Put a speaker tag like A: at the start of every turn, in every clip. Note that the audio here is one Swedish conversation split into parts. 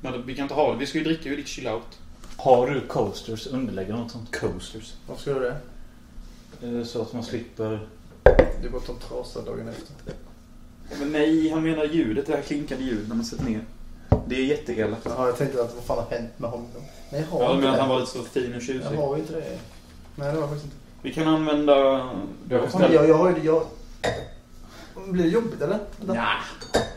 A: Men vi kan inte ha det. Vi ska ju dricka ur ditt chillout.
B: Har du coasters, underlägg eller något sånt?
A: Coasters.
C: Varför ska du det?
B: Eh, Så att man slipper...
C: Det är bara att de trasar dagen efter.
A: Men nej, han menar ljudet. Det här klinkande ljudet när man sätter ner. Det är jätteelakt.
C: Jaha, jag tänkte att vad fan har hänt med honom? Men jag har
A: Ja, du
C: inte
A: menar att
C: det.
A: han var lite så fin och
C: Jag
A: tjusig?
C: har ju inte det. Nej, det har jag faktiskt inte.
A: Vi kan använda...
B: Jag kan
C: Fan,
B: ställa...
C: jag, jag har ju... Jag... Blir det jobbigt eller?
A: Nja,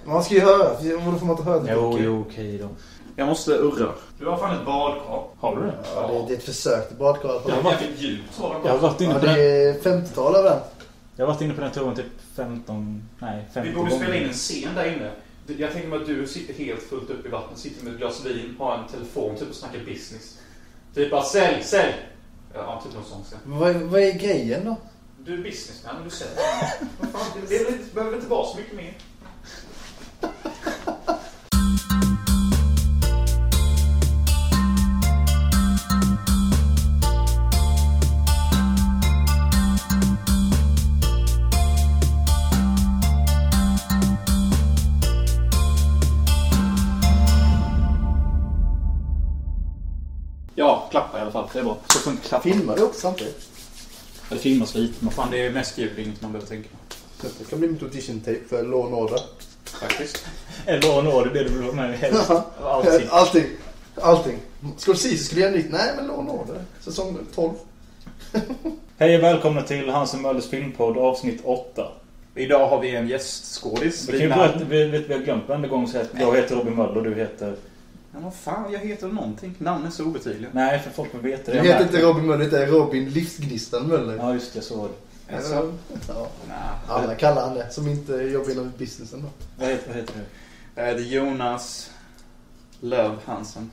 C: Man ska ju höra. för Då får man inte höra det.
B: Jo, jo, okej då.
A: jag måste urra. Du har fan ett badkar.
B: Har du det?
C: Ja, det, det är ett försök till badkar.
A: Det har
B: Ja, vad-
A: varit ett djupt sådant.
B: Jag har varit inne
C: Ja,
B: på
C: det
B: den,
C: är 50-tal över den.
B: jag har varit inne på den touren typ 15... Nej, 50
A: Vi borde spela in
B: gånger.
A: en scen där inne. Jag tänker mig att du sitter helt fullt upp i vattnet, sitter med ett glas vin, har en telefon typ och snackar business. Typ bara sälj, sälj! Ja, typ någon sån scen.
C: Men vad, vad är grejen då?
A: Du är businessman, du säljer. Vad fan, det, det, det behöver inte vara så mycket mer. Ja, klappa i alla fall. Det är bra. Så funkar klapp.
C: Filmar du också samtidigt?
A: Ja, Det filmas lite, men fan det är mest ljud, inget man behöver tänka på.
C: Det kan bli mitt audition tape för Law and Order.
A: Faktiskt.
B: Eller en år, det är det du vill ha med dig helst. Allt sitt.
C: Allting. Allting. Scorsese skulle göra nytt. Nej, men Law and Order. Säsong 12.
B: Hej och välkomna till Hans och Möllers filmpodd avsnitt 8.
A: Idag har vi en gästskådis.
B: Vi, kan ju börja, att vi, vi, vi har glömt varenda gång så att jag heter Robin Möller och du heter...
A: Ja, vad fan, jag heter någonting. Namn är så obetydliga.
B: Nej, för folk vill veta det.
C: Du
B: Jag
C: heter
B: märker.
C: inte Robin Möller, det är Robin Livsgnistan Möller.
B: Ja, just det. Så var det.
A: Alltså,
C: Ja.
A: nej.
C: Alla kallar han det, som inte jobbar inom businessen då.
B: Vad heter, vad heter du?
A: Det är Jonas Löv Hansen.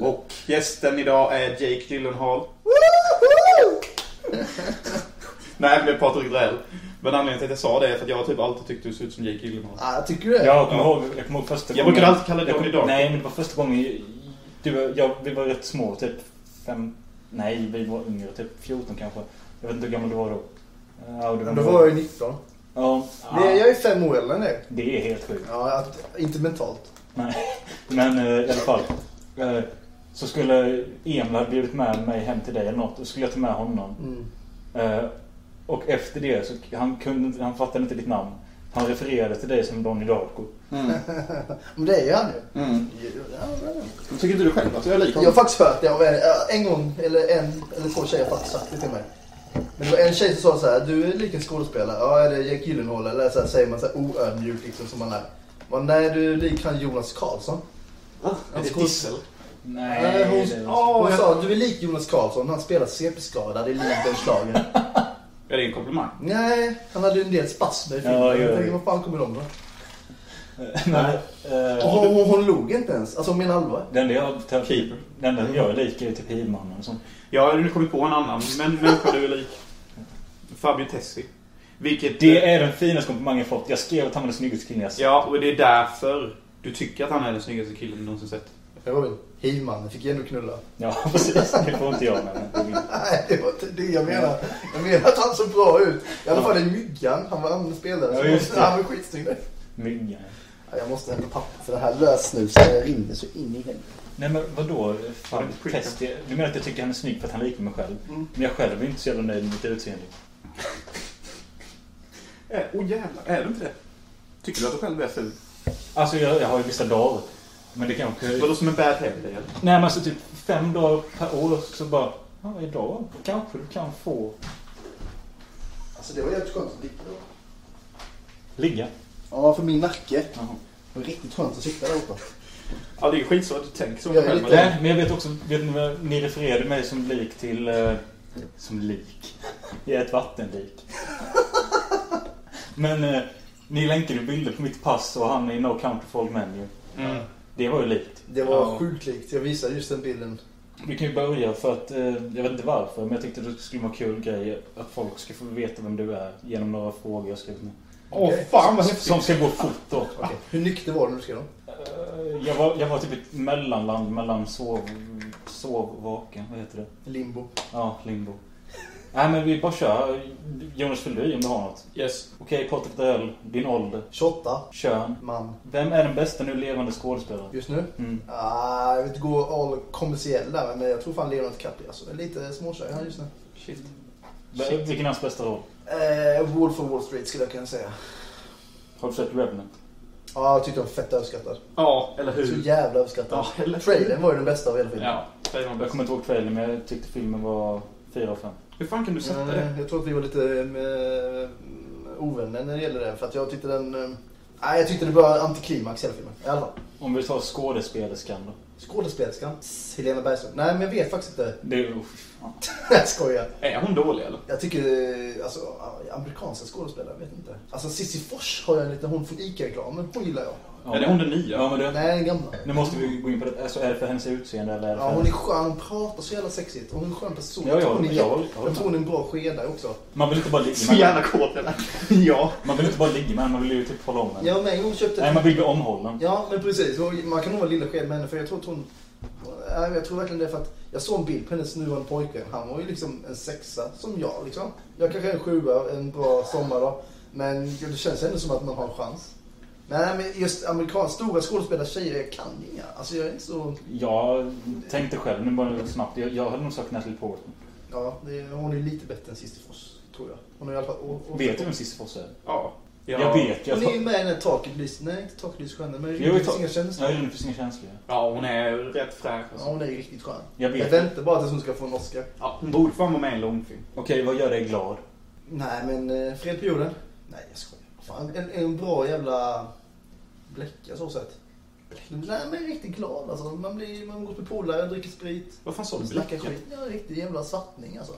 A: Och gästen idag är Jake Gyllenhaal. Nej, det är Patrik Drell. Men anledningen till att jag sa det är för att jag har typ alltid tyckt du ser ut som Jake Gyllenhaal.
C: Ja, jag tycker det.
B: Jag kommer ihåg, jag kommer ihåg första
A: Jag
B: gången...
A: brukar alltid kalla dig
B: jag
A: Donny
B: kom,
A: Darko.
B: Nej, men det var första gången du och jag, vi var rätt små. Typ fem... Nej, vi var yngre. Typ 14 kanske. Jag vet inte hur gammal du var då. Ja, du
C: Men då var jag ju 19.
B: Ja,
C: Det är, jag är fem år äldre än dig.
B: det är helt sjukt.
C: Ja, att, inte mentalt.
B: Nej, men eh, i alla fall. Eh, så skulle Emil ha bjudit med mig hem till dig eller något. Och skulle jag ta med honom.
C: Mm.
B: Eh, och efter det så han, kunde, inte- han fattade inte ditt namn. Han refererade till dig som Donny Darko.
A: Mm.
C: Men det är ju han ju.
A: Mm.
C: Ja, men-
A: Men Tycker inte du själv att jag är lik
C: Jag har faktiskt hört det av en, ja, en gång, eller en eller två tjejer har faktiskt sagt det till mig. Men det var en tjej som sa så här, du är lik en skådespelare. Ja, är det Jake Gyllenhaal? Eller så här, säger man så här oödmjukt liksom som man är. Men nej, du är lik han Jonas Karlsson.
A: Är det Dissel?
C: Nej, hon-
B: det var-
A: Ja,
C: Hon
A: jag-
C: sa, du är lik Jonas Karlsson. Han spelar CP-skadad i Lindenslagen.
A: Är det en komplimang?
C: Nej, han hade ju en del spasmer i filmen.
B: Ja, gör
C: jag
B: det.
C: tänker, vad fan kommer de då?
B: Eh, Nej.
C: Och
B: Eh,
C: hon, hon, hon log inte ens. Alltså hon menar allvar.
B: Den där jag,
A: Keeper.
B: den där jag är lik är ju typ Hivmannen och sånt.
A: Jag har nu kommit på en annan men människa du är lik. Fabio Tessi. Vilket...
B: Det är den finaste komplimangen jag fått. Jag skrev att han var den snyggaste killen jag sett.
A: Ja, och det är därför du tycker att han är den snyggaste killen du någonsin sett.
C: Robin, hivmannen fick ju ändå knulla.
B: Ja, precis. Det får inte jag med. men det är min.
C: Nej, det var inte det jag menar. Jag menar att han såg bra ut. I alla fall i myggan. Han var annan spelare.
B: Ja, just det.
C: Han var skitsnygg där.
B: Myggan.
C: Ja, Jag måste hämta papper för det här lössnuset rinner så in i helvete.
B: Nej men vadå?
A: Var
B: Fan,
A: det skit?
B: test. det- Du menar att jag tycker han är snygg för att han liknar mig själv?
C: Mm.
B: Men jag själv är inte så jävla nöjd med mitt utseende.
A: Åh eh, oh, jävlar, är du inte det? Tycker du att du själv är ful?
B: Alltså jag, jag har ju vissa dagar. Men det kanske...
A: Vadå som en bad hand eller?
B: Nej men alltså typ fem dagar per år så bara... Ja, idag kanske du kan få
C: Alltså det var jävligt skönt att ligga då.
B: ligga.
C: Ja, för min nacke.
B: Jaha.
C: Det var riktigt skönt att sitta där uppe.
A: Ja, det är ju skit så att du tänker så om
C: Jag
A: dig
C: är
A: själv.
C: lite-
A: eller?
B: Nej, men jag vet också, vet ni vad, ni refererade mig som lik till... Eh, som lik? Jag är ett vattenlik. men eh, ni länkade bilder på mitt pass och han i No Country for Old Men ju.
A: Mm.
B: Det var ju likt.
C: Det var
B: Ja.
C: sjukt likt. Jag visade just den bilden.
B: Vi kan ju börja för att, eh, jag vet inte varför, men jag tyckte det skulle vara en kul grej att folk ska få veta vem du är genom några frågor jag skrivit ner.
A: Åh
C: Okej.
A: fan vad häftigt!
B: Som ska gå fort då.
C: Okej, Hur nykter var du när du skrev dem?
B: Eh, Jag var, jag var typ ett mellanland mellan sov... Sovvaken, vad heter det?
C: Limbo.
B: Ja, limbo. Nej men vi bara kör. Jonas Fylleri om du har något.
A: Yes.
B: Okej Patrik Darell, din ålder,
C: 28.
B: kön.
C: Man.
B: Vem är den bästa nu levande skådespelaren?
C: Just nu?
B: Mm.
C: Ah, jag vill inte gå all kommersiell där, men jag tror fan Leonard DiCaprio. Alltså. Jag är lite småtjej här just nu.
A: Shit.
B: V-
A: Shit.
B: Vilken är hans bästa roll?
C: Eh, Wolf of Wall Street skulle jag kunna säga.
B: Har du sett Revenant?
C: Ja, jag tyckte den var fett överskattad.
A: Ja, eller
C: Så
A: hur?
C: jävla överskattad.
A: Ja, eller
C: Trailern var ju den bästa av hela filmen.
A: Ja, säger man
B: Jag
A: bäst.
B: kommer inte ihåg trailern men jag tyckte filmen var 4 av 5.
A: Hur fan kan du sätta
C: Eh,
A: det?
C: Jag tror att vi var lite eh, ovänner när det gäller det. För att jag tyckte den... eh, Nej, jag tyckte det var antiklimax hela filmen. I alla fall.
B: Om vi tar skådespelerskan då.
C: Skådespelerskan Helena Bergström. Nej, men jag vet faktiskt inte.
B: Det är... oh, fy fan.
C: Jag skojar.
A: Är hon dålig eller?
C: Jag tycker eh, alltså, amerikanska skådespelare, jag vet inte. Alltså Cissi Fors har jag en liten, hon från ICA-reklamen, hon gillar jag.
B: Ja.
A: Är det hon den nya? Mm.
B: Ja men du.
C: Nej, den gamla.
B: Nu måste vi gå in på det. Alltså är det för hennes utseende eller är det för
C: Ja, hon är skön, hon pratar så jävla sexigt. Hon är en skön person.
B: Ja, ja,
C: hon är,
B: ja, ja, ja.
C: jag tror hon är en bra skedare också.
B: Man vill inte bara ligga
A: Så
B: med henne.
A: jävla kåt eller? Ja.
B: Man vill inte bara ligga med henne, man vill ju typ hålla om henne.
C: Ja, men hon köpte...
B: Nej, man vill bli omhållen.
C: Ja, men precis. Hon- Man kan nog vara lilla sked med henne för jag tror att hon... Nej, men Jag tror verkligen det för att jag såg en bild på hennes nuvarande pojkvän. Han var ju liksom en sexa som jag liksom. Jag kanske är en sjua, en bra sommardag. Men det känns ändå som att man har en chans. Nej, men just amerikanska stora skådespelartjejer, jag kan inga. Alltså jag är inte så...
B: Jag tänkte själv, nu bara snabbt. Jag, jag hade nog sagt Natalie Portman.
C: Ja, det, hon är lite bättre än Cissi Fors, tror jag. Hon har i alla fall... och- och-
B: Vet du vem Cissi Fosse är?
A: Ja.
B: Jag vet ju.
C: Hon är ju
B: Jag
C: med i den här Taket lyser... Nej, inte Taket lyser stjärnor, men
B: Jo,
C: Det finns
B: Ta-
C: inga
B: Ja,
C: känslor.
B: Rinner för sina känslor. ja.
A: Ja, hon är rätt fräsch.
C: Ja,
A: Alltså.
C: hon är ju riktigt skön.
B: Jag
C: Jag
B: vet. ju.
C: väntar bara tills hon ska få en Oscar.
A: Ja, hon borde fan vara med i en långfilm.
B: Okej, vad gör dig glad?
C: Nej, men eh, Fred på jorden? Nej, jag skojar. Fan, en, en bra jävla bläcka så sett. Nej, men jag är riktigt glad alltså. Man, blir, man går till polare, dricker sprit,
A: Vad fan sa du?
C: snackar
A: Blackout?
C: skit. Ja, riktig jävla svartning alltså.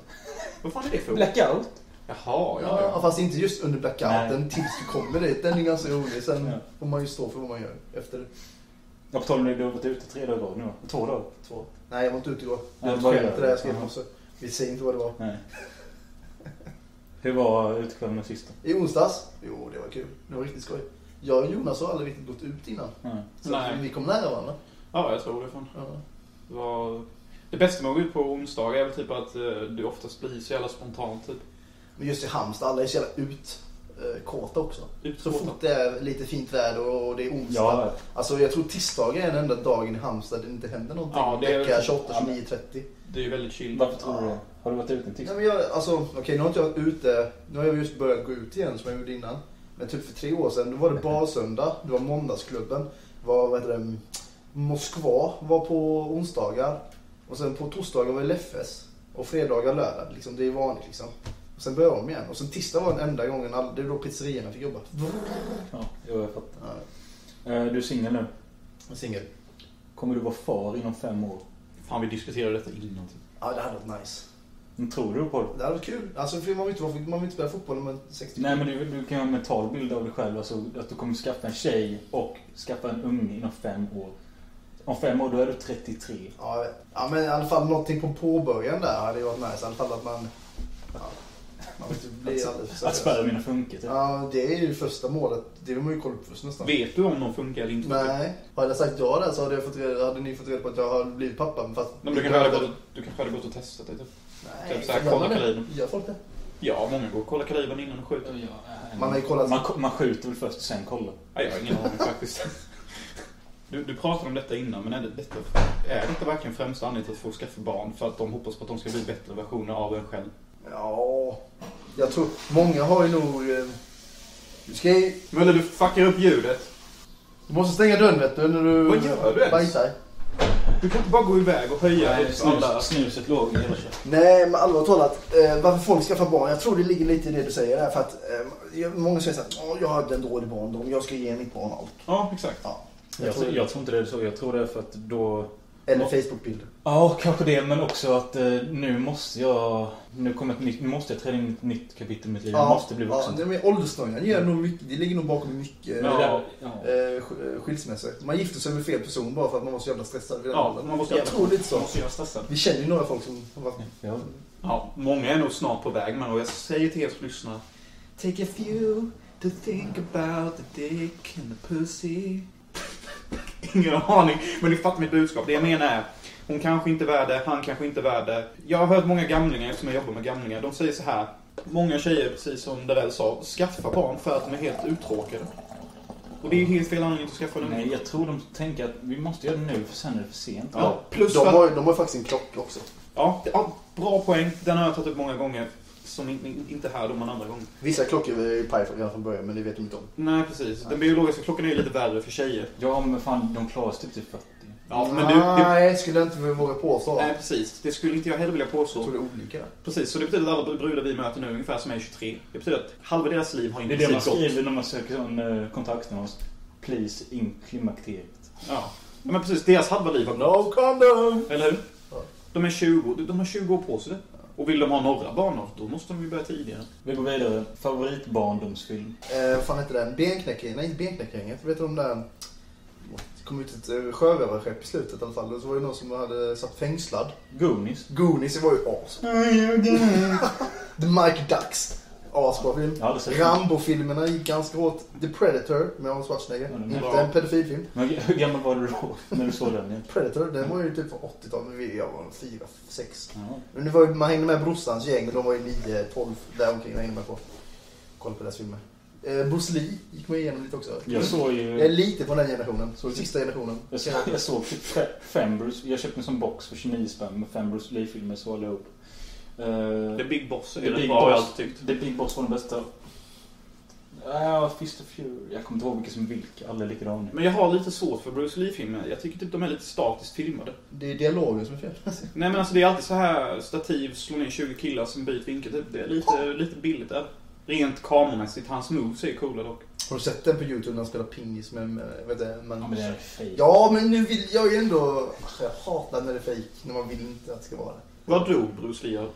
A: Vad fan är det för ord?
B: Blackout?
A: Jaha, ja.
C: Ja,
A: ja.
C: fast inte just under blackouten
B: Nej.
C: tills du kommer dit. Den är ganska rolig. Sen
B: Ja.
C: får man ju stå för vad man gör efter det.
B: Jag på tal om det, du har varit ute tre dagar i rad nu va? Två dagar?
C: två. Nej, jag var inte ute igår. Det
B: Nej,
C: var ett
B: vad
C: skämt
B: gör
C: det
B: du?
C: där jag skrev i
B: Jaha.
C: morse. Vi säger inte vad det var.
B: Nej. Hur var utekvällen med sista?
C: I onsdags? Jo, det var kul. Det var riktigt skoj. Jag och Jonas har aldrig riktigt gått ut innan.
B: Nej.
C: Så
A: Nej.
C: vi kom nära varandra.
A: Ja, jag tror det fan.
C: Ja.
A: Det, var... det bästa med att gå ut på onsdagar är väl typ att eh, du oftast blir så jävla spontan typ.
C: Men just i Halmstad, alla är så jävla ut eh, kåta också. Så
A: Utkåta.
C: fort det är lite fint väder och och det är onsdag.
B: Ja,
C: Alltså jag tror tisdagar är den enda dagen i Halmstad där det inte händer någonting.
A: Ja, det är-
C: Vecka 28,
B: ja, men-
C: 29, 30.
A: Det är ju väldigt chill.
B: varför tror du det? Har du varit ute en tisdag?
C: Nej, men jag, alltså, okej, nu har inte jag varit ute. Nu har jag just börjat gå ut igen som jag gjorde innan. Men typ för tre år sedan, då var det barsöndag. Det var måndagsklubben. Det var, vad heter det, Moskva var på onsdagar. Och sen på torsdagar var det Leffes. Och fredagar, lördag. Liksom, det är vanligt liksom. Och sen började jag om igen. Och sen tisdag var den enda gången, all- det var då pizzerierna fick jobba.
B: Ja, jo, jag fattar.
C: Ja,
B: Eh, Du är singel nu.
C: singel.
B: Kommer du vara far inom fem år?
A: Fan, vi diskuterade detta innan. Typ.
C: Ja, det hade varit nice.
B: Men Tror du på det?
C: Det hade varit kul. Alltså, för man vill inte, vara- man vill inte spela fotboll när man är 60.
B: Nej men du, du kan ju ha en mental bild av dig själv. Alltså att du kommer skaffa en tjej och skaffa en unge inom fem år. Om fem år då är du 33.
C: Ja, jag vet. ja, men i alla fall någonting på påbörjan där hade ju varit nice. I alla fall att man... Ja, man inte
A: Alltså,
C: blir alldeles för
B: Att
C: seriös.
B: spermierna funkar typ.
C: Ja, det är ju första målet. Det vill man ju kolla upp först nästan.
A: Vet du om någon funkar eller inte?
C: Nej, hade jag sagt ja där så hade, jag fått reda, hade ni fått reda på att jag har blivit pappa. Men fast...
A: Men du kanske hade gått, du kanske hade gått och testat det typ.
C: Nej,
A: typ så här,
C: gör man
A: kolla
C: det?
A: kalibern.
C: Gör folk det?
A: Ja, många går och kollar kalibern innan de skjuter.
C: Man har ju kollat-
B: man, ko- man skjuter väl först och sen kollar.
A: Nej, jag har ingen aning faktiskt. Du, du pratade om detta innan, men är, det, detta, är detta verkligen främsta anledningen till att folk skaffar barn? För att de hoppas på att de ska bli bättre versioner av en själv?
C: Ja, jag tror... Många har ju nog... eh, Du ska ju...
A: Mulle, du fuckar upp ljudet.
C: Du måste stänga dörren vet du när du...
A: Vad gör du ens?
C: Bajsar.
A: Du kan inte bara gå iväg och höja upp alla...
B: snus, snuset låg i hela köket.
C: Nej, men allvarligt talat. Eh, varför folk skaffar barn? Jag tror det ligger lite i det du säger där. För att eh, jag- många säger så här, "Åh, jag hade en dålig barndom. Jag ska ge mitt barn allt.
A: Ja, exakt.
C: Ja.
B: Jag, tror- jag tror inte det är så. Jag tror det är för att då...
C: Eller Facebookbilder.
B: Ja, kanske det. Men också att eh, nu måste jag... Nu kommer ett nytt... Nu måste jag träda in i ett nytt kapitel i mitt liv. Jag måste bli vuxen.
C: Ja, men åldersnöjan ger nog mycket. Det ligger nog bakom mycket
B: Men det där- ja.
C: eh, sk- eh, skilsmässor. Man gifter sig med fel person bara för att man var så jävla stressad vid den
A: Ja,
C: åldern.
A: man måste
C: Jag tror lite så.
A: Man måste göra stressad.
C: Vi känner ju några folk som har varit...
B: Ja.
A: Ja, många är nog snart på väg, men och jag säger till er som lyssnar. Take a few to think about the dick and the pussy. Ingen aning. Men du fattar mitt budskap. Det jag menar är, hon kanske inte är värd det, han kanske inte är värd det. Jag har hört många gamlingar, eftersom jag jobbar med gamlingar, de säger så här. Många tjejer, precis som Darell sa, skaffar barn för att de är helt uttråkade. Och det är ju helt fel anledning till att skaffa en unge.
B: Nej, jag tror de tänker att vi måste göra det nu för sen är det för sent.
A: Ja, plus
D: De
A: för att-
D: har, de har faktiskt en klocka också.
A: Ja, det- ja, bra poäng. Den har jag tagit upp många gånger. Som in- in- inte här, de andra gånger.
D: Vissa klockor är ju paj redan från början, men det vet de inte om.
A: Nej, precis. Den biologiska klockan är ju lite värre för tjejer.
B: Ja, men fan, de klarar sig typ till 40.
A: Ja, men du, det,
C: Nej, skulle jag inte våga påstå.
A: nej, precis. Det skulle inte jag heller vilja
C: Jag
A: påstå.
C: tror det är olika. där.
A: Precis, så det betyder att alla brudar vi möter nu ungefär som är 23. Det betyder att halva deras liv har
B: Det är
A: inte
B: det man
A: precis gått.
B: skriver när man söker sån eh, kontakt med oss. Please, in klimakteriet.
A: Ja. ja, men precis. Deras halva liv har gått.
D: No condom!
A: Eller hur?
D: Ja.
A: De är 20, de- de har 20 år på sig. Och vill de ha några barn då måste de ju börja tidigare.
B: Vi går vidare. Favoritbarndomsfilm.
C: Eh, vad fan hette den? Benknäckaren? Nej, inte Benknäckaren. Vet du om den... Det kom ut ett eh, sjörövarskepp i slutet i alla fall. Och så var det någon som hade satt fängslad.
B: Goonies.
C: Goonies var ju as. The Mike Ducks. Asbra film.
B: Jag har aldrig sett den.
C: Rambo-filmerna gick ganska hårt. The Predator med Arnold Schwarzenegger.
B: Ja, den är
C: Inte
A: bra.
C: en pedofilfilm.
B: Men hur gammal var du då när du såg den?
C: Predator, den var ju typ från 80-talet. men vi- Jag var 4, 6.
B: Ja.
C: Men det var ju, man hängde med brorsans gäng och de var ju 9, 12 där omkring man hängde med på. Kolla på deras filmer. Eh, Bruce Lee gick man igenom lite också.
B: Jag såg
C: Jag
B: ju...
C: är lite på den generationen. Så sista generationen.
B: Jag såg, jag såg typ fe- fem Bruce, Jag köpte en sån box för 29 spänn med fem Bruce Lee-filmer så alla ihop. Uh,
A: The Big Boss är
B: The
A: den
B: Big
A: bra har jag
B: Boss.
A: alltid tyckt.
B: The Big Boss var den bästa. Ja, Fist of Fury. Jag kommer inte ihåg vilka som är vilka. Alla är likadana.
A: Men jag har lite svårt för Bruce Lee-filmer. Jag tycker typ de är lite statiskt filmade.
C: Det är dialogen som är fel.
A: Nej men alltså det är alltid så här stativ, slå ner 20 killar som byter vinkel. Typ. Det är lite, lite billigt där. Rent kameramässigt, hans moves är coola dock.
C: Har du sett den på YouTube när han spelar pingis med, med vet du, man...
B: Ja, men det är fejk.
C: Ja, men nu vill jag ju ändå... Ach, Jag hatar när det är fejk, när man vill inte att det ska vara det.
A: Vad drog Bruce Lee av?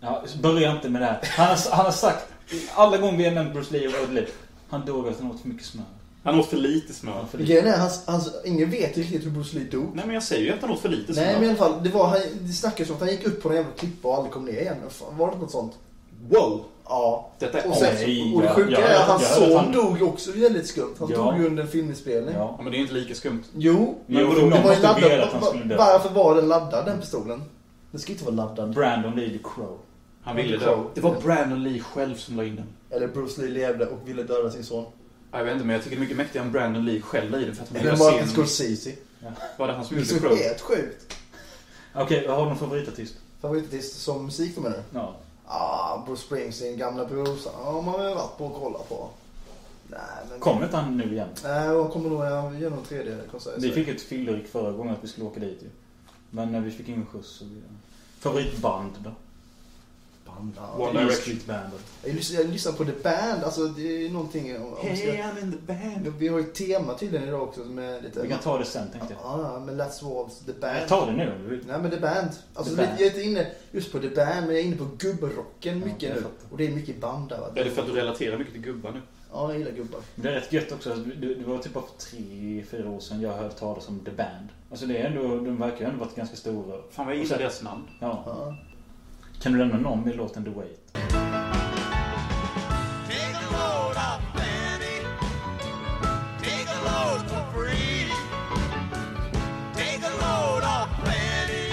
B: Ja, börja inte med det här. Han har, han har sagt, alla gånger vi har nämnt Bruce Lee och Rödley, han dog att han åt för mycket smör.
A: Han åt för lite smör.
B: Han för lite.
C: Grejen är, hans, hans, ingen vet riktigt hur Bruce Lee dog.
A: Nej men jag säger ju att han åt för lite
C: Nej,
A: smör.
C: men i alla fall, det, var, han, det snackas om att han gick upp på en jävla klippa och aldrig kom ner igen. Fan, Var det inte något sånt?
A: Wow!
C: Ja.
A: Detta är...
C: Och,
A: Oh.
C: sen,
B: nej,
C: och det
B: jag-
C: sjuka
B: jag-
C: är att hans
B: jag hörde
C: son
B: att han-
C: dog också väldigt skumt. Han
B: Ja.
C: dog ju under en filminspelning.
B: Ja.
A: Ja, men det är inte lika skumt.
C: Jo,
B: Men
A: vadå,
B: någon
C: det var ju
B: måste veta
C: laddad.
B: att han skulle dö.
C: Varför var den laddad, den pistolen? Den ska inte vara laddad.
B: Brandon Lee the Crow.
A: Han ville dö.
C: Crow.
A: Det var Brandon Lee själv som la in den.
C: Eller Bruce Lee levde och ville döda sin son.
A: Jag vet inte, men jag tycker det är mycket mäktigare än Brandon Lee själv la i den. För att han
C: Eller
A: ville
C: Martin
A: se en...
C: Scorsese.
A: Var det han som
C: Det är
A: gjorde
C: så
A: The Crow?
C: helt sjukt.
B: Okej, vad har du någon favoritartist?
C: Favoritartist som musik då menar du?
B: Ja.
C: Ah, Bruce Springsteen, gamla brorsan. Ja, man har ju varit på och kollat på. Nej, men...
B: Kommer inte han nu igen?
C: Nej, och kommer nog jag gör någon tredje konsert.
B: Vi fick ett fylleryck förra gången att vi skulle åka dit ju. Men eh, vi fick ingen skjuts. Så vi... Favoritband då?
C: band. Ja.
A: One
B: East
A: Direction.
B: Street Band.
C: Jag, lys- jag lyssnar på The Band, alltså det är ju någonting... Om, om
A: Hey,
C: ska...
A: I'm in the band.
C: Vi har ju ett tema tydligen idag också som är lite...
B: Vi kan ta det sen tänkte jag.
C: Ja, ja, men Let's Waltz, The Band.
B: Jag tar det nu om du vill.
C: Nej men The Band. Alltså,
B: The Band.
C: Jag är inte inne just på The Band, men jag är inne på gubbrocken
B: Ja,
C: mycket
B: jag
C: nu.
B: fattar.
C: Och det är mycket band där va?
A: Är det för att du relaterar mycket till gubbar nu?
C: Ja, jag gillar gubbar.
B: Det är rätt gött också. Alltså, Det det var typ bara för tre, fyra år sedan jag hörde talas om The Band. Alltså det är ändå, de verkar ju ändå varit ganska stora.
A: Fan vad jag gillar deras namn.
B: Ja.
C: Ja.
B: Kan du nämna någon med låten The Wait?
E: Take a load off Fanny. Take a load for free. Take a load off Fanny.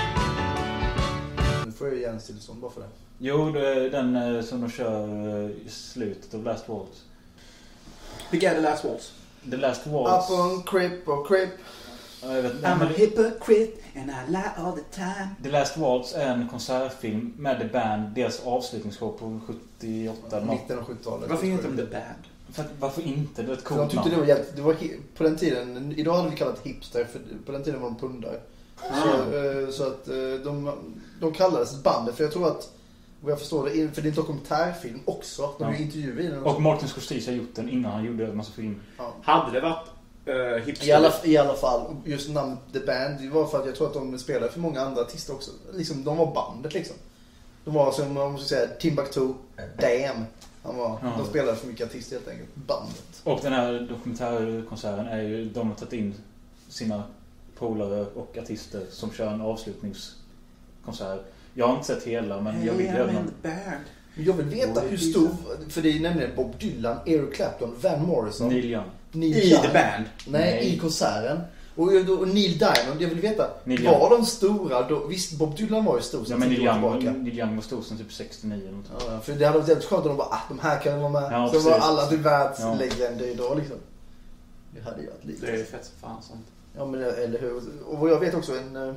C: Nu får jag ju Jens tillstånd bara för det.
B: Jo, det är den eh, som de kör eh, i slutet av Last Waltz.
A: Vilka är The Last Waltz?
B: The Last Waltz...
C: Up on crip och crip.
B: Ja, jag vet, inte.
A: I'm a
B: men
A: hypocrite and I lie all the time.
B: The Last Waltz är en konsertfilm med The Band, deras avslutningsshow på 78 eller något.
C: Mitten av 70-talet.
A: Varför heter de The Band?
B: För att, varför inte? Det är ett
C: För de
B: coolt
C: tyckte det
B: namn.
C: var jävligt, det var hi- på den tiden, idag hade vi kallat hipster, för på den tiden var de pundare. Så, eh, så att eh, de, de kallades bandet, för jag tror att, vad jag förstår det, för det är en dokumentärfilm också. De
B: Ja.
C: gör intervjuer i den.
B: Och
C: också.
B: Martin Scorsese har gjort den innan han gjorde en massa filmer.
C: Ja.
A: Hade det varit uh, hipster?
C: I alla, I alla fall, just namnet The Band, det var för att jag tror att de spelade för många andra artister också. Liksom, de var bandet liksom. De var som, om man ska säga, Timbuktu, Damn. Han var,
B: Ja.
C: De spelade för mycket artister helt enkelt. Bandet.
B: Och den här dokumentärkonserten är ju, de har tagit in sina polare och artister som kör en avslutningskonsert. Jag har inte sett hela, men jag vill göra någon.
A: Band.
C: Men jag vill veta hur stor, för det är nämligen Bob Dylan, Eric Clapton, Van Morrison,
B: Neil Young.
C: Neil
A: I
C: Young.
A: The Band.
C: Nej,
B: Nej.
C: i konserten. Och, och Neil Diamond, jag vill veta,
B: Neil
C: var
B: Young.
C: de stora då? Visst, Bob Dylan var ju stor
B: Ja,
C: sen
B: men
C: tio
B: Neil
C: år tillbaka.
B: Young, Neil Young var stor sen typ 69 eller något.
C: Ja, för det hade varit jävligt skönt om de bara, ah, de här kan vara med.
B: Ja,
C: så var
B: precis.
C: alla till världslegender idag liksom. Det hade ju varit lite.
F: Det är fett som fan sånt.
C: Ja, men eller hur. Och vad jag vet också en... eh,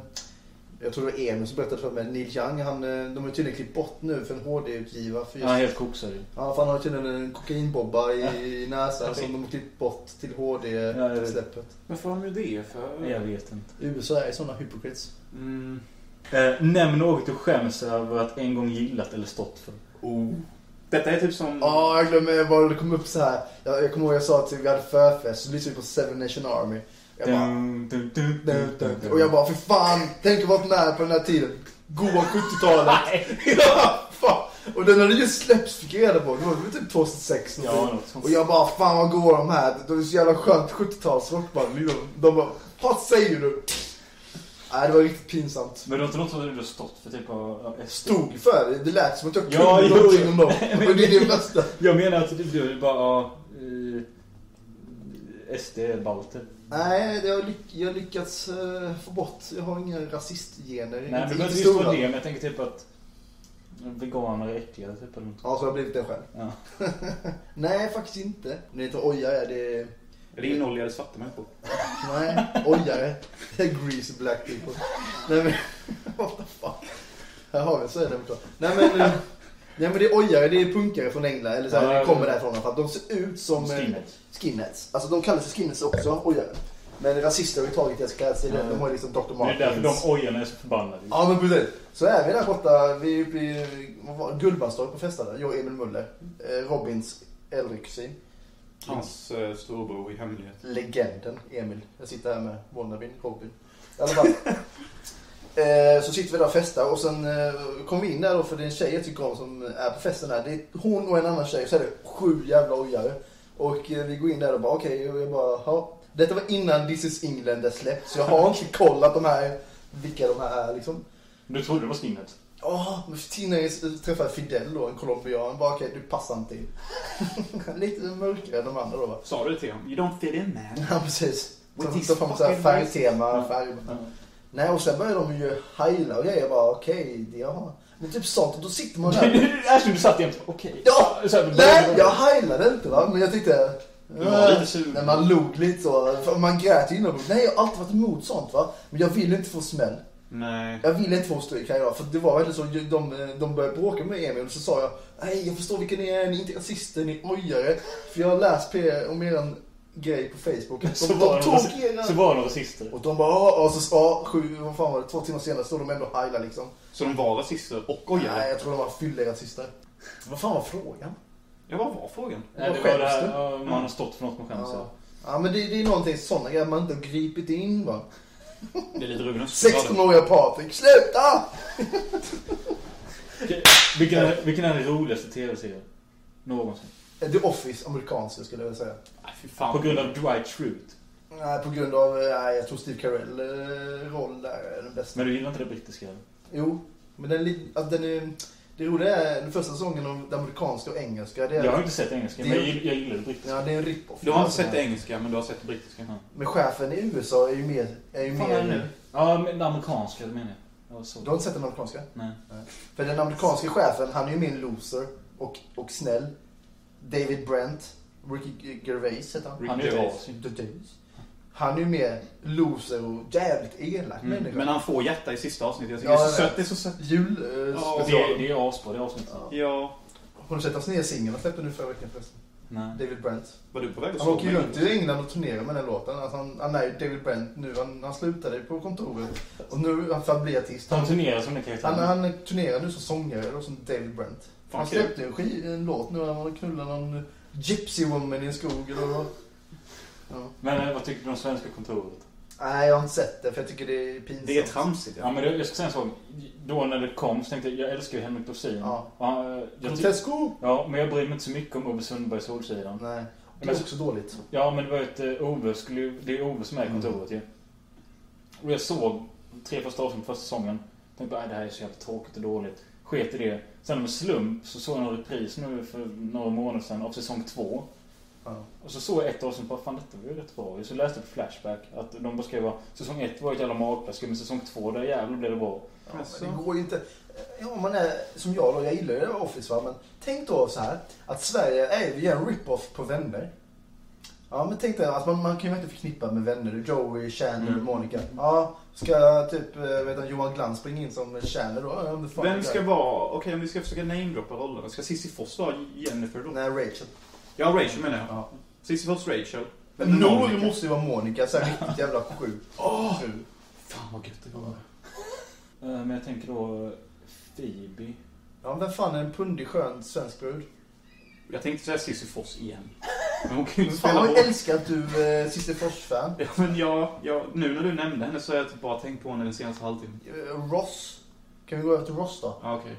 C: Jag tror det var Emil som berättade för mig. Neil Young, han, eh, de har ju tydligen klippt bort nu för en HD-utgiva. För just,
B: Ja, helt koksad ju.
C: ja, för han har tydligen en kokainbobba i näsan som de har klippt bort till
B: Ja, jag vet.
C: HD-släppet.
F: Varför har de ju det för?
B: Jag vet inte.
C: USA är sådana hypocrites.
F: Mm.
B: Eh, nämn något du skäms över att en gång gillat eller stått för.
F: Oh. Detta är typ som...
C: Mm. Ja, jag glömmer bara det kom upp så här. Jag, jag kommer ihåg jag sa att vi hade förfest, så lyssnade vi på Seven Nation Army. Jag bara,
B: Dun, dun, dun,
C: Mm,
B: dun, dun, dun.
C: Och jag bara, för fan, tänk att vara med på den här tiden. Goa 70-talet. ja, fan. Och den hade just släppts fick jag reda på. Det var väl typ 2006.
B: Ja, något sånt.
C: och jag bara, fan vad goa de här. Det var så jävla skönt 70-talsrock bara. liksom. De bara, vad säger du? Nej, det var riktigt pinsamt.
B: Men det var inte något som du har stått för typ av... av-
C: Stod för det. Det lät som att jag kunde
B: Ja, jo,
C: någonting
B: jo.
C: om dem. Och det är det bästa.
B: Jag menar att du- du bara... ja, eh, SD-balter.
C: Nej, det har lyck jag lyckats eh, få bort. Jag har inga rasistgener.
B: Nej, men det behöver inte just vara det. Men jag tänker typ att veganer är äckliga. Typ, eller något.
C: Ja, så har jag blivit det själv.
B: Ja.
C: Nej, faktiskt inte. Men det är inte ojare, det är...
A: Är det inoljade svarta människor?
C: Nej, ojare. Det är greasy black people. Nej men, what the fuck. Här har vi en sverigedemokrat. Nej men, eh, nej men det är ojare, det är punkare från England. Eller så här,
B: Ja,
C: det kommer
B: ja.
C: därifrån. För att de ser ut som eh,
B: Skinheads.
C: skinheads. Alltså de kallas för skinheads också, ojare. Men rasister har ju tagit deras klädstil.
B: Ja.
C: De har ju liksom Dr.
B: Det är
C: Martens.
B: därför de ojarna är så förbannade.
C: Ja men precis. Så är vi där borta, vi är uppe i vad var det? Gullbandstorp och festade. Jag och Emil Muller. eh, Robins äldre kusin.
A: Hans eh, storbror i hemlighet.
C: legenden Emil. Jag sitter här med Wannabin, Robin. I alla fall. Eh, Så sitter vi där och festar och sen eh, kom vi in där då för det är en tjej jag tycker om som är på festen där. Det är hon och en annan tjej så är det sju jävla ojare. Och eh, vi går in där och bara okej och jag bara ja. Detta var innan This is England är släppt så jag har inte kollat de här, vilka de här är liksom.
B: Du trodde det var skinheads.
C: Ja, men Tina träffade Fidel då, en colombian. Bara okej, du passar inte in. Lite mörkare än de andra då va.
A: Sa du det till honom? You don't fit in man.
C: Ja, precis.
A: With
C: Ta
A: these
C: ta fram så här
A: fucking
C: färgtema. Färg. Nej, och sen börjar de ju heila och grejer. Jag bara, okej, okay, ja. Men typ sånt, och då sitter man där.
B: Ashton, du satt jämt. Okej.
C: Ja!
B: Så här,
C: Nej, jag heilade inte va, men jag tyckte...
A: Du var
C: eh,
A: lite sugen.
C: När man log lite så. För man grät ju inombords. Nej, jag har alltid varit emot sånt va. Men jag vill inte få smäll.
A: Nej.
C: Jag ville inte få stryk här idag, för det var verkligen så, de, de började bråka med Emil och så sa jag Nej, jag förstår vilka ni är, ni är inte rasister, ni är ojare. För jag har läst på er om eran grej på Facebook. De,
B: Så
C: de
B: var de
C: tog era...
B: Så var de typ. rasister.
C: Och de bara "Ja", och så ja, sju, vad fan var det, två timmar senare stod de ändå och heilade liksom.
A: Så de var rasister och
C: Nej,
A: ojade?
C: jag tror de var fylliga rasister. Vad fan var frågan?
A: Ja, vad var frågan?
B: Nej, det
C: Vad
B: var det här
C: skäms
B: ja, om man har stått för något man skäms över.
C: Ja. ja, men det, det är någonting sådana grejer man inte har gripit in va.
A: Det är lite Ruben Österblad.
C: 16-åriga Patrik, sluta!
B: Vilken är, vilken är den roligaste tv-serien? Någonsin.
C: The Office, amerikanska skulle jag vilja säga.
A: Nej, fy fan.
B: På grund av Dwight Schrute.
C: Nej, på grund av, eh, nej, jag tror Steve Carell eh, roll där är den bästa.
B: Men du gillar inte det brittiska? eller?
C: Jo, men den, är li- alltså, den är, det roliga är den första säsongen om det amerikanska och engelska. Det är,
B: Jag har inte sett engelska, men jag gill- jag gillar det brittiska.
C: ja, det är en rip-off.
A: Du har inte sett engelska, men du har sett brittiska.
C: Men chefen i USA är ju mer... Är ju
B: Fan,
C: mer
B: är det nu? Ja, men det amerikanska det menar jag. jag.
C: Du
B: Så.
C: har inte sett den amerikanska?
B: Nej.
C: För den amerikanska chefen, han är ju min loser och, och snäll. David Brent, Ricky Gervais heter han.
B: Han är
A: Rick
B: ju
A: Gervais.
B: asig.
C: The Days. Han är ju mer loser och jävligt elak
B: Mm,
C: människa.
A: Men han får hjärta i sista avsnittet. Jag tycker
C: Ja,
A: det är
C: jag
A: så
C: vet.
A: sött. Det är så sött.
C: Jul... Eh,
A: Ja,
B: Det är,
C: special.
B: det är asbra, det avsnittet.
C: Ja.
A: Ja.
C: Har du sett hans nya singel han släppte nu förra veckan förresten?
B: Nej.
C: David Brent.
A: Var du på väg att
C: Han
A: slå
C: åker ju
A: mig?
C: runt i England och turnerar med den låten. Alltså han, han är ju David Brent nu. Han, han slutade ju på kontoret. Och nu, han för att bli artist.
B: Han
C: Han,
B: turnerar som den
C: han,
B: karaktären.
C: han turnerar nu som sångare då, som David Brent.
A: Fan,
C: Han
A: kul.
C: släppte en, sk- en låt nu när han knullade någon gypsy woman i en skog eller vad. Ja.
B: Men eh, vad tyckte du om svenska kontoret?
C: Nej, jag har inte sett det för jag tycker det är pinsamt.
A: Det är tramsigt.
B: Ja, men det, jag ska säga en sak. Då när det kom så tänkte jag, jag älskar ju Henrik Dorsin.
C: Ja.
B: Och han, eh, jag ty-
C: Grotesco!
B: ja, men jag bryr mig inte så mycket om Ove Sundberg Solsidan.
C: Nej, det
B: Men-
C: är också dåligt.
B: Ja, men det var ju ett eh, Ove, skulle, ju- det är Ove som är i kontoret ju. Och jag såg tre första avsnitt första säsongen. Tänkte bara, "Aj, det här är så jävla tråkigt och dåligt. Sket i det. Sen med slump så såg jag en repris nu för några månader sedan av säsong två.
C: Ja.
B: Och så såg jag ett avsnitt på fan detta var ju rätt bra Så läste jag på Flashback att de bara skrev att säsong 1 var ett jävla magplask men säsong 2 där jävlar blev det bra.
C: Ja,
A: Alltså.
C: men det går ju inte. Ja, om man är som jag då, jag gillar ju det här Office va, men tänk då så här att Sverige är ju en rip-off på vänner. Ja, men tänk dig, alltså, man, man kan ju inte förknippa med vänner. Joey, Chandler,
A: Mm.
C: Monica. Ja, ska typ eh, vet du, Johan Glans springa in som Chandler då? Ja, om
A: Vem ska vara, okej om vi ska försöka namedroppa rollerna, ska Cissi Foss vara Jennifer då?
C: Nej, Rachel.
A: Ja, Rachel menar jag.
C: Ja.
A: Cissi Foss Rachel.
C: Men Noel måste ju vara Monica, så här riktigt jävla sjuk.
A: Åh!
C: ful.
A: Fan vad gött det var.
B: Eh, Men jag tänker då eh, Phoebe.
C: Ja, men vem fan är en pundig skön svensk brud?
A: Jag tänkte säga Cissi Foss igen. Men hon kan ju inte
C: Fan,
A: spela
C: jag
A: roll.
C: älskar att du eh, Cissi Fors-fan.
A: Ja, men jag, jag, nu när du nämnde henne så har jag typ bara tänkt på henne den senaste halvtimmen.
C: Eh, Ross. Kan vi gå över till Ross då?
A: Ja, okej.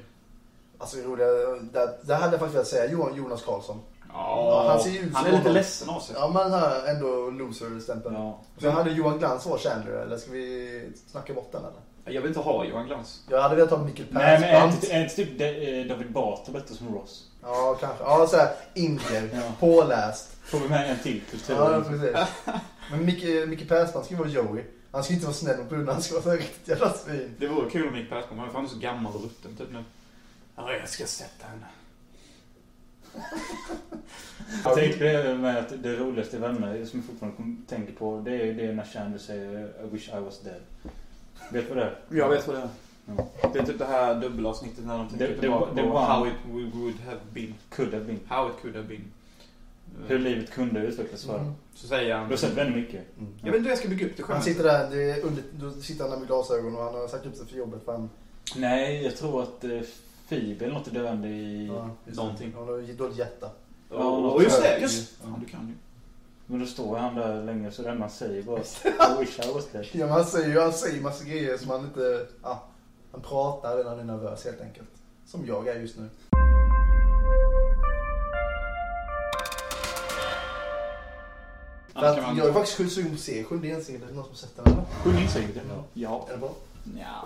C: Alltså det roliga, det, det hade jag faktiskt velat säga Johan Jonas Karlsson.
A: Ja,
C: han ser ju ut
A: Han är
C: som
A: lite
C: honom.
A: ledsen av sig.
C: Ja men han har ändå loser-stämpeln.
B: Ja.
C: Sen hade Johan Glans var Chandler eller ska vi snacka bort den eller?
A: Jag vill inte ha Johan Glans.
C: Jag hade velat ha Mikael
B: Nej men är
C: Persbrandt.
B: inte- är inte typ Da- eh, David Batra bättre som Ross?
C: Ja kanske. Ja såhär indier,
B: Ja.
C: påläst.
B: Får vi med en till kultur?
C: Ja precis. Men Micke, Micke Persbrandt ska ju vara Joey. Han ska inte vara snäll mot brudarna, han ska vara så här riktigt jävla svin.
A: Det vore kul om Mikael Persson kom hem, för han är så gammal och rutten typ nu. Ja, jag ska sätta henne.
B: Jag tänkte det med att det roligaste i Vänner som jag fortfarande kom, tänker på det är ju det när Chandler säger I wish I was dead. Vet du vad det är?
A: vad det är.
B: Ja.
A: Det är typ det här dubbelavsnittet när de tänker
B: Det- det
A: tillbaka
B: var- det
A: på
B: var-
A: how it would have been.
B: Could have been.
A: How it could have been.
B: Hur livet kunde utvecklas för
C: Mm.
B: mm.
A: Så säger han...
B: Du har sett väldigt mycket.
C: Mm.
A: Jag vet inte hur jag ska bygga upp det
C: Han
A: skämtet.
C: sitter där, det är under, då sitter han där med glasögon och han har sagt upp sig för jobbet för han...
B: Nej, jag tror att eh, Phoebe eller något är döende i...
C: Ja, just det.
A: Någonting.
C: Han har dåligt hjärta.
A: Ja, just det! Just Fan, du kan ju.
B: Men då står han där länge så det enda han säger bara I wish I was dead.
C: Ja, men han säger ju han säger massa grejer som han inte... Ja, han pratar när han är nervös helt enkelt. Som jag är just nu. För
A: Annars
C: att
A: kan man...
C: jag är faktiskt sjukt sugen på att se Sjunde inseglet. Är det någon som har sett den eller?
B: Sjunde inseglet? Ja.
C: Är det bra?
A: Nja.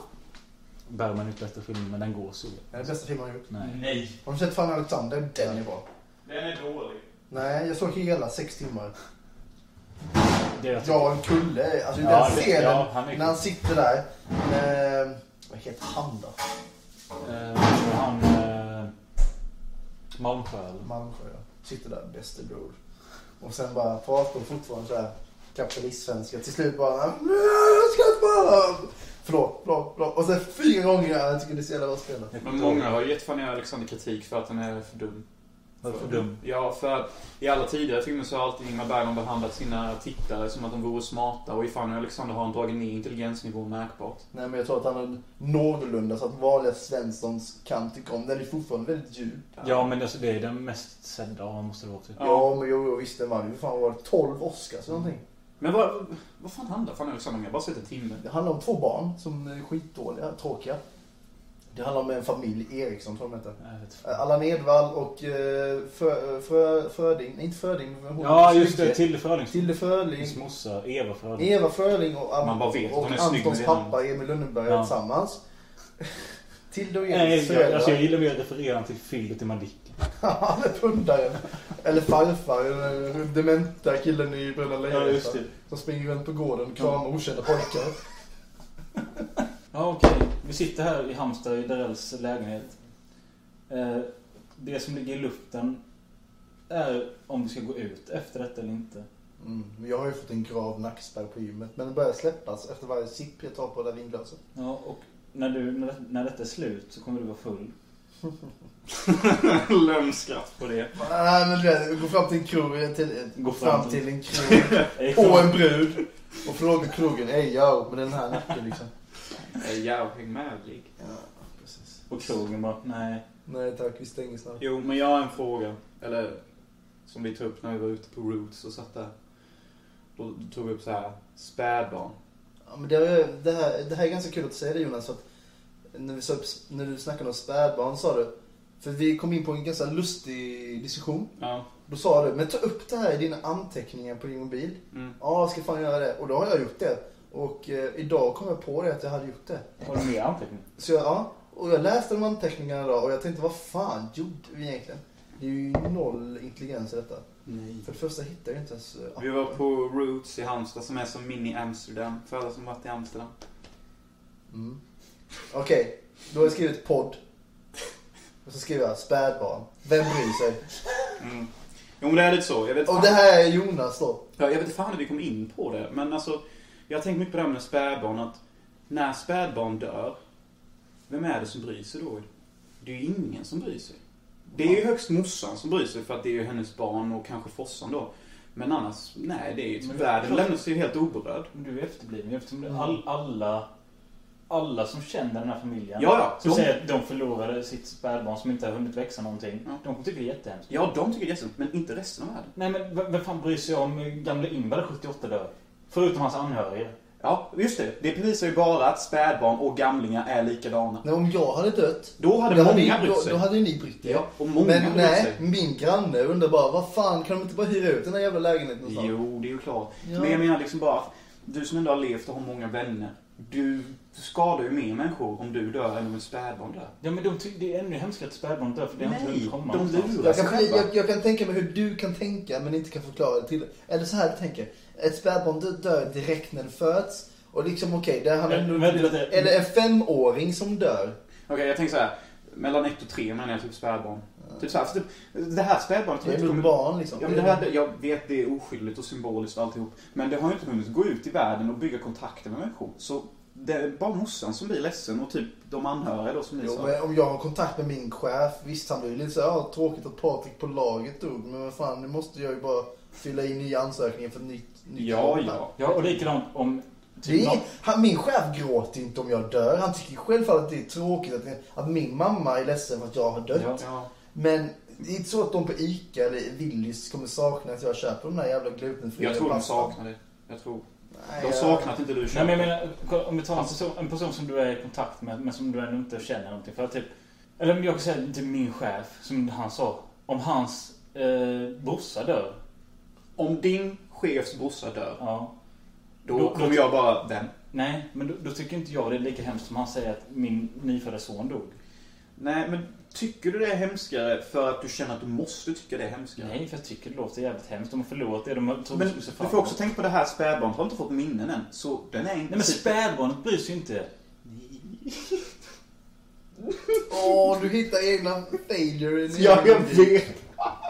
B: Bär man ut bästa filmen, men den går så.
C: Är det bästa filmen han gjort?
B: Nej.
A: Nej.
C: Har du sett Fan Alexander? Den är bra.
A: Den är dålig.
C: Nej, jag såg hela sex timmar.
B: Det är
C: Ja, en kulle. Alltså
B: Ja,
C: den
B: det-
C: scenen
B: ja, han är-
C: när han sitter där. Eh, vad heter han då?
B: Eh, han... Eh, Malmsjö eller?
C: Malmsjö. ja. Sitter där, bäste bror. Och sen bara pratar hon fortfarande så här kapitalistsvenska. Till slut bara... "Jag ska inte bara-" Förlåt, förlåt, förlåt. Och sen fyra gånger. Jag tycker det är så jävla bra spelat.
A: Men många har ju gett Fanny Alexander kritik för att den är för dum.
B: Varför dum?
A: Ja, för att i alla tidigare filmer så har alltid Ingmar Bergman behandlat sina tittare som att de vore smarta och i Fanny och Alexander har han dragit ner intelligensnivån märkbart.
C: Nej men jag tror att han är någorlunda så att vanliga Svenssons kan tycka om den. är fortfarande väldigt djup.
B: Ja, men alltså, det är den mest sedda han måste det vara. Typ.
A: Ja.
C: Ja, men jo, jo, visst den vann ju fan var det 12 Oscars eller någonting.
A: Men vad, vad fan handlar Fanny och Alexander om? Jag har bara sett en timme.
C: Det handlar om två barn som är skitdåliga, tråkiga. Det handlar om en familj, Eriksson tror jag de heter.
B: Jag vet inte.
C: Eh, Allan Edwall och eh, Frö, Frö, Fröding, nej inte Fröding, men hon
B: Ja,
C: som
B: just
C: ligger.
B: det. Tilde Fröling.
C: Tilde Fröding,
B: Hans morsa, Eva Fröling.
C: Eva Fröding och, An-
A: Man bara vet att
C: och
A: hon är snygg med
C: Antons
A: det
C: pappa Emil Lönneberga
B: Ja.
C: tillsammans. Tilde och Erik
B: Nej, jag, alltså, jag
C: föräldrar.
B: gillar mer att referera till Philip i Madicken.
C: Han är pundaren. Eller farfar, eller den dementa killen i Bröderna
B: Ja, just
C: Lejonhjärta.
B: det. Mm.
C: Som springer runt på gården och kramar okända pojkar.
B: Ja, okej. Vi sitter här i Halmstad i Darells lägenhet. Eh, Det som ligger i luften är om vi ska gå ut efter detta eller inte.
C: Mm. men Jag har ju fått en grav nackspärr på gymmet. Men den börjar släppas efter varje sipp jag tar på det där vinglaset.
B: Ja, och när, du, när, det- när detta är slut så kommer du vara full.
A: Lömskratt på det.
C: Nej men du vet, gå fram till en krog, till,
B: Gå
C: fram,
B: fram
C: till, en krog
B: Jag gick
C: och
B: fram-
C: en brud. Och fråga krogen, ey yo, med den här nacken liksom.
A: Jag häng med, Lig.
C: Ja, precis.
B: Och krogen bara, nej.
C: Nej tack, vi stänger snart.
A: Jo, men jag har en fråga. Eller, som vi tog upp när vi var ute på Roots och satt där. Då tog vi upp så här spädbarn.
C: Ja, men det, är- det, här, det här är ganska kul att säga det Jonas. För att när, vi sa, när du snackade om spädbarn sa du, för vi kom in på en ganska lustig diskussion.
A: Ja.
C: Då sa du, men ta upp det här i dina anteckningar på din mobil.
A: Mm.
C: Ja, jag ska fan göra det. Och då har jag gjort det. Och eh, idag kom jag på det att jag hade gjort det.
B: Har du mer anteckningar?
C: Så jag, ja. Och jag läste de anteckningarna idag och jag tänkte, vad fan gjorde vi egentligen? Det är ju noll intelligens i detta.
B: Nej.
C: För det första hittar jag inte ens eh,
A: Vi
C: appen.
A: var på Roots i Halmstad som är som mini-Amsterdam. För alla som varit i Amsterdam.
C: Mm. Okej, då har jag skrivit podd. Och så skriver jag spädbarn. Vem bryr sig?
A: Mm. Jo men det är lite så. Jag vet
C: Och
A: fan-
C: det här är Jonas då.
A: Ja, jag vet inte fan hur vi kom in på det, men alltså, jag har tänkt mycket på det här med spädbarn, att när spädbarn dör, vem är det som bryr sig då? Det är ju ingen som bryr sig. Det är ju högst morsan som bryr sig för att det är ju hennes barn och kanske fossan då. Men annars, nej, det är ju
B: Men det-
A: världen lämnar sig ju helt oberörd.
B: Men Du är efterbliven eftersom det-
C: Mm.
B: all, alla, alla som känner den här familjen
A: Ja, ja.
B: som
A: De,
B: säger att de förlorade sitt spädbarn som inte har hunnit växa någonting.
A: Ja.
B: De kommer tycka det är jättehemskt.
A: ja, de tycker det är jättesent, men inte resten av världen.
B: Nej men vem, vem fan bryr sig om gamla Ingvar där 78 dör? Förutom hans anhöriga.
A: Ja, just det. Det bevisar ju bara att spädbarn och gamlingar är likadana.
C: Nej, om jag hade dött,
A: Då hade
C: då hade,
A: många
C: ni,
A: brytt
C: då,
A: sig.
C: då hade ju ni brytt er.
A: Ja, och många
C: Men
A: hade brytt sig.
C: nej, min granne undrar bara, vad fan kan de inte bara hyra ut den här jävla lägenheten någonstans?
A: Jo, det är ju klart.
C: Ja.
A: Men jag menar liksom bara att du som ändå har levt och har många vänner. Du skadar ju mer människor om du dör än om ett spädbarn dör.
B: Ja men de tycker det är ännu hemskare att spädbarn dör för det har inte
A: Nej,
B: hunnit komma
A: de
B: någonstans.
A: lurar.
C: Jag kan,
A: Alltså, själva.
C: jag, jag kan tänka mig hur du kan tänka men inte kan förklara det till dig. Eller så här du tänker. Ett spädbarn dö- dör direkt när det föds. Och liksom okej, det handlar
B: Men-
C: nog-
B: vänta lite.
C: Eller en femåring som dör.
A: Okej, jag tänker så här. Mellan ett och tre menar jag typ spädbarn. Typ så här, för typ, det här spädbarnet har
C: Det är
A: inte
C: nog
A: kommit...
C: barn liksom.
A: Ja, men det här, jag vet det är oskyldigt och symboliskt och alltihop. Men det har ju inte hunnit gå ut i världen och bygga kontakter med människor. Så det är bara morsan som blir ledsen och typ de anhöriga då som ni
C: Jo,
A: sa.
C: men om jag har kontakt med min chef, visst han blir ju lite så här, "Ja, tråkigt att Patrik på laget dog. Men vad fan, nu måste jag ju bara fylla i nya ansökningar för ett nytt, nytt
A: Ja,
C: kontrakt."
A: ja.
B: Ja och likadant om...
C: Det är
B: Typ,
C: ingen,
B: någon-
C: han, min chef gråter inte om jag dör. Han tycker självfallet att det är tråkigt att, att min mamma är ledsen för att jag har dött.
B: Ja.
A: ja.
C: Men det är inte så att de på ICA eller Willys kommer sakna att jag köper de där jävla glutenfria
A: Jag tror de
C: pastan.
A: saknar det. Jag tror.
C: Nej,
A: De
C: jag-
A: saknar att inte du
B: Nej men jag menar, kolla, om vi tar en person, en person som du är i kontakt med men som du ännu inte känner någonting för. Typ, eller om jag kan säga till min chef, som han sa. Om hans eh, brorsa dör.
A: Om din chefs brorsa dör,
B: Ja,
A: då,
B: Då-
A: kommer jag bara, vem?
B: Nej, men då, då tycker inte jag det är lika hemskt som han säger att min nyfödda son dog.
A: Nej, men tycker du det är hemskare för att du känner att du måste tycka det är hemskare?
B: Nej, för jag tycker det låter jävligt hemskt. De har förlorat det de har- trodde
A: Men
B: skulle
A: du
B: se fram
A: får också tänka på det här spädbarnet har inte fått minnen än, så den är inte...
B: Nej men spädbarnet bryr sig ju inte.
C: Åh, du hittar egna failure i din
A: Ja, jag
C: egen bild.
A: vet!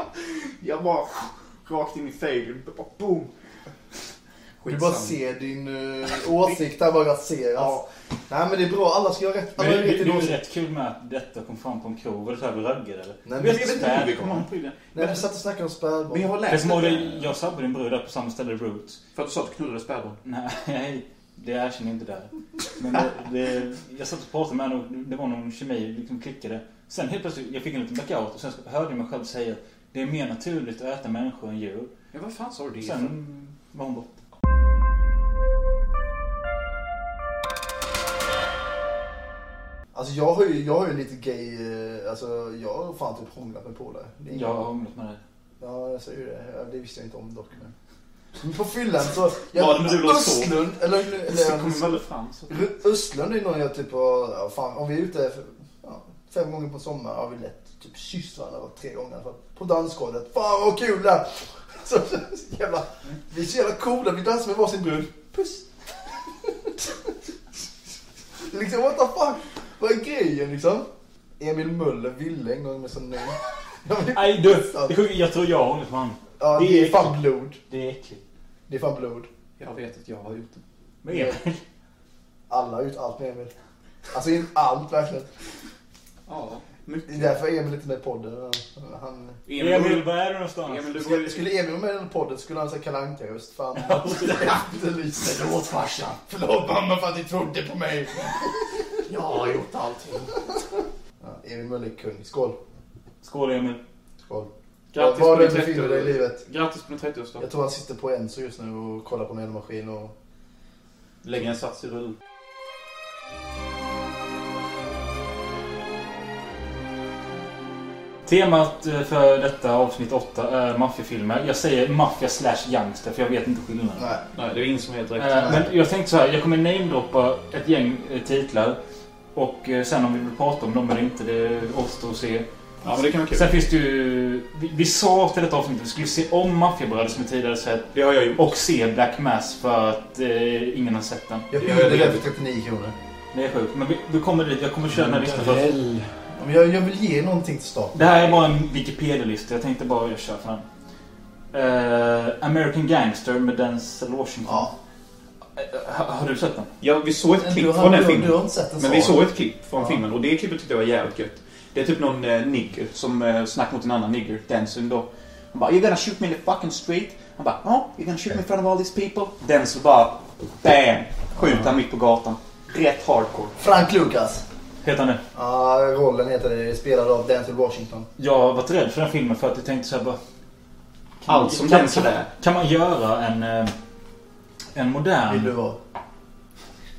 A: jag bara rakt in i failure, bara boom!
C: Du bara ser din uh, åsikt här bara raseras.
A: Ja.
C: Nej, men det är bra. Alla ska ha rätt.
B: Men
C: Alla
B: det,
C: har rätt
B: det,
C: till
B: det är ju
C: åsikt.
B: rätt kul med att detta kom fram på en krog. Var det så här vi raggade eller?
C: Nej,
A: Jag
C: men,
A: vet inte hur vi kommer an på det.
C: nej, vi satt och snackade om
A: Men jag har
C: spädbarn.
B: Jag
A: läst
B: förmodligen, jag sabbade din bror där på samma ställe, Roots.
A: För att du sa att du knullade spädbarn.
B: Nej, det erkänner jag inte där. Men det, det, jag satt och pratade med honom och det var någon kemi, liksom klickade. Sen helt plötsligt, jag fick en liten blackout och sen hörde jag mig själv säga det är mer naturligt att äta människor än djur.
A: Ja, vad fan sa du det för?
B: Sen var hon borta.
C: Alltså, jag har ju, jag har ju lite gay... eh, Alltså, jag har fan typ hånglat mig på det. det är ingen-
B: Jag har umgått med det.
C: Ja, jag säger ju det. Ja, Det visste jag inte om dock. Men på fyllan så...
A: Var det när du låg och sov?
C: Östlund, eller, eller,
A: Det kommer väl fram så.
C: Ru- Östlund är någon jag typ har, ja, fan, om vi är ute för, ja, fem gånger på sommaren har vi lätt typ kysst varandra var tre gånger i alla fall. På dansgolvet. Fan vad kul det här! så, så, så jävla, Vi är så jävla coola, vi dansar med varsin brud. Puss! Det är liksom what the fuck? Vad är grejen liksom? Emil Möller ville en gång med sån nej. Ja, men-
B: Nej du! Det sjuka, jag tror jag har hånglat med honom.
C: Ja, det är fan blod.
B: Det är äckligt.
C: Det är fan blod.
A: Jag vet att jag har gjort det.
B: Men Emil,
C: Alla har gjort allt med Emil. Alltså in- allt verkligen.
A: Ja,
C: Det
A: mycket.
C: är därför Emil inte är med i podden. Han,
B: Emil, var är du någonstans?
A: Emil, du går
C: skulle,
A: ju...
C: skulle Emil vara med i den podden skulle han säga Kalle Anka-röst. Fan. det lyser. Förlåt farsan. Förlåt mamma för att ni trodde på mig. Jag har gjort allting. Ja, Emil Möller är kung. Skål.
B: Skål Emil.
C: Skål.
A: Grattis
C: Var
A: på
C: du
A: din
C: befinner dig i
A: 30-årsdag.
C: livet.
A: Grattis på din 30-årsdag.
C: Jag tror han sitter på Enso just nu och kollar på en elmaskin och...
A: Lägger en sats i rull.
B: Temat eh, för detta avsnitt 8 är maffiafilmer. Jag säger maffia slash gangster för jag vet inte skillnaden.
C: Nej.
A: Nej, det är ingen som heter direkt.
B: Eh, Men jag tänkte så här, jag kommer namedroppa ett gäng eh, titlar. Och eh, sen om vi vill prata om dem eller inte, det återstår att se.
A: Ja, men det kan vara kul.
B: Sen finns det ju... Vi, vi sa till detta avsnitt att vi skulle se om Maffiabröder som vi tidigare sett.
A: Det har jag gjort.
B: Och se Black Mass för att eh, ingen har sett den.
C: Jag
A: Ja, det
C: fyllde
A: är
C: den för 39 kronor.
B: Det är sjukt. Men vi, vi kommer dit. Jag kommer köra den här listan
A: Mm.
B: först.
D: Väl.
C: Ja, Men jag, jag vill ge någonting till staten.
B: Det här är bara en Wikipedia-lista. Jag tänkte bara jag kör för den. Eh, American Gangster med Denzel Washington.
C: Ja.
B: Eh, har, har du sett den?
A: Ja, vi såg ett
C: Men
A: klipp
C: du,
A: från
C: har,
A: den
C: du, du
A: filmen.
C: har inte sett en
A: Men vi
C: sån.
A: såg ett klipp från
C: Ja.
A: filmen och det klippet tyckte jag var jävligt gött. Det är typ någon eh, nigger som eh, snackar mot en annan nigger, Denzel då. Han bara 'You're gonna shoot me in the fucking street' Han bara 'Oh, you're gonna shoot me in front of all these people' Denzel bara BAM! Skjuter han mitt på gatan. Rätt hardcore.
C: Frank Lucas.
B: Heter han det?
C: Ja, rollen heter det. Spelad av Denzel Washington.
B: Jag har varit rädd för den filmen för att jag tänkte så här bara... Kan-
A: Allt som
B: kan-
A: Denzel är.
B: Kan man göra en... eh, En
C: Vill du
B: modern,
C: vara?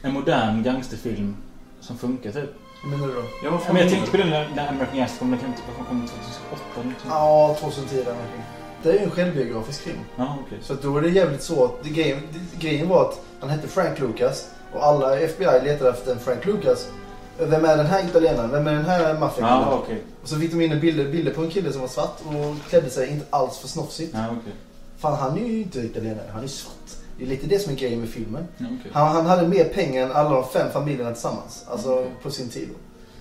B: en modern gangsterfilm som funkar typ?
C: Vad menar du då?
A: Ja, vad
B: Ja,
A: fan
B: men jag
A: är det?
B: tänkte på den där där American Gangster kom, den kan inte bara komma 2008 eller någonting.
C: Ja, 2010 eller någonting. Det är ju en självbiografisk film.
B: Ja, okej.
C: Så att då är det jävligt så att det, grejen, det, grejen var att han hette Frank Lucas och alla i FBI letade efter en Frank Lucas. Vem är den här italienaren? Vem är den här maffiakillen?
B: Ja, okej.
C: Och så fick de in en bilder, bilder på en kille som var svart och klädde sig inte alls för snofsigt.
B: Ja, okej.
C: Fan, han är ju inte italienare. Han är svart. Det är lite det som är grejen med filmen.
B: Ja, okej.
C: Han, han hade mer pengar än alla de fem familjerna tillsammans. Alltså
B: Mm.
C: på sin tid. då.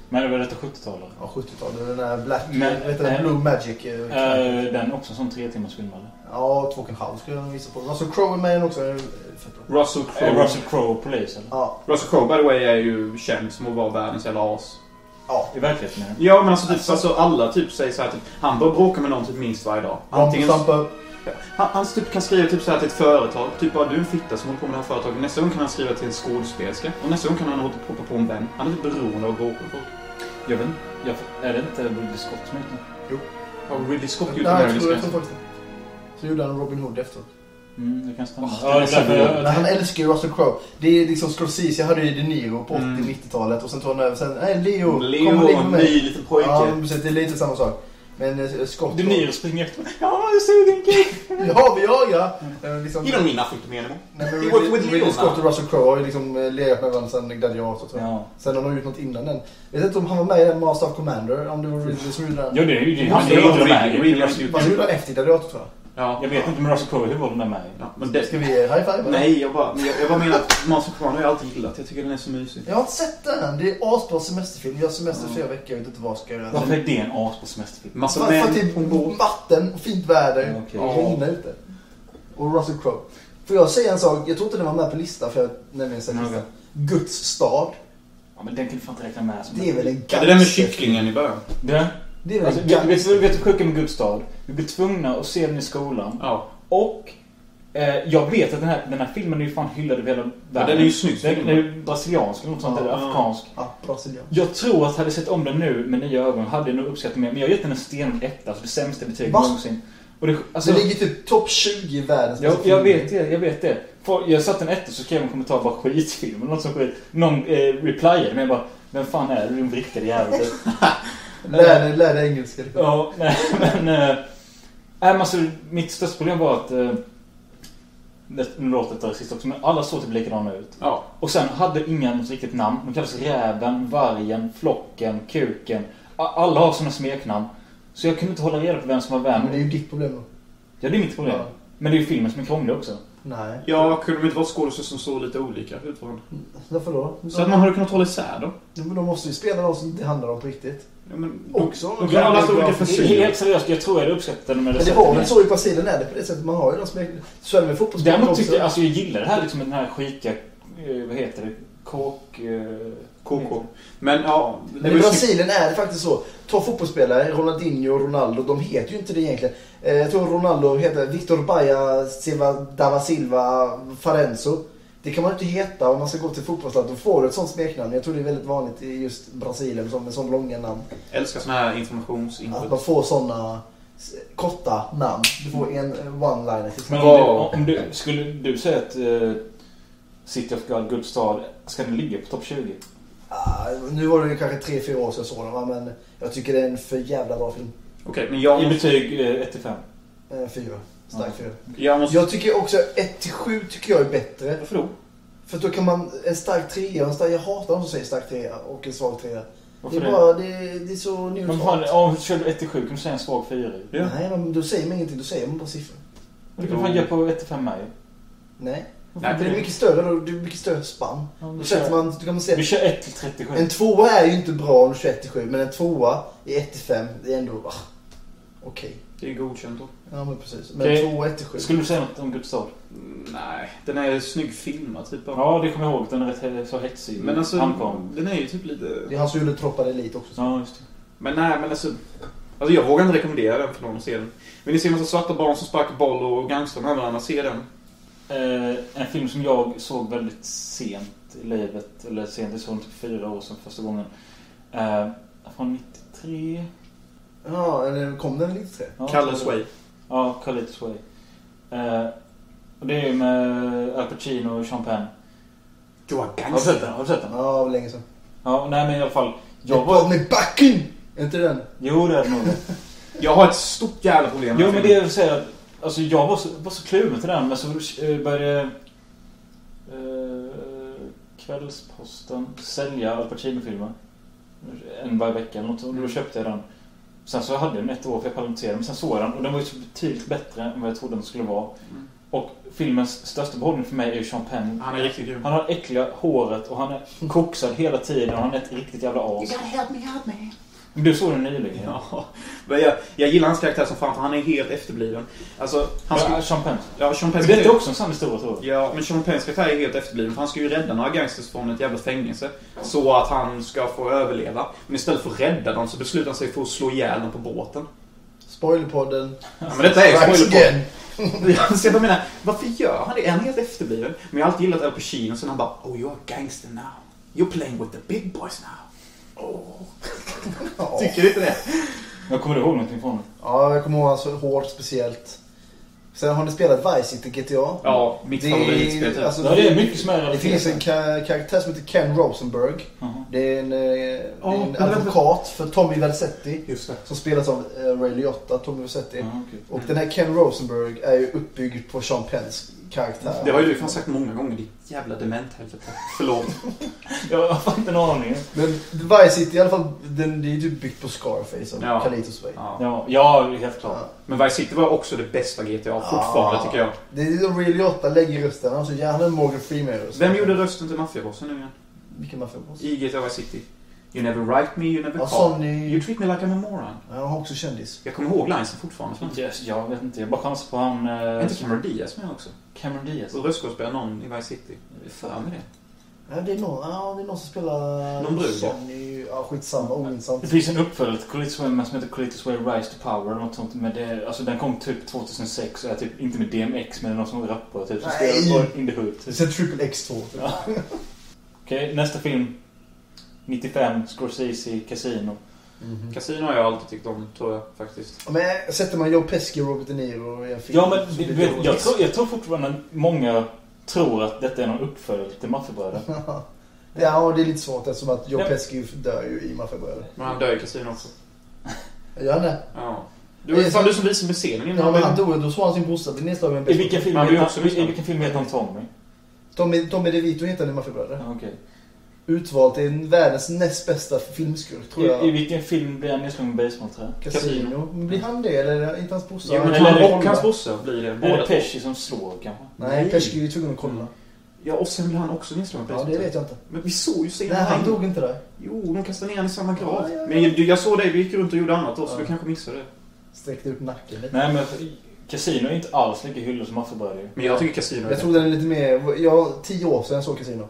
B: Men det var detta 70-talet?
C: Ja, 70-tal. Det var den här Black...
B: Men-
C: vet du,
B: nej.
C: Blue Magic. eh,
B: Är den också en sån tre timmars film eller?
C: Ja, två och en halv skulle jag nog visa på. Russell Crowe är med i den också. Den är fett bra.
A: Russell
B: Är
A: Crowe.
B: Eh, Russell Crowe polis eller?
C: Ja,
A: Russell Crowe by the way är ju känd som att vara världens jävla as.
C: ja.
B: I verkligheten är den.
A: Ja men alltså, typ, alltså alla typ säger så här typ, han bör bråka med någon typ minst varje dag. Antingen...
C: Antingen...
A: Han, han typ kan skriva typ så här till ett företag, typ bara du är en fitta som håller på med det här företaget. Nästa gång kan han skriva till en skådespelerska. Och nästa gång kan han hoppa på, på en vän. Han är typ beroende av att bråka med folk. Jag vet inte.
B: Jag, är det inte Ridley Scott som heter den?
A: Har Ridley Scott gjort
C: Nej, jag
A: America's
C: tror jag tror
A: Gangster?
C: faktiskt det. Så gjorde han Robin Hood efteråt.
B: Mm, det kan stämma.
A: Åh,
B: ja, det är därför
C: Men han
B: jag...
C: älskar ju Russell Crowe. Det är liksom Scorsese, jag hade ju De Niro på 80
A: Mm.
C: 90-talet och sen tog han över sen, nej Leo, kom och
A: Leo,
C: ligg
A: en
C: med
A: ny
C: mig.
A: liten
C: Ja,
A: pojke.
C: precis, det är lite samma sak. Men eh, Scott...
B: De Niro springer efter mig.
A: Ja, jag är sugen kid.
C: Ja, vi har ja! Eh, Liksom,
A: Gillar mina fotomeningar.
C: nej, men
A: Mm. He worked
C: Ridley-
A: with Leo
C: Ridley Scott
A: now.
C: och Russell Crowe har ju liksom eh, legat med varandra sen Gladiator tror jag.
B: Ja.
C: Sen har de gjort något innan den. Jag vet inte om han var med i den Master of Commander, om det var Ridley som gjorde den.
B: Jo, det är ju...
A: Han
B: Han
A: är
B: är ju inte
A: Ridley-
B: med. i-
A: Ridley har gjort-
C: Man gjorde den efter Gladiator tror jag.
A: Ja,
B: Jag vet inte med Russell Crowe hur var den där med i?
A: Ja, men det
C: Ska vi eh, high-five? eller?
A: Nej, jag bara, men jag, jag bara menar att Master of Crown har jag alltid gillat. Jag tycker den är så mysig.
C: Jag har inte sett den. Det är asbra semesterfilm. Jag har semester fyra veckor. Jag vet inte vad jag ska göra.
B: Varför är det en as på semesterfilm?
C: För,
A: Massa
C: för att det
A: män på en
C: är
A: båt.
C: vatten och fint väder.
B: Ja, okej.
C: Och regnar ute. Och Russell Crowe. Får jag säga en sak? Jag tror inte den var med på listan för jag har nämligen sett
B: Ja,
C: listan. Guds stad.
B: Ja, men den kan du fan inte räkna med som
C: Det är väl en
A: Ja, det där med
C: gangster-
A: kycklingen i början.
B: Det?
C: Det är väl
B: Alltså,
C: en
B: vet, vet,
C: gangster-
B: vet, vet du sjuka med Guds stad? Vi blir tvungna att se den i skolan.
A: Ja.
B: Och eh, jag vet att den här, den här filmen är ju fan hyllad över hela världen.
A: den är ju snygg,
B: Den,
A: filmen.
B: den är ju brasiliansk eller något sånt, eller
C: Ja.
B: afrikansk.
C: Ja, brasilian.
B: Jag tror att hade jag sett om den nu med nya ögon hade jag nog uppskattat mer. Men jag har gett den en stenetta, alltså det sämsta betyget
C: Va?
B: någonsin. Och det, alltså,
C: det ligger typ topp 20 i världens
B: jag,
C: bästa
B: jag
C: filmer.
B: vet det, jag vet det. Folk- Jag satte en etta så skrev en kommentar bara skitfilm eller något som skit. Någon eh, replyade men jag bara Vem fan är du din vrickade jävel?
C: Lär dig, lär dig engelska.
B: Ja, nej, men... Äh, alltså, mitt största problem var att... Äh, nu låter det rasistiskt också, men alla såg typ likadana ut.
A: Ja.
B: Och sen hade ingen något riktigt namn. De kallades Räven, Vargen, Flocken, Kuken. A- Alla har sina smeknamn. Så jag kunde inte hålla reda på vem som var
C: Men
B: vem.
C: det är ju ditt problem då.
B: Ja, det är mitt problem.
C: Ja.
B: Men det är ju filmen som är krånglig också.
C: Nej.
A: Ja, kunde de inte vara skådespelare som såg lite olika ut varandra?
C: Varför då?
A: Så att man hade kunnat hålla isär dem.
C: Men de måste ju spela någon som det handlar om på riktigt.
A: Ja, men de,
C: Också.
A: de kan ha haft olika frisyrer.
B: Helt seriöst, jag tror jag hade uppskattat den om jag hade
C: Men det
B: sett
C: var
B: den
C: väl
B: igen.
C: så i Brasilien är det på det sättet. Man har ju de som är... Så är det med fotbollsspelare
B: Däremot
C: också.
B: tyckte jag, alltså jag gillar det här liksom med den här skitiga, eh, vad heter det, kåk... eh,
A: KK. Men ja, det var
C: Men i
A: ju snyggt.
C: Brasilien är det faktiskt så. Ta fotbollsspelare, Ronaldinho och Ronaldo, de heter ju inte det egentligen. Eh, Jag tror Ronaldo heter Victor Baia Silva, Dava Silva Farenzo. Det kan man inte heta om man ska gå till fotbollsland. Då får du ett sånt smeknamn. Jag tror det är väldigt vanligt i just Brasilien som- med sådana långa namn.
A: Älskar såna här
C: Att
A: informationsinput.
C: man får sådana korta namn. Du får en eh, one-liner. till exempel.
B: Men om,
A: Vad-
B: du, om du, skulle du säga att eh, City of God, Guds stad, ska den ligga på topp 20?
C: Ah, nu var det ju kanske 3-4 år sedan jag såg den va, men jag tycker det är en för jävla bra film.
A: Okej, men jag
B: I
A: måste...
B: betyg eh, 1 till 5.
C: Eh, Fyra. Stark fyra.
A: Jag måste...
C: Jag tycker också 1-7 tycker jag är bättre.
A: Varför då?
C: För då kan man, en stark trea, och en stark, jag hatar de som säger stark trea och en svag trea. Det
B: Varför
C: är,
B: det?
C: bara, det, är, det är så
B: Men
C: neutralt.
B: fan, om du körde 1 till 7 kunde du säga en svag 4 ju.
A: Ja.
C: Nej, men då säger man ingenting. Då säger man bara siffror.
B: Men du kan fan göra på 1 till 5 med ju.
C: Nej.
B: Varför
A: Nej,
C: Det är mycket större då. Det är mycket större spann.
B: Ja, men
C: Då
B: vi
C: sätter
B: kör-
C: man, då kan man
B: Vi
C: säga
B: kör 1 till 37.
C: en tvåa är ju inte bra om du kör 1 till 7, men en tvåa i 1 till 5, det är ändå... Ah, Okej.
A: Det är godkänt då.
C: Ja, men precis. Men
B: Okej.
C: en tvåa 1 till 7.
B: Skulle du säga något om Gustav?
A: Mm, Nej, den är snygg filmad typ bara.
B: Ja, det kommer jag ihåg. Den är rätt så hetsig.
A: Men alltså,
B: Han kom.
A: den är ju typ lite...
C: Det är han som gjorde Troppad Elit också.
B: Ja, just det.
A: Men nej, men alltså... Alltså jag vågar inte rekommendera den för någon att se den. Vill ni se en massa svarta barn som sparkar boll och gangstrar med varandra, se den.
B: Eh, en film som jag såg väldigt sent i livet, eller sent, jag såg den typ fyra år sedan första gången. Eh, från 93?
C: Ja, eller kom den lite tre?
B: Ja,
A: Callous
B: tror jag.
A: Way.
B: Ja, Carlitos Way. Eh, och det är ju med Al Pacino och Sean Penn.
A: Du har
B: Har du sett den? Har du sett den?
C: Ja, det var länge sedan.
B: Ja, nej men i alla fall. Jag
C: Jag
B: var...
C: var med backen! Är inte den?
B: Jo, det är det nog.
A: Jag har ett stort jävla problem med
B: Jo, men
A: filmen.
B: det jag vill säga är att alltså, jag var så, var så kluven till den, men så eh, började eh, Kvällsposten sälja Al Pacino-filmer. En varje vecka eller något, och då köpte jag den. Sen så hade jag den ett år för jag pallade inte se den, men sen såg jag den och den var ju så betydligt bättre än vad jag trodde den skulle vara.
A: Mm.
B: Och filmens största behållning för mig är ju Sean Penn.
A: Han är riktigt grym.
B: Han har det äckliga håret och han är koksad hela tiden och han är ett riktigt jävla as. Men du såg den nyligen?
A: Ja. Men jag, jag gillar hans karaktär som fan, för han är helt efterbliven. Alltså, han ska...
B: Ja, Sean Penn.
A: Ja, Sean Penn
B: Men Det är också en sann historia tror jag.
A: Ja, men Sean Penns karaktär är helt efterbliven för han ska ju rädda några gangsters från ett jävla fängelse. Så att han ska få överleva. Men istället för att rädda dem så beslutar han sig för att slå ihjäl dem på båten.
C: Spoilerpodden.
A: Ja, men detta är
C: Strikes
A: spoiler
C: again.
A: på. Så jag bara menar, varför gör han det? Är han helt efterbliven? Men jag har alltid gillat Al Pacino sen han bara Oh you're a gangster now. You're playing with the big boys now. Oh. Tycker du inte det?
B: Jag kommer du ihåg någonting från den?
C: Ja, jag kommer ihåg hans hår speciellt. Sen har ni spelat Vice City GTA?
A: Ja, mitt
C: Det är-
A: favoritspel. typ.
C: alltså,
B: Ja, det är mycket som är
C: Det finns en
B: realiteten.
C: ka- karaktär som heter Ken Rosenberg.
B: Jaha.
C: Det är en, eh, det är
A: Ja,
C: en
A: men vänta.
C: advokat för Tommy Versetti.
A: Just det.
C: Som spelas av eh, Ray Liotta, Tommy Versetti.
B: Jaha, okej.
C: Och den här Ken Rosenberg är ju uppbyggd på Sean Penns karaktär.
A: Det har ju du fan sagt många gånger, ditt jävla dementhelvete. Förlåt.
B: Jag har fan inte en aning.
C: Men Vice City i alla fall, den, det är ju typ byggt på Scarface av
A: Ja.
C: Carlitos Way.
A: Ja.
B: Ja, ja helt klart.
C: Ja.
A: Men Vice City var också det bästa
C: Ah.
A: GTA fortfarande
C: Ja.
A: tycker jag.
C: Det är då Ray Liotta lägger rösten, han har så gärna en Morgan Freeman röst.
A: Vem gjorde rösten till maffiabossen nu igen?
C: Vilken maffiaboss?
A: I GTA Vice City. You never write me, you never
C: Ja,
A: call.
C: Sonny...
A: You treat me like I'm a moron.
C: Ja, han har också kändis.
A: Jag kommer ihåg linesen fortfarande. fan.
B: Yes, jag vet inte, jag bara chansar på han...
A: Är
B: Eh,
A: inte Cameron Diaz med också?
B: Cameron Diaz.
A: Och röstskådespelare någon i Vice City. Jag är För mig det.
C: Ja, det är någon, ja, det är någon som spelar...
A: Någon brud, ja.
C: Sonny... Ja, skitsamma. Ointressant.
B: Det finns en uppföljare till Colitis Way men som heter Colitis Way Rise to Power eller något sånt. Men det, alltså, den kom typ 2006 och är typ inte med DMX men det är någon som rappar typ. som
C: Nej.
B: spelar på In the Hood.
C: Det
B: Typ.
C: är Triple X2.
B: Ja. Okej, nästa film. 95, Scorsese, Casino.
A: Casino har jag alltid tyckt om, tror jag faktiskt.
C: Men sätter man Joe Pesci och Robert De Niro i en film
B: Ja men
C: så
B: du
C: blir
B: vet,
C: det
B: jag,
C: roligt.
B: tror, jag tror fortfarande många tror att detta är någon uppföljare till Maffiabröderna.
C: Ja, det är lite svårt eftersom att Joe
B: Ja.
C: Pesci dör ju i Maffiabröder.
A: Men han dör Mm, i Casino också.
C: Gör han det?
A: Ja. Du, det är fan du som visade mig scenen innan.
C: Ja, men han dog ju. Då slår han sin brorsa till nedslag med en
B: I
C: baseball.
B: vilken film,
A: Man blir
B: heter,
A: också
B: han- i
A: lyssnare.
B: vilken film heter han Tommy?
C: Tommy, Tommy DeVito heter han i Maffiabröder.
B: Ja, okej.
C: Utvald till världens näst bästa filmskurk, tror jag.
B: I, I vilken film blir han nedslagen med basebollträ?
C: Casino. Men Blir han det? Eller är det inte hans brorsa?
A: Jo, men
B: Eller-
A: han och hans brorsa blir det.
B: Är
A: Båda
B: det
A: två.
B: Pesci som slår kanske?
C: Nej,
A: Nej.
C: Pesci är ju tvungen att kolla.
A: Mm. Ja, och sen blir han också nedslagen på
C: Ja, det
A: Facebook.
C: vet jag inte.
A: Men vi såg ju scenen.
C: Nej, han dog inte där.
A: Jo, de kastade ner honom i samma grav.
C: Ja, ja, ja.
A: Men jag, jag såg dig, vi gick runt och gjorde annat då, så
C: Ja.
A: du kanske missade det.
C: Sträckte upp nacken lite.
B: Nej men Casino är inte alls lika hyllad som Maffiabröder ju.
A: Men jag tycker Casino är
C: Jag tror den är lite mer... Ja, tio år sedan jag såg Casino.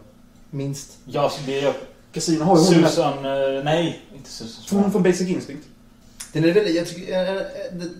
C: Minst.
B: Ja, alltså, det är
A: Casino har ju hon den där-
B: Susan... eh, Nej, inte
A: Får hon
B: Susan.
A: från Basic Instinct?
C: Den är väldigt... Jag, tycker- jag, jag,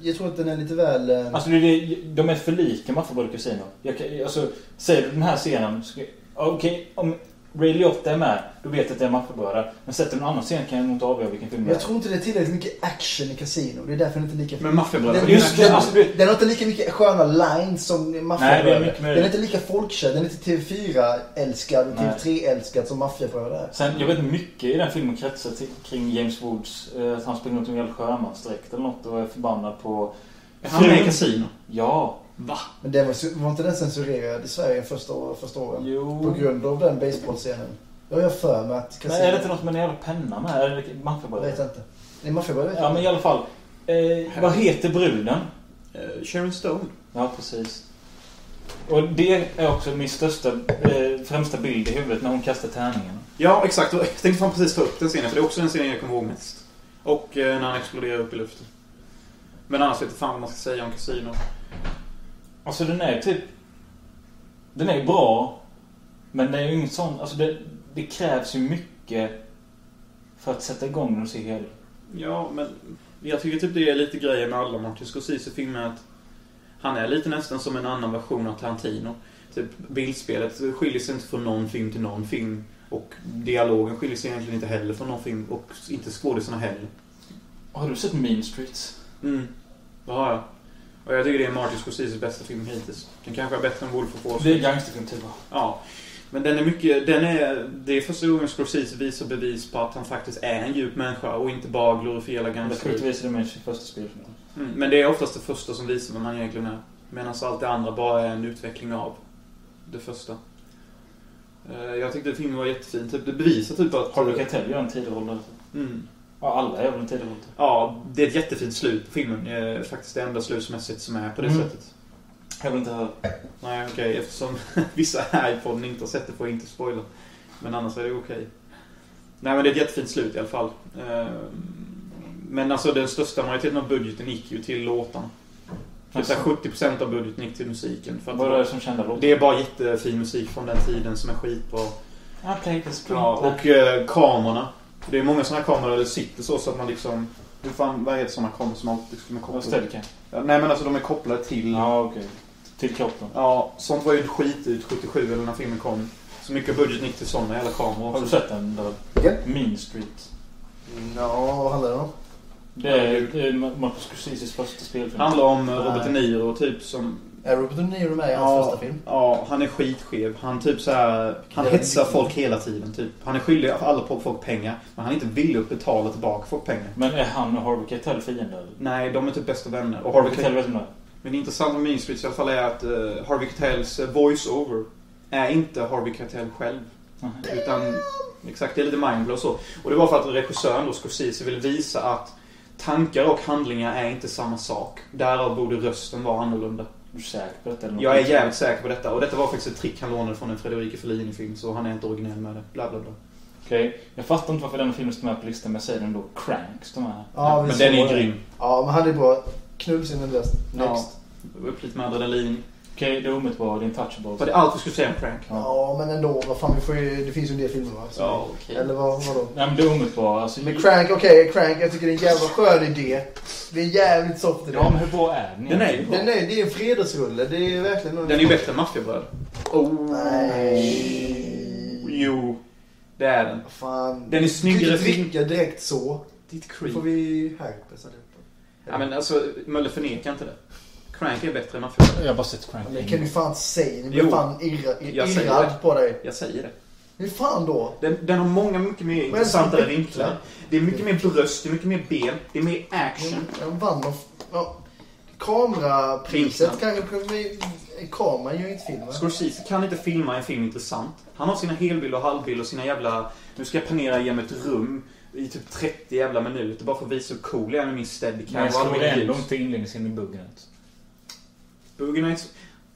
C: jag tror att den är lite väl... eh,
B: Alltså det är det, de är för lika Maffiabröder och Casino. Jag, kan- alltså, säger du den här scenen... så- Okej, om Ray Liotta är med, då vet jag att det är Maffiabröder. Men sätter du en annan scen kan jag nog inte avgöra vilken film det är.
C: jag tror inte det är tillräckligt mycket action i Casino. Det är därför den inte är lika...
A: Men Maffiabröderna.
C: Den,
B: Just det,
C: den,
B: alltså, du-
C: den har inte lika mycket sköna lines som
B: Nej, det är
C: Maffiabröder.
B: mycket mer-
C: Den är inte lika folkkär. Den är inte TV4-älskad och
B: Nej.
C: TV3-älskad som Maffiabröder är.
B: Sen, jag vet mycket i den filmen kretsar till, kring James Woods. Eh, att han springer runt i en jävla sjömansdräkt eller något och är förbannad på...
A: Är han med i Casino?
B: Ja.
A: Va?
C: Men den var, var inte den censurerad i Sverige första, år- första åren? På
B: Jo.
C: grund av den baseballscenen. Jag har för mig att
B: Men är det inte något med en jävla penna med? Är det
C: Jag vet
B: maffiabröder?
C: inte. Det är maffiabröd vet
B: Ja, men i alla fall. Eh, vad heter bruden?
A: Eh, Sharon Stone.
B: Ja, precis. Och det är också min största, eh, främsta bild i huvudet när hon kastar tärningen.
A: Ja, exakt. Och Jag tänkte fan precis ta upp den scenen, för det är också den scenen jag kommer ihåg mest. Och eh, när han exploderar upp i luften. Men annars vet jag fan vad man ska säga om Casino.
B: Alltså den är typ... Den är bra. Men det är ju inget sån... Alltså det, det krävs ju mycket för att sätta igång den och se hel.
A: Ja, men jag tycker typ det är lite grejer med alla Martin Scorsese-filmer att han är lite nästan som en annan version av Tarantino. Typ bildspelet skiljer sig inte från någon film till någon film. Och dialogen skiljer sig egentligen inte heller från någon film. Och inte skådisarna heller.
B: Har du sett Mean Streets?
A: Mm, det har jag. Och jag tycker det är Martin Scorseses bästa film hittills. Den kanske är bättre än Wolf of Wall
B: Det är
A: Street.
B: gangsterfilm typ va?
A: Ja. Men den är mycket, den är, det är första gången Scorsese visar bevis på att han faktiskt är en djup människa och inte bara glorifierar
B: Det
A: gangster.
B: sjukt visade mig i sin första spelfilm.
A: Mm, men det är oftast det första som visar vem han egentligen är. Medan allt det andra bara är en utveckling av det första. Eh, Jag tyckte filmen var jättefin. Typ, det bevisar typ att...
B: Harvey Keitel gör en tideroll där.
A: Mm.
B: Ja, alla gör väl en tideroll. typ.
A: Ja, det är ett jättefint slut på filmen. Eh, Faktiskt det enda slutsmässigt som är på det
B: Mm.
A: sättet.
B: Jag vill inte höra.
A: Nej, okej. Eftersom vissa här i podden inte har sett det får jag inte spoila. Men annars är det okej. Nej, men det är ett jättefint slut i alla fall. Eh, Men alltså den största majoriteten av budgeten gick ju till låtarna. Typ så
B: Alltså.
A: här 70% av budgeten gick till musiken. För att
B: Vad är det som kända låtar?
A: Det är bara jättefin musik från den tiden som är skitbra.
B: I play the spring.
A: Ja, och eh, kamerorna. Det är många sådana här kameror där det sitter så, så att man liksom... Hur fan, vad heter sådana kameror som alltid skulle
B: och
A: kopplas
B: Steadicam.
A: Ja, nej men alltså de är kopplade till...
B: Ja, okej. Till kroppen.
A: Ja, sånt var ju en skit ut 77 eller när filmen kom. Så mycket av budgeten gick till sådana jävla kameror.
B: Har du
A: också.
B: sett den där?
C: Ja.
B: Mean Street.
C: Ja, vad handlar det om?
B: Det är, det är Martin Scorseses första spelfilm.
A: handlar om eh, Robert
C: Nej.
A: De Niro typ som...
C: Är Robert De Niro med i hans första film?
A: ja, han är skitskev. Han typ så här, Han
C: Det är
A: hetsar
C: mycket.
A: folk hela tiden typ. Han är skyldig alla folk pengar. Men han är inte villig att betala tillbaka folk pengar.
B: Men är han och Harvey Keitel fiender? eller?
A: Nej, de är typ bästa vänner. Och
B: Harvey
A: Harvey
B: Keitel
A: Keitel.
B: vet man det.
A: Men det intressanta med Mean Streets i alla fall är att eh, Harvey Keitels eh, voice-over är inte Harvey Keitel själv.
B: Nej.
A: Utan, exakt, det är lite mindblå så. Och det var för att regissören då, Scorsese, ville visa att tankar och handlingar är inte samma sak. Därav borde rösten vara annorlunda.
B: Är du säker på detta? eller något?
A: Jag är jävligt säker på detta. Och detta var faktiskt ett trick han lånade från en Frederico Fellini-film, så han är inte originell med det. Bla, bla, bla.
B: Okej. Jag fattar inte varför den filmen står med på listan, men jag säger den då. Cranks, de här.
C: Ja, vi
A: Men den är
C: såg
A: grym.
C: Ja, men han är bra. Knullsinne löst. Next.
A: Upp lite med adrenalin.
B: Okej, det är omutbart. Det är intouchable.
A: Var det allt vi skulle säga om Frank?
C: Ja. men ändå. Vad fan, vi får ju, det finns ju en del filmer va? Så-
A: Ja, okej.
C: Eller vad, vadå?
B: Nej, men det är omutbart. Alltså,
C: Men Crank, okej, Crank. Jag tycker det är en jävla skön idé. Det är en jävligt soft idé.
B: Ja, men hur bra är den?
A: Den är ju
B: egentligen?
A: bra.
C: Den är, det är en fredagsrulle. Det är verkligen någon...
A: Den är ju bättre än Maffiabröd. Oh.
C: Nej.
A: Jo. Det är den.
C: Fan.
A: Den är snyggare
C: Du kan
A: film.
C: inte dricka direkt så.
A: Ditt
C: Då får
A: creep.
C: vi herpes allihopa.
A: Ja men alltså, Möller förnekar inte det. Crank är bättre än Maffiabröd.
B: Jag har bara sett Crank.
C: Det kan du fan säga. Ni blir
A: Jo.
C: fan irra,
A: Jag säger
C: irrad
A: det.
C: på dig.
A: Jag säger det.
C: Hur fan då?
A: Den, den har många mycket mer intressanta vinklar. Det är mycket mer bröst, det är mycket mer ben, det är mer action.
C: Den vann och... Ja. Kamerapriset
A: Vinklarna.
C: kanske... vi- Kameran gör ju inte filmen.
A: Scorsese kan inte filma en film intressant. Han har sina helbilder och halvbilder och sina jävla... Nu ska jag panera genom ett rum i typ 30 jävla minuter bara för att visa hur cool jag är med min steadicam.
B: Men
A: och alla
B: slår
A: mina
B: det ändå
A: ljus.
B: inte inledningsscenen i buggen ut?
A: Boogie Nights.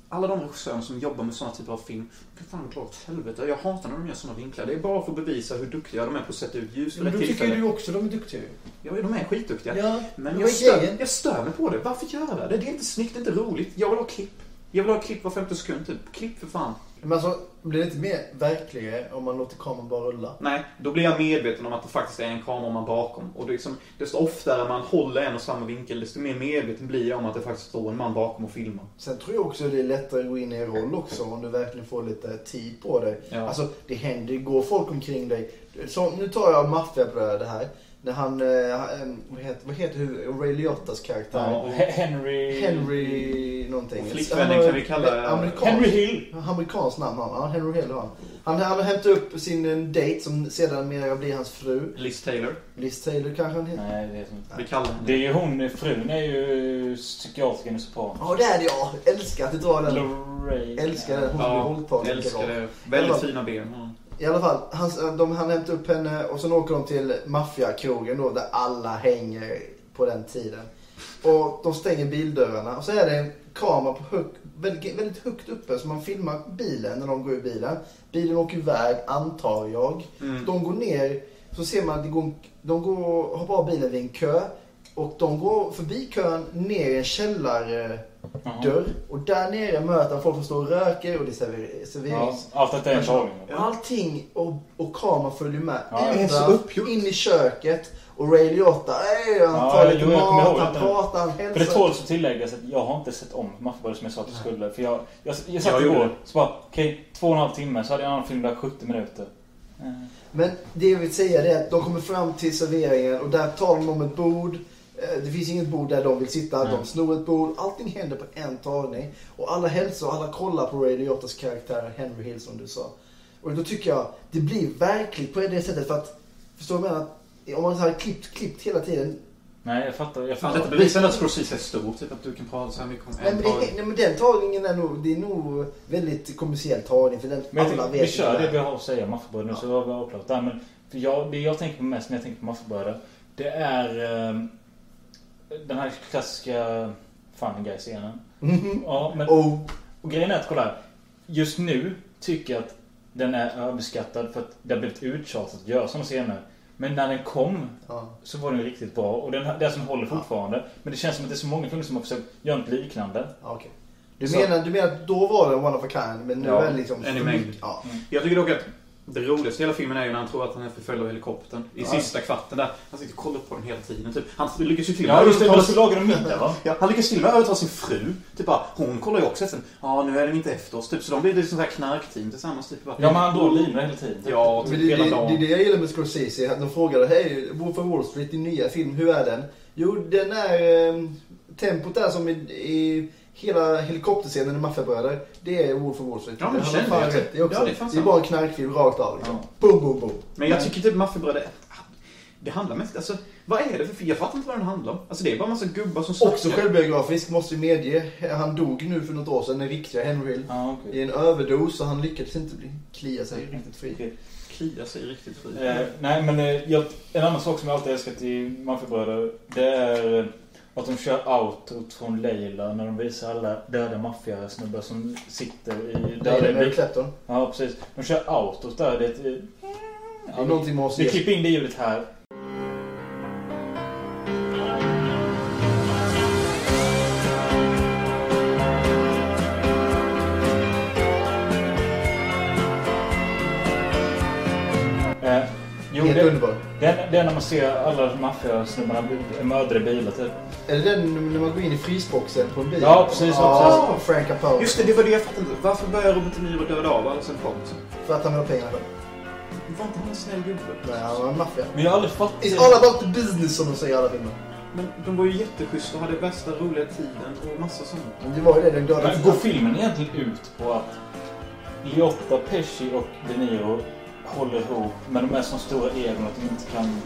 A: Alla de regissörer som jobbar med såna typer av film. Kan fan dra åt helvete. Jag hatar när de gör såna vinklar. Det är bara för att bevisa hur duktiga de är på att sätta ut ljus
C: Men
A: vid rätt
C: då tycker
A: tillfälle.
C: du också de är duktiga ju.
A: Ja, de är skitduktiga.
C: Ja.
A: Men
C: Vad
A: jag
C: är
A: stör,
C: grejen?
A: jag stör mig på det. Varför göra det? Det är inte snyggt, det är inte roligt. Jag vill ha klipp. Jag vill ha klipp var femte sekund typ. Klipp för fan.
C: Men alltså, blir det inte mer verkligare om man låter kameran bara rulla?
A: Nej, då blir jag medveten om att det faktiskt är en kameraman bakom. Och det är liksom, desto oftare man håller en och samma vinkel, desto mer medveten blir jag om att det faktiskt står en man bakom och filmar.
C: Sen tror jag också det är lättare att gå in i en roll också om du verkligen får lite tid på dig.
A: Ja.
C: Alltså det händer, det går folk omkring dig. Så, nu tar jag maffiabröd här. När han, eh, han- vad heter, vad heter huvud, Ray Liottas karaktär?
A: Ja.
B: He- Henry...
C: Henry någonting.
A: Och flickvännen kan vi kalla-
C: Amerikan,
B: Henry Hill!
C: Amerikansk namn har han. Ja, Henry Hill har han. Han, han hämtar upp sin eh, date som sedermera blir hans fru.
A: Liz Taylor,
C: Liz Taylor kanske han heter.
B: Nej, det heter inte.
A: vi kallar henne.
B: Det är ju hon, frun är ju psykiatrikern i Sopranos.
C: Ja, det är det ja. Älskar att du drar den.
B: Lorraine.
C: Älskar den. Hon blir
A: Ja,
C: våldtagen.
A: älskar det.
C: Ja.
A: Väldigt fina ben. Mm.
C: I alla fall, han, de, han hämtar upp henne och sen åker de till maffiakrogen då där alla hänger på den tiden. Och de stänger bildörrarna och så är det en kamera på hög, väldigt, väldigt högt uppe så man filmar bilen när de går ur bilen. Bilen åker iväg, antar jag. De går ner, så ser man att det går, en- de går, hoppar av bilen vid en kö. Och de går förbi kön ner i en källardörr.
B: Jaha.
C: Och där nere möter han folk som står och röker och det är server-
B: Ja,
C: serverings...
B: allt detta är en tagning.
C: Och Allting och, och kameran följer med.
B: Ja, det
D: är så
C: Utan,
D: uppgjort.
C: in i köket. Och Ray Liotta, ey, han
B: Ja,
C: tar lite
B: jo, jag kommer ihåg
C: mat, han
B: det.
C: pratar, han
B: För det
C: hälsar.
B: tål så tilläggas att jag har inte sett om Maffiabröder som jag sa att jag skulle. För jag, jag, jag satt
A: Jag gjorde
B: igår så bara, okej, två och en halv timme så hade jag en annan film där 70 minuter. Eh,
C: Men det jag vill säga det är att de kommer fram till serveringen och där tar de om ett bord. Eh, Det finns inget bord där de vill sitta.
B: Nej.
C: De snor ett bord. Allting händer på en tagning. Och alla hälsar och alla kollar på Ray Liottas karaktär Henry Hill som du sa. Och då tycker jag det blir verkligt på det sättet för att, förstår du vad jag menar? Att Om man hade klippt, klippt hela tiden.
B: Nej, jag fattar. Jag
A: Fan,
B: fattar.
A: detta bevisar ändå att Scorsese är stor, typ att du kan prata så här mycket om
C: Nej,
A: en
C: men, det,
A: tagning.
C: nej, men den tagningen är nog, det är nog väldigt kommersiell tagning för den
B: Men jag
C: alla
B: tänkte,
C: vet
B: vi
C: ju
B: kör
C: det.
B: det vi har att säga om Maffiabröderna så var vi avklarat där. Men för jag, det jag tänker på mest när jag tänker på Maffiabröder det är ehm, den här klassiska Funny Guy-scenen.
C: Mhm.
B: Ja, men,
C: Och
B: och grejen är att kolla här. Just nu tycker jag att den är överskattad för att det har blivit uttjatat att göra sådana scener. Men när den kom
C: ja.
B: så var den riktigt bra och den, den som håller fortfarande. Men det känns som att det är så många filmer som har försökt göra något liknande.
C: Ja, okej. Du
B: Så-
C: menar, du menar att då var det one of a kind, men nu
B: Ja,
C: är det liksom...
A: en i mängd. Mm.
C: Ja.
A: Jag tycker dock att det roligaste i hela filmen är ju när han tror att han är förföljd av helikoptern. I sista kvarten där. Han sitter och kollar på den hela tiden. Typ. Han lyckas ju till och
B: Ja,
A: med
B: just det.
A: övertala-
B: Och så lagar de middag va?
A: Ja, han lyckas till och med övertala sin fru. Typ bara, hon kollar ju också efter Ja, ah, nu är den inte efter oss. Typ. Så de blir ett sånt här knarkteam tillsammans. Typ, bara,
B: Ja, men han drar linan hela tiden.
A: Ja,
C: Men
A: typ
C: det,
A: hela
C: det, det, det är
A: dagen.
C: det jag gillar med Scorsese. De frågade, hej, Wolf of Wall Street, din nya film, hur är den? Jo, den är... Eh, tempot är som i, i hela helikopterscenen i Maffiabröder. Det är Wolf of Wall Street.
A: Ja, men
C: Den har de
A: känner
C: fan
A: jag.
C: rätt i också.
A: Ja, det är
C: det,
A: fan
C: är
A: sant.
C: bara en knarkfilm rakt av. Liksom. Boom, boom, boom.
A: Men jag tycker typ Maffiabröder... Det handlar mest... Alltså, vad är det för film? Jag fattar inte vad den handlar om. Alltså, det är bara en massa gubbar som snackar.
C: Också självbiografisk, måste vi medge. Han dog nu för något år sedan, den riktiga Henry Hill.
B: Ja, okej.
C: I en överdos och han lyckades inte bli, klia sig riktigt fri.
A: kliar sig riktigt fri.
B: Eh, nej, men eh, jag, en annan sak som jag alltid älskat i Maffiabröder, det är eh, att de kör outrot från Leila när de visar alla döda maffiasnubbar som sitter i
C: Nej, det är
B: döda
C: Eric Clapton.
B: Ja, precis. De kör outrot där. Det är ett... eh,
C: Det är någonting man måste
B: Vi
C: göra.
B: klipper in det ljudet här. Eh, jo,
C: Helt
B: det,
C: underbar.
B: det, är- det är när man ser alla maffiasnubbarna bli- mördade i bilar typ.
C: Är det den när man går in i frysboxen på en bil?
B: Ja, precis,
C: Ja, Frank Capone.
A: Just det, det var det jag fattade inte. Varför börjar Robert De Niro döda av alla sen kompisar?
C: För att han vill ha pengarna.
A: Var inte han en snäll gubbe?
C: Nej, han var en maffia.
B: Men jag har aldrig fattat...
C: It's all about the business som de säger i alla filmer.
A: Men de var ju jätteschyssta och hade bästa roliga tiden och massa sånt.
C: Men det var ju det, den glada
B: Men går filmen egentligen ut på att Liotta, Pesci och De Niro håller ihop men de är så stora egon att de inte kan...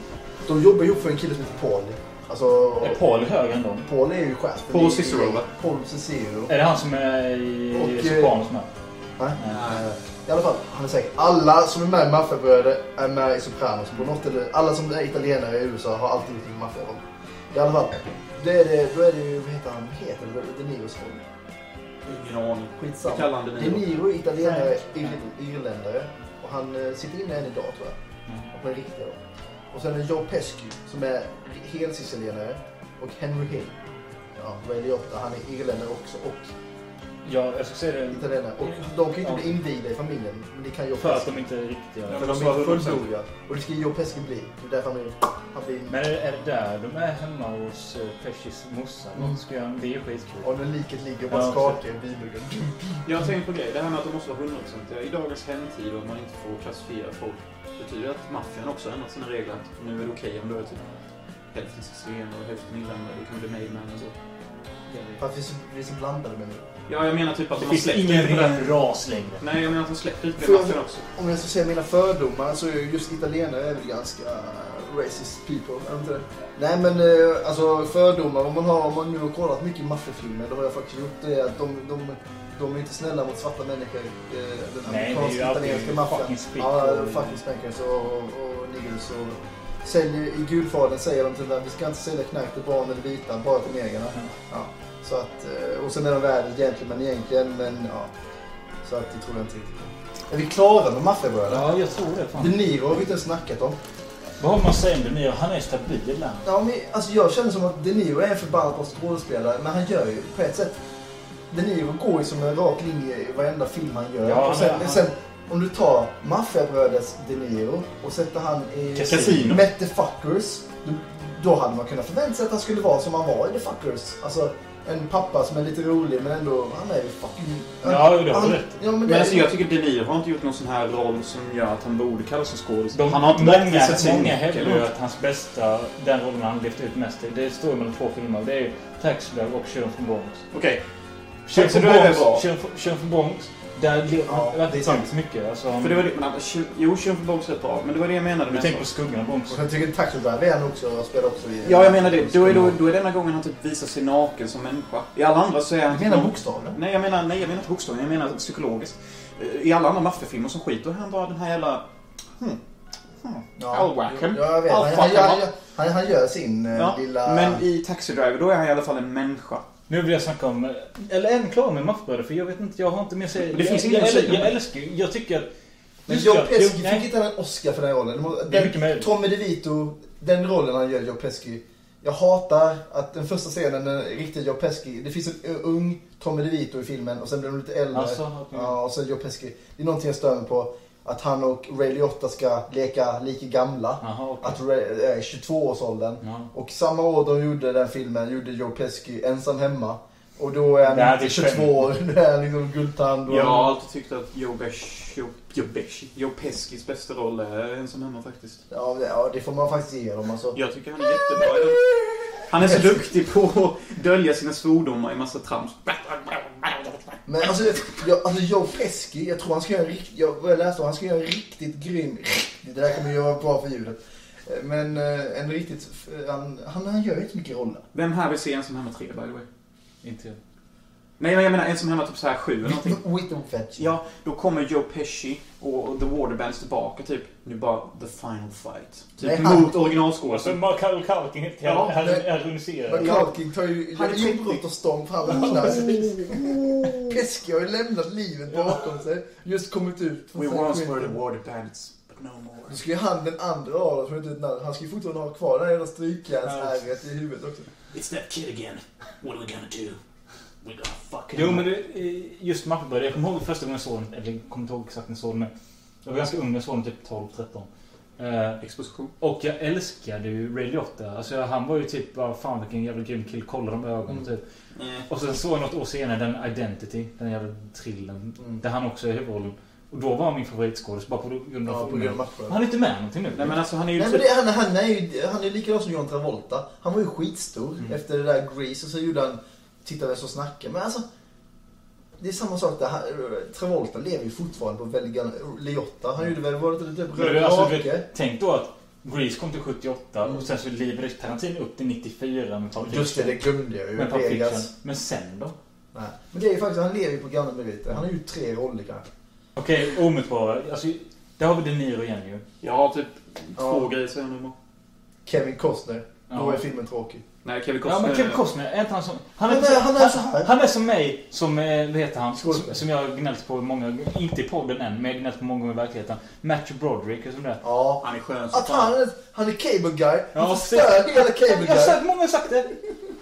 C: De jobbar ihop för en kille som heter Paul. Alltså,
B: Är Paul högre än dem?
C: Paul är ju chef.
A: Paul Cicero, va?
C: Paul Cicero.
B: Är det han som är i
C: Och, eh,
B: Sopranos med?
C: Nej.
B: Nej.
C: Eh, I alla fall, han är säker. Alla som är med i Maffiabröder är med i Sopranos på något eller Alla som är italienare i USA har alltid gjort en maffiaroll. I alla fall, det är det, då är det ju, vad heter han, heter det De Niros roll?
A: Ingen aning.
C: Skitsamma.
A: Vi kallar han De
C: De
A: Niro.
C: Niro är italienare,
B: Nej.
C: ir- irländare. Och han eh, sitter inne än idag tror jag.
B: Mm.
C: Och på den riktiga då. Och sen är det Joe Pesci som är helsicilianare. Och Henry Hill. Ja, vad är det åtta? Han är irländare också och
B: Ja, jag ska säga det
C: italienare. Och de kan ju inte
B: Ja.
C: bli invigda i familjen. Men det kan Joe
B: för att
C: Pesci.
B: de inte är riktiga.
A: Ja. de
C: För de
A: måste
C: är
A: vara
C: fullblodiga. Och det ska Joe Pesci bli. Det är därför han blir... Han blir
B: Men är det, är det där de är hemma hos eh, Pescis morsa? De ska göra en- Det är ju skitkul.
C: och när liket ligger och bara
B: Ja,
C: skakar i bilryggen.
A: Jag har tänkt på det, det här med att de måste vara hundraprocentiga. I dagens hämndtid och att man inte får klassifiera folk betyder att maffian också har ändrat sina regler. Att nu är det okej om du är typ hälften sicilianare och hälften irländare. Du kan bli made man och så.
C: För att vi är så, vi är så blandade med nu.
A: Ja, jag menar typ att
B: Det
A: de har
B: finns
A: släppt
B: ingen
A: ingen...
B: bred ras längre.
A: Nej, jag menar att de släppt lite
C: Får
A: mer
C: jag-
A: maffian också.
C: Om jag ska säga mina fördomar så är ju just italienare är väl ganska racist people, är de inte det? Nej men eh, alltså fördomar, om man, har, om man nu har kollat mycket maffiafilmer, det har jag faktiskt gjort, det är att de, de, de är inte snälla mot svarta människor. eh, Den
B: Nej, det är ju
C: amerikanska
B: alltid
C: italienska maffian.
B: fucking spick
C: Ja,
B: och-
C: fucking spankers och, och, och niggers och säljer, i Gudfadern säger de till dem vi ska inte sälja knark till barn eller vita, bara till negrarna.
B: Ja.
C: Ja, så att, eh, och sen är de världens gentleman egentligen, men ja. Så att det tror jag inte riktigt på. Är vi klara med maffiabröderna?
B: Ja, jag tror det. Fan.
C: De Niro har vi inte ens snackat om.
B: Vad har man säger om De Niro? Han är stabil där.
C: Ja, men, alltså, jag känner som att De Niro är en förbannat bra skådespelare, men han gör ju på ett sätt... De Niro går ju som en rak linje i varenda film han gör.
B: Ja,
C: och sen,
B: men han-
C: sen, om du tar Maffiabröders De Niro och sätter han i
B: Casino.
A: Casino.
C: Met the Fuckers, då, då hade man kunnat förvänta sig att han skulle vara som han var i The Fuckers. Alltså, en pappa som är lite rolig men ändå, han är ju fucking...
B: Ja, jo, det har
C: han,
B: du rätt.
C: Ja, men det,
A: Men alltså, jag tycker De Niro har inte gjort någon sån här roll som gör att han borde kallas som skådis.
B: De,
A: han har inte
B: många
A: sett sig
B: många
A: unik
B: hävdar
A: eller
B: ju
A: något.
B: att hans bästa, den rollen han lyft ut mest i, det står mellan två filmer. Det är ju Taxi Driver och Tjuren från Bronx.
A: Okej,
B: Tjuren
A: Taxi
B: från
A: Driver är
B: Bronx,
A: bra.
B: Tjuren från- Tjuren från Bronx, där lever
C: Ja,
B: han
C: det är
B: verkligen
C: sant.
B: så mycket. Alltså,
A: typ- för det var det... Men, han- jo, Tjuren från Bronx är bra, men det var det jag menade
B: du
A: med
B: tänker på
A: så.
B: skuggan av Bronx.
C: Och sen tycker jag Taxi Driver är han också, och spelar också i...
A: Ja, jag menar det. Då är, då, då är det enda gången han typ visar sig naken som människa. I alla andra så är han...
C: Jag menar bokstavligen.
A: Nej, jag menar, nej, jag menar inte bokstavligen. Jag menar psykologiskt. Eh, I alla andra maffiafilmer som skit, då är han bara den här jävla... Hmm. Hmm. I'll whack him.
C: Ja, jag vet.
A: I'll
C: Han, han,
A: fuck him
C: han,
A: up.
C: han, han gör sin eh,
A: Ja,
C: lilla...
A: Men i Taxi Driver, då är han i alla fall en människa.
B: Nu vill jag snacka om... Eller en klar med Maffbröder, för jag vet inte, jag har inte mer att säga.
A: Men det
B: jag,
A: finns
B: jag,
A: ingen
B: jag,
A: att säga om
B: jag
A: det.
B: älskar ju- Jag tycker att...
C: men
B: Just
C: Joe
B: det,
C: Pesci
B: nej.
C: fick inte en Oscar för den här rollen. Den,
B: Det är mycket möjligt.
C: Tommy DeVito, den rollen han gör, Joe Pesci. Jag hatar att den första scenen, den riktiga Joe Pesci. Det finns en ö- ung Tommy DeVito i filmen och sen blir de lite äldre.
B: Alltså, okej.
C: Ja, och sen Joe Pesci. Det är någonting jag stör mig på. Att han och Ray Liotta ska leka lika gamla.
B: Jaha, okej.
C: Att Ray är 22-årsåldern.
B: Ja.
C: Och samma år de gjorde den filmen gjorde Joe Pesci ensam hemma. Och då är han
B: Nej, det är
C: 22 år, nu är han liksom guldtand och...
A: Jag har alltid tyckt att Joe Besh, Joe, Joe, Besh, Joe Pescis bästa roll är ensam hemma faktiskt.
C: Ja, det, ja, det får man faktiskt ge dem alltså.
A: Jag tycker han är jättebra i den. Han är så duktig på att dölja sina svordomar i massa trams.
C: Men alltså, jag, alltså Joe Pesci, jag tror han ska göra en riktigt, jag, vad jag läste om, han ska göra en riktigt grym, riktigt, det där kommer ju vara bra för ljudet. Eh, Men eh, en riktigt, f- han, han, han gör ju inte så mycket roller.
A: Vem här vill se Ensam Hemma 3 by the way?
B: Inte jag.
A: Nej, men jag menar Ensam Hemma typ så här 7 eller någonting.
C: With and fetch.
A: Ja, då kommer Joe Pesci och The Waterbands tillbaka typ. Nu bara The Final Fight. Typ
C: Nej, han-
A: mot originalskådisen.
B: Michael Kalkin helt
A: Ja,
C: det-
B: ironiserad.
C: Men Kalking tar ju
A: Han är Oh.
C: gör inbrott och stång fram en knife. Pesci har ju lämnat livet bakom sig. Just kommit ut. från
A: We
C: San
A: once
C: Quentin.
A: were the Waterbands, but no more.
C: Då ska ju han den andra av dem, som inte vet namnet, han ska ju fortfarande ha kvar det här jävla strykjärnsärret i huvudet också.
E: It's that kid again. What are we gonna do? We're gonna fuck him.
B: Jo, men det, eh, just Maffbröder. Jag kommer ihåg första gången jag såg den. Eller jag kommer inte ihåg exakt när jag såg den. men Jag var ganska ung när jag såg den, typ 12-13. Eh,
A: Exposition.
B: och jag älskade ju Ray Liotta. Alltså, han var ju typ bara fan vilken jävla grym kille. Kolla de
C: Mm.
B: ögonen typ. Och sen såg jag något år senare den Identity, den jävla trillen.
C: Mm.
B: Där han också är huvudrollen. Och då var han min favoritskådis bara på grund av
C: Ja, på grund av matchen.
B: Men Han är inte med någonting nu.
A: Nej men alltså han är ju
C: Nej
A: typ...
C: men det, han, han är ju han är ju likadan som John Travolta. Han var ju skitstor
B: Mm.
C: efter det där Grease och så gjorde han Titta vem som snackar. Men alltså. Det är samma sak där. Han, Travolta lever ju fortfarande på väldigt gamla... Liotta. Han gjorde väl, var det inte typ
B: Men
C: Röd
B: du, alltså, du
C: drake?
B: vet, tänk då att Grease kom till 78 och sen så livade Tarantino upp till 94 med Pulp
C: Just det,
B: Fiction.
C: det glömde jag ju.
B: Med Pulp Fiction.
C: Vegas.
B: Men sen då?
C: Nej. Men det är ju faktiskt, han lever ju på gamla meriter. Han har ju tre roller kanske.
B: Okej, omedelbara. Alltså, där har vi De Niro igen ju.
A: Jag har typ två
C: Ja.
A: grejer sen nummer.
C: Kevin Costner. Då
B: Ja.
C: är filmen tråkig.
A: Nej, Kevin
B: Ja
A: Costner.
B: men Kevin Costner, är inte han som... Han är,
C: Han är- han är så här.
B: han är som mig, som, eh, vad heter han? Som,
C: Skådespelare.
B: som jag har gnällt på många inte i podden än, men jag har gnällt på många gånger i verkligheten. Matthew Broderick och sånt där.
C: Ja.
A: Han är skön som
C: Att han,
A: fan.
C: är- han är cable guy. Han
B: Ja,
C: förstör hela cable
B: Jag har
C: guy.
B: sagt, många har sagt det.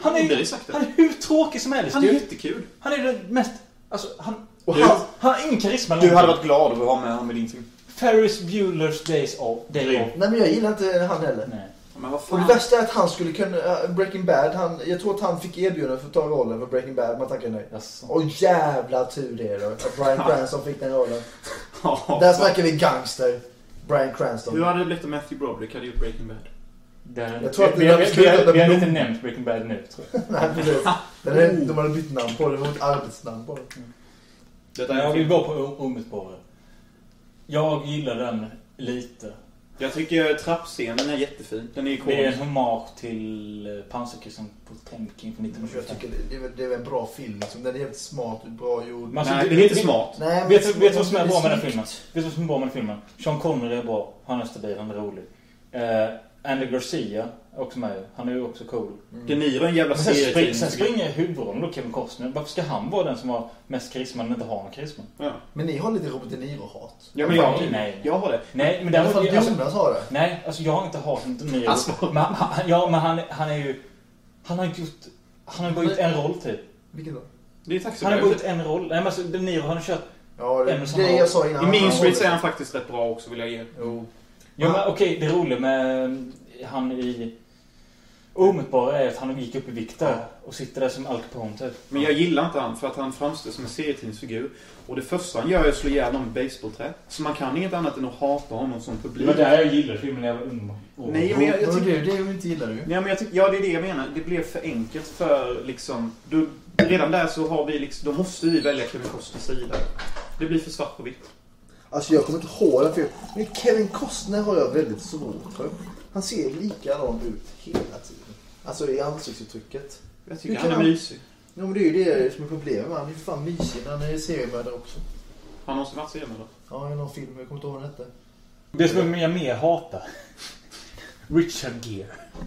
B: Han
A: Det
B: är,
A: är sagt det.
B: han är hur tråkig som helst
A: Han är
B: ju.
A: jättekul.
B: Han är den mest... Alltså, han...
C: Och
A: Du-
C: han,
B: Han har ingen karisma.
A: Du hade varit glad att vara med honom i din film.
B: Ferris Bueller's Days Off. Day
A: Grym.
B: off.
C: nej men jag gillar inte han heller.
B: Nej.
A: Men vad
C: Och det
A: fan.
C: värsta är att han skulle kunna, äh, Breaking Bad, han, jag tror att han fick erbjudande för att ta rollen för Breaking Bad, man tackade nej.
B: Jaså.
C: Och jävla tur det är då, att Bryan Cranston fick den rollen.
A: Ja,
C: Där
A: fan.
C: snackar vi gangster, Bryan Cranston.
A: Hur hade det blivit om Matthew Broderick hade gjort Breaking Bad?
B: Den,
C: Jag tror att
B: vi,
C: den
B: vi, vi,
C: absoluta-
B: vi, vi har
C: den-
B: inte nämnt Breaking Bad nu, tror jag.
C: Nej, precis. Den
B: Oh.
C: är, de hade bytt namn på den, det var ett arbetsnamn på den.
A: Detta
B: Men
A: är
B: jag
A: en
C: typ-
B: vill
A: film.
B: gå på O- omedelbara. Jag gillar den lite.
A: Jag tycker trappscenen är jättefin. Den är
B: Det är en
A: ikonisk.
B: hommage till eh, pansarkryssaren Potemkin från
C: Jag
B: 1925.
C: tycker det, det, är, väl- det är väl en bra film. Liksom. Den är jävligt smart, bra gjord.
B: Men alltså,
A: Nej,
B: det-
A: den är inte
B: det-
A: smart.
C: Nej, men-
B: Vet du vet du vad som är
C: det
B: bra med den
C: snyggt.
B: filmen? Vet du vad som är bra med den filmen? Sean Connery är bra. Han är stabil, han är rolig. Eh, Andy Garcia är också med. Han är ju också cool.
C: Mm.
A: De Niro är en jävla
B: Men sen, Mm. spring,
A: serietidning.
B: sen springer huvudrollen då, Kevin Costner. Varför ska han vara den som har mest karisma när han inte har någon karisma?
A: Ja.
C: Men ni har lite Robert De Niro-hat.
A: Ja, men jag,
B: Nej, nej.
A: jag har det.
B: Nej, men
C: I alla fall
B: däremot... Alltså,
C: Jonas har det.
B: nej, alltså jag har inte hatat De Niro.
A: Alltså.
B: Men, han, ja, men han, han är ju... Han har inte gjort... Han har bara gjort en roll typ.
C: Vilket då?
A: Det är
B: Han har bara
A: taxibrevet.
B: gjort en roll. Nej men alltså, De Niro han har kört...
C: Ja, det,
B: Emerson
C: det är
B: har-
C: jag sa innan.
A: I Mean
C: Han
A: Streets
C: har-
A: är han faktiskt rätt bra också vill jag ge.
C: Jo.
B: Ja, men okej, det roliga med eh, han i... Omätbara är att han gick upp i vikt där och sitter där som Al Capone typ.
A: Men jag gillar inte han för att han framställs som en serietidningsfigur. Och det första han gör är att slå ihjäl någon med basebollträ. Så man kan inget annat än att hata honom som
F: Det
A: publik.
F: var där jag gillade filmen när jag var ung. Och-
A: Nej, men
C: Men
A: jag, jag tycker...
C: det, det är ju inte gillar du.
A: Nej, men jag tycker... Ja, det är det jag menar. Det blev för enkelt för liksom... Du, redan där så har vi liksom... Då måste vi välja Kevin Costners sida. Det blir för svart på vitt.
D: Alltså jag kommer inte ihåg den filmen. Men Kevin Costner har jag väldigt svårt för. Han ser likadan ut hela tiden. Alltså i ansiktsuttrycket.
A: Jag
D: Hur
A: tycker
D: kan
A: han är
D: han-
A: mysig.
D: Ja men det är ju det som är
C: Problemet
D: problemet.
C: med han är ju fan mysig. Han är seriemördare också.
A: Har han någonsin varit seriemördare?
C: Ja, i någon film. Jag kommer inte ihåg vad den hette.
B: Det som jag mer hatar. Richard Gere.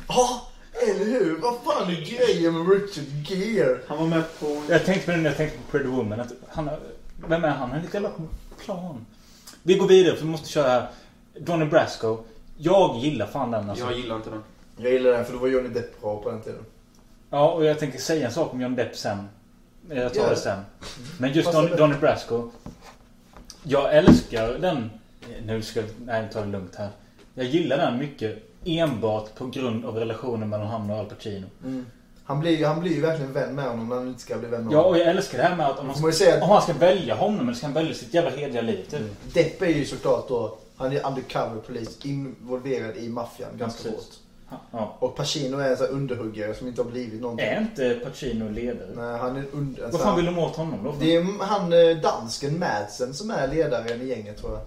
C: Ja, eller hur? Vad fan är grejen med Richard Gere?
A: Han var med på...
B: Jag tänkte på det när jag tänkte på Pretty Woman. Att han, har- vem är han? Han är lite jävla plan. Vi går vidare för vi måste köra Donny Brasco. Jag gillar fan den alltså.
A: Jag gillar inte den.
C: Jag gillar den för då var Johnny Depp bra på den tiden.
B: Ja, och jag tänker säga en sak om John Depp sen. Eh, Jag tar
C: Gör
B: det
C: det.
B: sen. Men just
C: Passar
B: Don,
C: det.
B: Donny Brasco. Jag älskar den. Eh, Nu ska jag... Nej, ta det lugnt här. Jag gillar den mycket. Enbart på grund av relationen mellan han och Al
C: Mm.
B: Pacino.
C: Han blir, ju- han blir ju verkligen vän med honom när han inte ska bli vän med
B: Ja,
C: honom.
B: och jag älskar det här med att om han
C: Får man ju
B: ska,
C: säga Mm. att-
B: om han ska välja honom, så ska han välja sitt jävla hederliga liv. Typ.
C: Depp är ju såklart då, han är undercover polis, involverad i maffian ganska
B: Precis.
C: hårt.
B: Ja.
C: Och Pacino är en sån här underhuggare som inte har blivit någonting.
B: Är inte Pacino ledare?
C: Nej, han är en under... en
B: Äh. Vad
C: sån
B: fan
C: här-
B: vill de åt honom då?
C: Det är han eh, dansken Madsen som är ledaren i gänget tror jag.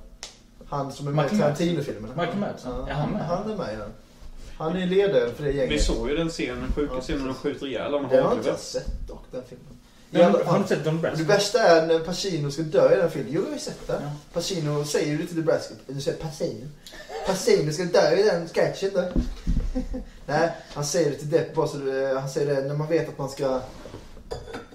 C: Han som är med
B: Michael
C: i
B: Madsen.
C: Tarantino-filmerna.
B: Michael Madsen?
C: Ja,
B: Är han med?
C: Han är med i den. Han är ledaren för det
A: Vi
C: gänget.
A: såg ju den scenen, den sjuka
C: Ja,
A: scenen när de skjuter ihjäl honom.
C: Den har inte jag sett dock, den filmen. I
B: Men,
C: alla
B: har du
C: fall-
B: inte sett Don
C: Det
B: Brasco?
C: värsta är när Pacino ska dö i den filmen. Jo, jag har ju sett den.
B: Ja.
C: Pacino säger ju lite till Brasco. Du säger Pacino. Pacino ska dö i den sketchen då. Nej, han säger det till Depp bara så du- eh, Han säger det när man vet att man ska...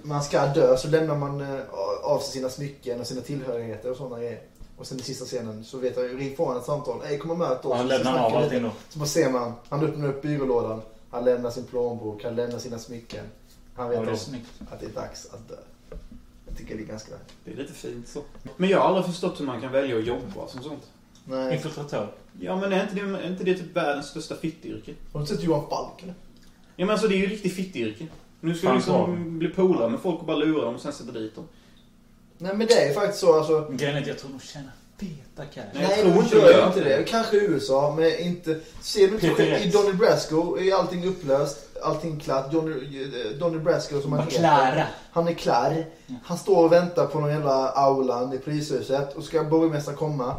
C: Man ska dö så lämnar man eh, av sig sina smycken och sina tillhörigheter och sådana grejer. Och sen i sista scenen så vet jag, ring får han ett samtal. Ej, kom och möt oss.
B: Han
C: Så
B: lämnar
C: snackar
B: av
C: vi
B: allting då.
C: så bara ser man, han öppnar upp byrålådan, han lämnar sin plånbok, han lämnar sina smycken. Han
B: Ja,
C: vet
B: det är
C: om
B: snyggt.
C: att det är dags att dö. Jag tycker det är ganska...
A: Det är lite fint så. Men jag har aldrig förstått hur man kan välja att jobba som sånt.
C: Nej.
B: Infiltratör.
A: Ja, men är inte det, är inte det typ världens största fittyrke?
C: Har du sett Johan Falk eller?
A: Ja, men alltså det är ju riktigt fittyrke. Nu ska
B: Fan,
A: du
B: svag.
A: liksom bli polare med folk och bara lura dem och sen sätta dit dem.
C: Nej men det är faktiskt så alltså.
B: Men Grejen är att jag tror de tjänar feta cash.
A: Nej, jag
C: Nej,
A: tror
C: de
A: inte
C: gör
A: det.
C: ju inte det. Kanske i USA, men inte... Ser du
B: Peter
C: inte i
B: Rex.
C: Donny Brasco är allting upplöst, allting klart. Donny, eh, Donny Brasco som han
B: Klara.
C: Han är klar. Han står och väntar på någon jävla aulan i polishuset och ska borgmästaren komma.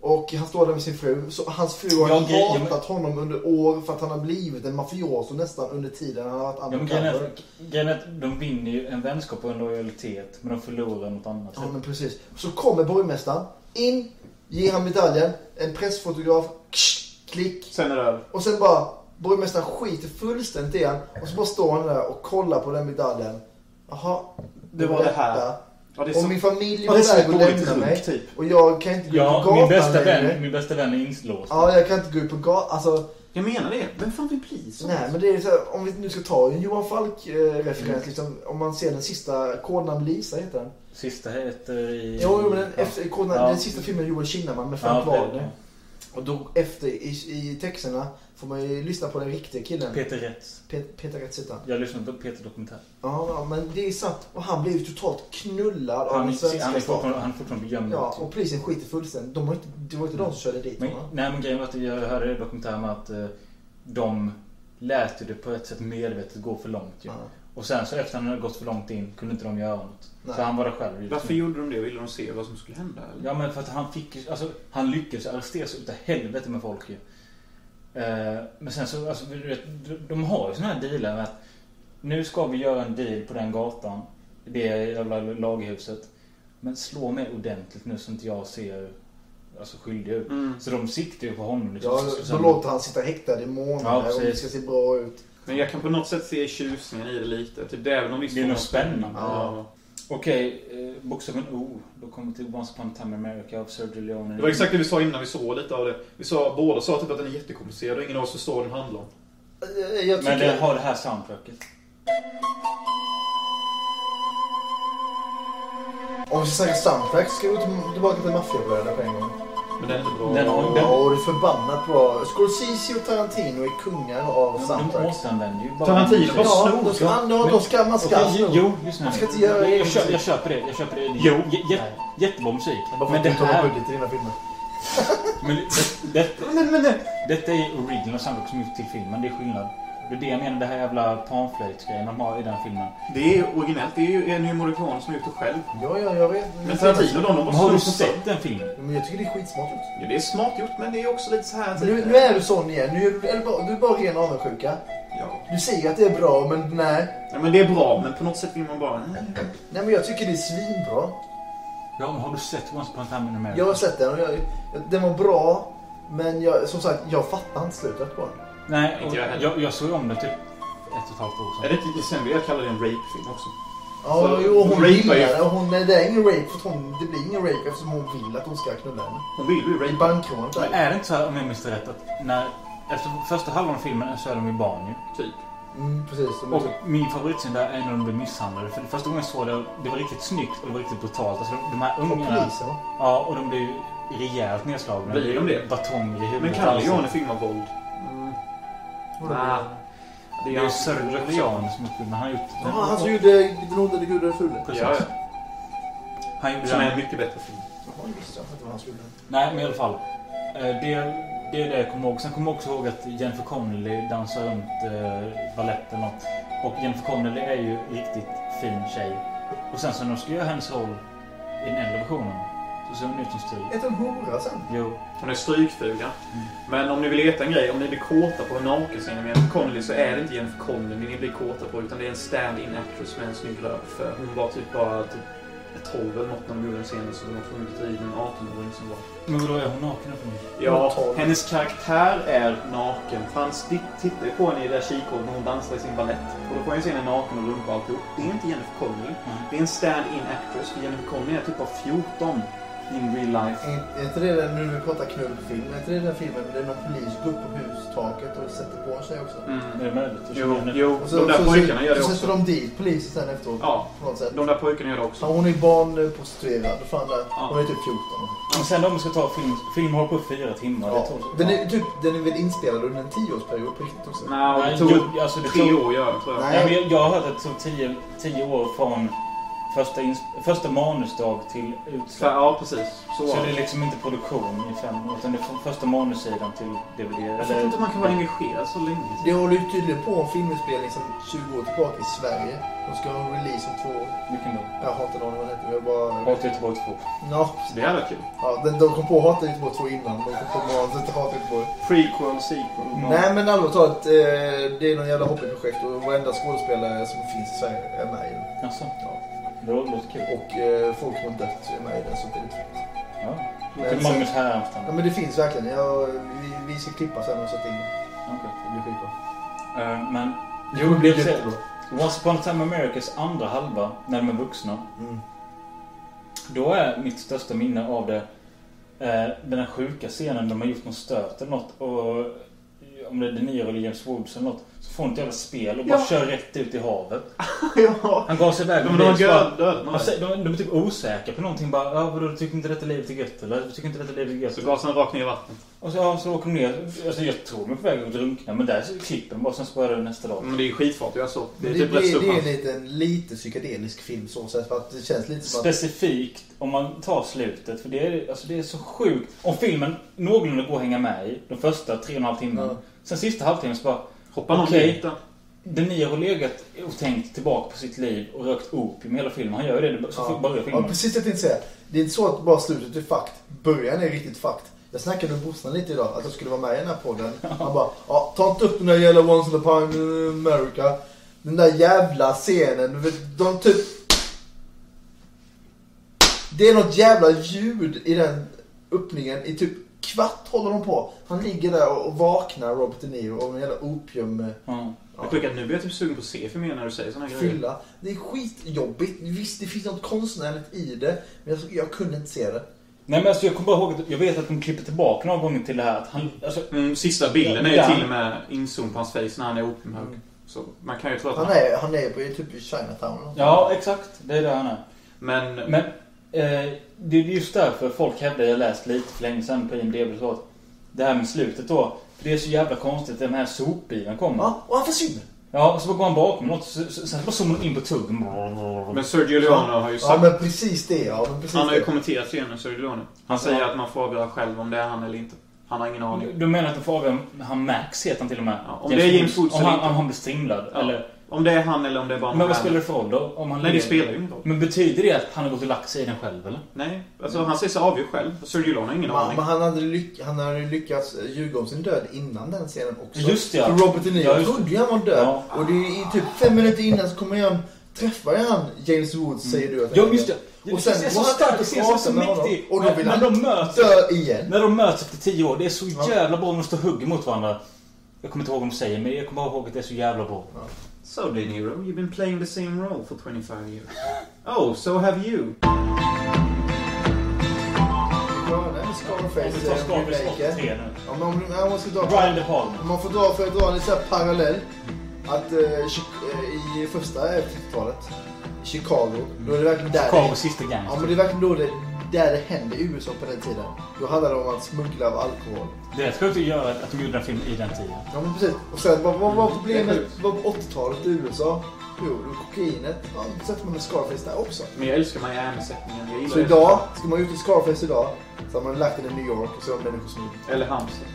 C: Och han står där med sin fru. Så hans fru har
B: Ja, grejen-
C: hatat honom under år för att han har blivit en mafioso nästan under tiden han har varit
B: Ja, men grejen är
C: undercover.
B: att- grejen är att de vinner ju en vänskap och en lojalitet, men de förlorar något annat.
C: Ja men precis. Så kommer borgmästaren in, ger han medaljen, en pressfotograf, ksch, klick.
A: Sen är det över.
C: Och sen bara, borgmästaren skiter fullständigt i han. Och så bara står han där och kollar på den medaljen. Jaha.
A: Det var det här.
C: detta.
A: Ja, det är
C: Och
A: så...
C: min familj
A: Ja,
C: var
A: det är så
C: iväg och
A: dåligt
C: lämnade
A: runk,
C: mig.
A: typ.
C: Och jag kan inte gå ut på
B: Ja, min
C: gatan
B: bästa
C: längre.
B: vän, min bästa vän är inlåst.
C: Ja, jag kan inte gå ut på gatan. Alltså,
A: Jag menar det. Vem fan vill bli så?
C: nej, men det är så här, om vi nu ska ta en Johan Falk-referens.
A: Mm.
C: Liksom, om man ser den sista, Kodnamn Lisa heter den.
B: Sista heter i...
C: Jo, jo, men den,
B: Ja.
C: efter, kodnamn,
B: Ja.
C: den sista filmen Joel Kinnaman med
B: Ja,
C: Frank Wagner.
B: Peter-
C: Och då efter, i, i texterna, får man ju lyssna på den riktiga killen.
B: Peter Rätz.
C: Pe- Peter Rättsutan.
B: Jag lyssnade på Peter Dokumentär.
C: Ja, ja, men det är sant. Och han blev ju totalt knullad av
B: Han, är- han, är
C: den svenska staten.
B: fortfarande- han är fortfarande gömd.
C: Ja, och polisen skiter fullständigt. De var inte, det var inte de som körde dit
B: Men,
C: honom.
B: nej men grejen var att jag hörde i dokumentären att eh, de lät ju det på ett sätt medvetet gå för långt ju.
C: Ja.
B: Och sen så efter han hade gått för långt in kunde inte de göra något.
C: Nej.
B: Så han var där själv. ju.
A: Varför gjorde de det? Ville de se vad som skulle hända? Eller?
B: Ja men för att han fick ju- alltså, han lyckades arrestera sig utav helvete med folk ju. Eh, men sen så, alltså, du vet, de har ju såna här dealar med att nu ska vi göra en deal på den gatan. Det jävla laghuset. Men slå mig ordentligt nu så inte jag ser alltså, skyldig ut.
A: Mm.
B: Så de siktar ju på honom. Liksom,
C: Ja,
B: Så- så-
C: då
B: så-
C: låter han sitta häktad i månader
B: Ja,
C: om det ska
B: precis.
C: se bra ut.
A: Men jag kan på något sätt se tjusningen i det lite. Typ, det är väl någon viss
B: Det är
A: form
B: nog
A: av-
B: spännande.
A: Ja.
B: Okej, eh, bokstaven O. Då kommer vi till Once upon a time in America av Sergio Leone.
A: Det var exakt det vi sa innan vi såg lite av det. Vi sa, båda sa typ att den är jättekomplicerad och ingen av oss förstår vad den handlar om.
C: Jag, Eh, jag
B: Men
C: tycker...
B: det har det här soundtracket.
C: Om vi ska snacka soundtrack ska vi gå tillbaka till maffiabröderna på en gång.
A: Men den är inte bra.
B: Den har-
C: Ja, och det är förbannat bra. Scorsese och Tarantino är kungar av
B: De
C: soundtracks.
B: återanvänder ju bara...
A: Tarantino var
C: Ja, de
A: snor.
C: ska, ja, de ska, man ska
B: Okej,
C: sno.
B: Jo, just nu.
C: Man ska inte göra
B: jag,
C: egen
B: jag, köper,
C: musik.
B: jag köper det. Jag köper det.
A: Jo.
B: J- jä- jättebra musik.
C: Varför
B: Men det
C: inte ha
B: här...
C: budget i dina filmer?
B: Men det, det, men, men, det, detta är original soundtrack som gjorts till filmen. Det är skillnad. Det är det jag menar. Det här jävla panflöjtsgrejen de har i den filmen.
A: Det är originellt. Det är ju en ny morikon som är ute själv.
C: Ja, ja, jag vet.
A: Men Tarantino de, de
B: Men
A: bara
B: har
A: snor
B: du
A: som fan.
B: sett den filmen?
C: Men jag tycker det är skitsmart gjort.
A: Ja, det är smart gjort, men det är också lite så här... typ-
C: Men Nu, nu är du sån igen. Nu är du, är du, bara, du är bara ren avundsjuka.
A: Ja.
C: Du säger att det är bra, men nej.
A: ja, men det är bra, men på något sätt vill man bara...
C: Nej, men jag tycker det är svinbra.
B: Ja, men har du sett Once upon a time in America?
C: Jag har sett den och jag, den var bra. Men jag, som sagt, jag fattar inte slutet på den.
B: Nej, och
A: Inte jag heller.
B: jag, jag såg om den typ ett och ett halvt år
A: Är
B: sedan.
A: det inte sen vill jag kalla det en rape-film också?
C: Ja,
A: Så
C: jo, hon
A: hon rapar
C: gillar
A: ju.
C: det. och Hon, nej, det är ingen rape för att hon, det blir ingen rape eftersom hon vill att hon ska knulla henne.
A: Hon vill ju
C: I
A: rape.
C: bankrånet
B: Men
C: där.
B: är det inte så här, om jag minns det rätt, att när... Efter första halvan av filmen så är de ju barn ju.
A: Typ.
C: Mm, precis. som du
B: Och
C: sa.
B: min favoritscen där är när de blir misshandlade. För det första gången jag såg det, det var riktigt snyggt och det var riktigt brutalt. Alltså de, de här
C: Och
B: ungarna...
C: polisen. va?
B: Ja, och de blir ju rejält nedslagna.
A: Blir de det?
B: Batonger i huvudet.
A: Men
B: och
A: kallar
B: allt sånt.
A: Leone film av våld?
C: Vadå?
A: Nej.
B: Alltså, Det är ju Sergio Leone som gjort den. Han har gjort
C: Ja, han som gjorde Den onde, den gode och den fule.
B: Precis.
A: Ja,
B: Han gjorde
A: Som är
B: den.
A: en mycket bättre film.
C: Jaha, just det. Jag fattar vad han skulle.
B: Nej, men i alla fall. Eh, Det, det är det jag kommer ihåg. Sen kommer jag också ihåg att Jennifer Connelly dansar runt eh, ballett eller något. Och Jennifer Connelly är ju riktigt fin tjej. Och sen så när de ska göra hennes roll i den äldre versionen så ser hon ut som Stig.
C: Är inte hon hora sen?
B: Jo.
A: Hon är strykfula. Men om ni vill veta en grej, om ni blir kåta på en nakenscen med Jennifer Connelly så är det inte Jennifer Connelly ni blir kåta på utan det är en stand-in actress med en snygg röv. För hon var typ bara typ 12 eller något när de gjorde den scenen så de har funnit i den 18-åring som var.
B: Men vadå, är hon naken på mig?
A: Ja,
C: Hon var 12.
A: hennes karaktär är naken. För han sti- tittar ju på henne i det där kikhålet när hon dansar i sin ballett. Och då får han ju se henne naken och rumpa och alltihop. Det är inte Jennifer Connelly. Det är en stand-in actress. För Jennifer Connelly är typ bara 14 in real life.
C: Är är inte det den, nu när vi pratar knullfilm, är inte det den filmen där det är någon polis går upp på hustaket och sätter på en tjej också?
A: Mm.
B: Är det möjligt? Jag
A: Jo,
B: känner-
A: jo
C: Och
A: de där pojkarna gör det
C: så
A: också.
C: sätter de dit polisen sen efteråt.
A: Ja,
C: På något sätt.
A: de där pojkarna gör det
C: Ja,
A: också.
C: hon är barnprostituerad. Fan, där.
A: Ja.
C: Hon är typ 14.
B: Men sen om vi ska ta film, film håller på i fyra timmar.
C: Ja.
B: Det tar,
C: Den, är, typ, den är väl inspelad under en tioårsperiod på riktigt också?
A: Nej,
B: Nej,
A: det tog
B: jo, alltså det
A: tre
B: tog-
A: år att göra det, tror jag.
C: Nej.
B: Nej, men jag, jag har hört att det tog tio, tio år från första, ins- första manusdag till
A: För-
B: utsläpp.
A: Ja, precis. Så
B: Så
A: var
B: det är
A: det.
B: liksom inte produktion i fem år, utan det är från första manussidan till DVD.
A: Jag fattar
B: Eller,
A: inte hur man kan vara engagerad så länge.
C: Det håller ju tydligen på en filminspelning sedan 20 år tillbaka i Sverige. De ska ha en release om två år.
B: vilken då?
C: Jag har inte någon aning vad den heter. Jag bara...
B: Rakt ut på två.
C: Ja,
A: Det hade varit kul.
C: ja, de, de kom på Hata Göteborg 2 innan. De kom på manuset till Hata Göteborg.
A: Prequel, sequel.
C: Nej men allvarligt talat, eh, det är någon jävla hobbyprojekt och varenda skådespelare som finns i Sverige är med i den.
B: Jaså?
C: Ja.
B: Det låter kul.
C: Och eh, folk som har dött är med i den. Så det är lite fint.
B: Ja.
C: Men
B: Till
C: sen- Mm.
B: Magnus
C: Ja,
B: Härenstam.
C: men det finns verkligen. Jag, vi, vi ska klippa sen och sätta in det.
B: Okej.
C: Det blir skitbra.
B: Eh, Men...
C: Jo, det blir
B: jag ser-
C: jättebra.
B: Once upon a time Americas andra halva, när de är vuxna.
C: Mm.
B: Då är mitt största minne av det eh, den här sjuka scenen där man gjort någon stöt eller något. Och, eh, om det är De Niro eller James Woods eller något. Så får han ett jävla spel och bara
A: Ja.
B: kör rätt ut i havet.
A: ja.
B: Han gav sig iväg
A: Men de
B: det,
A: har
B: så bara-
A: död- dödat någon.
B: Alltså, de, de är typ osäkra på någonting. Bara, ja, vadå, du tycker inte detta livet är gött eller? Du tycker inte detta livet är gött?
A: Så gasade han rakt ner i vattnet.
B: Och så, ja, så åker de ner. Alltså, jag tror de är på väg att drunkna. Men där så klipper de bara. Sen så börjar det nästa dag.
A: Men det är ju skitfart att göra så. Det
C: Det,
A: är
C: det,
A: typ rätt
C: det,
A: stor
C: är en
A: chans.
C: liten, lite psykedelisk film så sett för att det känns lite som att...
B: Specifikt om man tar slutet. För det är, alltså, det är så sjukt. Om filmen någorlunda går att hänga med i. De första tre och en halv timmen.
C: Ja.
B: Sen sista halvtimmen så bara...
A: Hoppar någon
B: Okej.
A: dit då?
B: Den nya har legat och tänkt tillbaka på sitt liv och rökt opium i hela filmen. Han gör ju det. Så
C: Ja.
B: fort börjar
C: Ja,
B: filmen.
C: precis det jag tänkte säga. Det är inte så att bara slutet är fakt. Början är riktigt fakt. Jag snackade med brorsan lite idag, att jag skulle vara med i den här podden. Han bara, ja, ta inte upp den där jävla Once upon a time in eh, America. Den där jävla scenen. du vet, De typ... Det är något jävla ljud i den öppningen. I typ kvart håller de på. Han ligger där och vaknar, Robert De Niro, av en jävla opium... eh,
B: Ja.
A: Det sjuka är att nu blir jag typ sugen på att se filmen när du säger såna här grejer.
C: fylla. Det är skitjobbigt. Visst, det finns något konstnärligt i det. Men jag, jag kunde inte se det.
B: Nej men alltså jag kommer bara ihåg att jag vet att de klipper tillbaka några gånger till det här. Att han, alltså,
A: Mm, sista bilden är ju
B: Ja.
A: till och med inzoom på hans face när han är opiumhög. Så man kan ju tro att
C: Mm. Han
A: han...
C: är, han är på, typ i Chinatown. eller nåt.
B: ja exakt. Det är det han är.
A: Men...
B: Men eh, det är just därför folk hävdar, jag läst lite för länge sedan på IMDB, så att det här med slutet då. För det är så jävla konstigt, den här sopbilen kommer.
C: Ja, och han försvinner.
B: Ja, och så går han bakom något, så, så, sen bara zoomar han in på tuggen.
A: Men Sergio Leone har ju
C: Ja,
A: sagt...
C: men precis det. Ja, men precis
A: Han har ju
C: det.
A: kommenterat scenen, Sergio Leone. Han säger att man får avgöra själv om det är han eller inte. Han har ingen aning.
B: Du menar att de får avgöra om han Max heter han till och med.
A: Ja, om det är James Woods
B: om
A: eller
B: han,
A: inte.
B: om han blir strimlad.
A: Ja.
B: Eller,
A: Om det är han eller om det är bara
B: men
A: någon
B: vad spelar det för roll då? Om han
A: Nej, det
B: lever?
A: spelar ju ingen roll.
B: Men betyder det att han har gått och lagt sig i den själv eller?
A: Nej, alltså han säger sig avgör själv. Sergio Leone har ingen
C: Men,
A: aning.
C: men han hade, lyck, han hade lyckats ljuga om sin död innan den scenen också.
B: Just det, ja.
C: För Robert De Niro
B: Ja, just-
C: trodde ju han var död.
B: Ja.
C: Och det är i typ fem minuter innan så kommer han, träffar ju han James Woods, säger du.
B: Mm.
C: att
B: Ja,
C: han
B: just
C: är.
B: det.
C: Och sen-
B: det är så
C: och han
B: starkt,
C: sitter
B: det
C: och
B: ser så
C: pratar med honom.
B: mäktigt.
C: Och då vill
B: Men
C: han
B: de möts.
C: Dö igen.
B: När de möts efter tio år, det är så
C: Ja.
B: jävla bra när de står och hugger mot varandra. Jag kommer inte ihåg vad de säger, men jag kommer bara ihåg att det är så jävla bra.
A: So De Niro, you've been playing the same role for 25 years. Oh, so have you.
C: Ja, nej,
B: Om vi tar
C: Scarface. eh,
B: Scarface
C: remaken.
B: 83 nu.
C: Ja, men om, om man ska dra...
B: Brian De Palma.
C: Om man får dra för att dra en liten så här parallell. Att eh, Chi- eh, i första eh, 50-talet, i Chicago, då är det verkligen där
B: Chicago
C: det,
B: sista
C: ja,
B: gangster.
C: men det, är verkligen då det, där det hände i USA på den tiden. Då handlade det om att smuggla av alkohol.
B: Det är rätt sjukt att göra att de gjorde den filmen i den tiden.
C: Ja men precis. Och sen vad vad var problemet
A: Det är sjukt.
C: vad var 80-talet i USA? Jo, det var kokainet. Ja, då sätter man en Scarface där också.
A: Men jag älskar Miami-sättningen. Jag gillar
C: Så
A: det.
C: idag, ska man ut i Scarface idag, så har man lagt den i New York och så har människor som
A: Eller Hamster.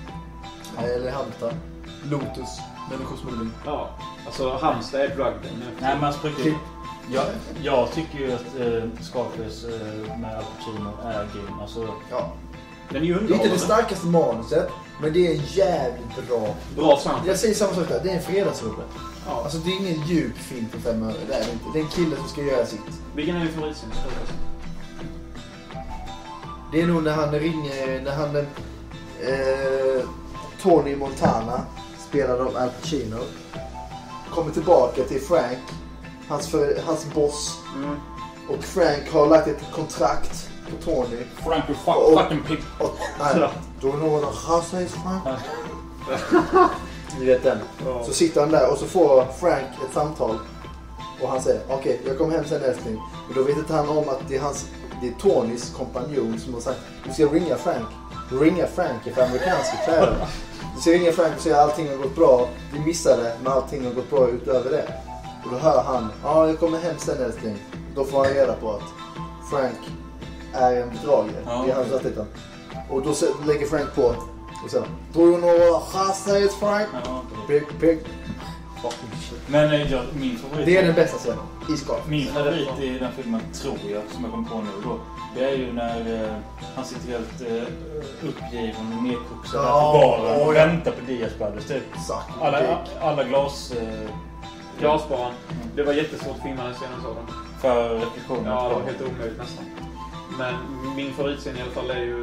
C: Eller Halmstad. Lotus. Människosmuggling.
A: Ja, alltså Hamster är drugden nu.
B: Nej men alltså på riktigt.
C: Klipp.
B: Jag, jag tycker ju att eh, Scarface eh, med Al Pacino är grym. Alltså,
C: Ja.
A: Den är ju
C: Det är inte det
A: underhållande.
C: starkaste manuset, men det är en jävligt bra.
A: Bra soundtrack.
C: Jag säger samma sak där, det är en fredagsrulle.
A: Ja.
C: Alltså det är ingen djup film för fem öre, det är det inte. Det är en kille som ska göra sitt.
A: Vilken är din favoritscen?
C: Det är nog när han ringer, när han... Eh, Tony Montana, spelad av Al Pacino, kommer tillbaka till Frank, hans, för, hans boss.
A: Mm.
C: Och Frank har lagt ett kontrakt på Tony.
B: Frank you fuck,
C: Och-
B: fucking pig.
C: Och, nej, do you know what a house is Frank? Ni vet den.
A: Ja.
C: Så sitter han där och så får Frank ett samtal. Och han säger okej, jag kommer hem sen älskling. Men då vet inte han om att det är, hans, det är Tonys kompanjon som har sagt du ska ringa Frank. Ringa Frank i för amerikanska kläder. Du ska ringa Frank och säga allting har gått bra. Vi missade men allting har gått bra utöver det. Och då hör han ja, jag kommer hem sen älskling. Då får han reda på att Frank är en bedragare.
B: Ja.
C: Det är hans artikel. Och då se- lägger Frank på och säger Do you know what a house is Frank?
B: Ja, det-
C: Pig, pig. Fucking shit.
B: Men eh, jag, min favorit.
C: Det är den bästa scenen i Scarface.
B: Min favorit i den filmen, tror jag, som jag kom på nu då. Det är ju när eh, han sitter helt eh, uppgiven och nedkoksad
C: Ja,
B: där på baren
C: oj.
B: och väntar på Diaz Brothers. Typ.
C: Suck.
B: Alla,
C: Dick.
B: alla glas eh,
A: Glasbarn. Det var jättesvårt att filma den scenen sa de.
B: för reflektioner.
A: Ja, det var helt omöjligt nästan. Men min favoritscen i alla fall är ju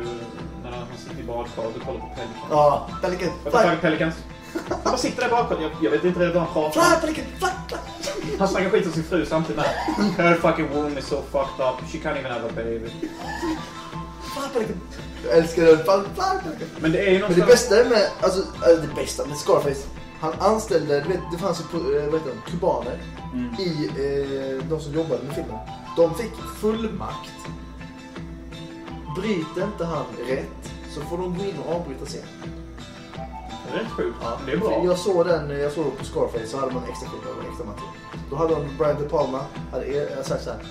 A: när han sitter i badkaret och kollar på Pelicans.
C: Ja, Pelican.
A: Varför fan
C: Fly,
A: är Pelicans? Vad sitter där i badkaret? Jag, jag vet inte redan vad han pratar
C: fly, Pelican. Fly, fly.
A: om. Han snackar skit om sin fru samtidigt med Her fucking womb is so fucked up. She can't even have a baby.
C: Fly, Pelican. Jag älskar den. Fly, fly, Pelican.
A: Men det är ju
C: Men det
A: någonstans...
C: bästa med, alltså, äh, det bästa med Scarface. Han anställde, du vet, det fanns ju på- eh, vad heter de, kubaner
B: Mm.
C: i eh, de som jobbade med filmen. De fick fullmakt. Bryter inte han rätt så får de gå in och avbryta scenen.
A: Det är rätt sjukt.
C: Ja,
A: Det är bra.
C: för Jag såg den, jag såg den på Scarface, så hade man extra klipp av en extra match. Då hade de Brian De Palma, hade er- jag sagt såhär.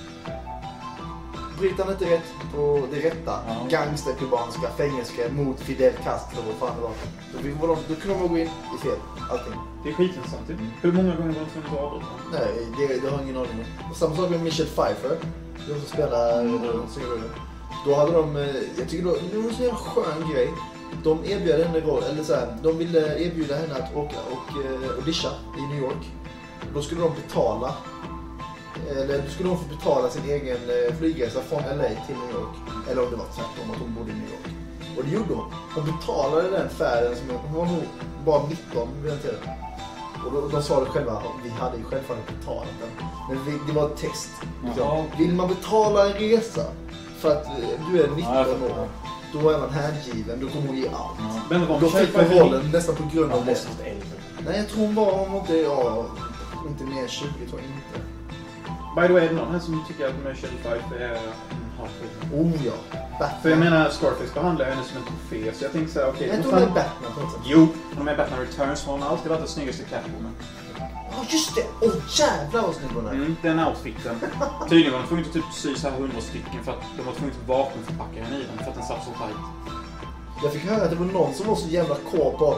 C: Bryter han inte rätt på det rätta,
B: Ja.
C: gangsterkubanska, fängelse mot Fidel Castro och fan det var. Då, fick- vadå, då kunde de gå in i fel, allting.
A: Det är skitintressant. typ. Hur många gånger var det tvungen att avbryta?
C: Nej, det, det har jag ingen aning om. Och samma sak med Michelle Pfeiffer. De som spelar mm. Sigurden. Då hade de, eh, jag tycker då, det var en så jävla skön grej. De erbjöd henne roll, eller så här, de ville erbjuda henne att åka och eh, audition i New York. Då skulle de betala, eller då skulle hon få betala sin egen eh, flygresa från LA till New York. Eller om det var tvärtom, att hon bodde i New York. Och det gjorde hon. Hon betalade den färden, som hon var nog bara 19 vid den tiden. Och då, då sa de själva, vi hade ju självfallet betalat den. Men vi, det var ett test.
B: Jaha.
C: Liksom. Vill man betala en resa för att eh, du är 19
B: Ja, jag fattar.
C: år, då är man hängiven, då kommer hon ge allt.
A: Men det var
C: Då
A: Michelle
C: fick man
A: Pfeiffer
C: rollen nästan på grund av
B: Han
C: det.
B: måste ha varit äldre.
C: Nej, jag tror hon var, hon var inte, ja, inte mer än 20 tror jag inte.
A: By the way, är det någon här som tycker att Michelle Pfeiffer är en hatfilm?
C: Oh ja,
A: För jag
C: Batman.
A: menar, Scarface behandlar ju henne som en trofé, så jag tänkte såhär, okej...
C: Jag
A: hon
C: tror hon är
A: fan-
C: Batman på något sätt.
A: Jo, hon är med i Batman Returns, hon har alltid varit den snyggaste Catwoman.
C: Ja, just det! Åh jävlar vad snygg hon är.
A: Mm, den outfiten. Tydligen var de tvungna att typ sy så här hundra stycken för att de var tvungna att vapenförpacka henne i den för att den satt så tight.
C: Jag fick höra att det var någon som var så jävla kåt av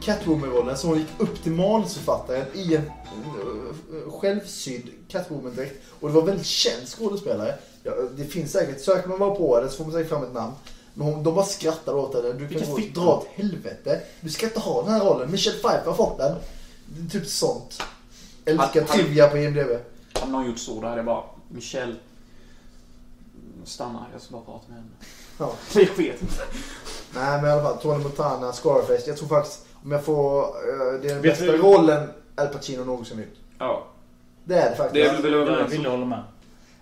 C: Catwoman-rollen så hon gick upp till manusförfattaren i en eh, självsydd Catwoman-dräkt. Och det var en väldigt känd skådespelare. Ja, det finns säkert, söker man bara på det så får man säkert fram ett namn. Men hon, de bara skrattade åt henne. Du
A: Vilka
C: kan få
A: fickor.
C: dra åt helvete. Du ska inte ha den här rollen. Michelle Pfeiffer har fått den. Det är Typ sånt. Älskar
A: Han- han-
C: trivia på IMDB.
A: Hade någon gjort så, då hade jag bara, Michelle... Stanna, jag ska bara prata med henne.
C: Ja.
A: Jag vet inte.
C: Nej men i alla fall, Tony Montana, Scarface. Jag tror faktiskt, om jag får... eh, det är
A: Vet
C: den bästa
A: du-
C: rollen Al Pacino någonsin gjort.
A: Ja,
C: Det är det faktiskt.
A: det är väl
B: Ja, jag
A: överens
B: ville
A: om.
B: hålla med.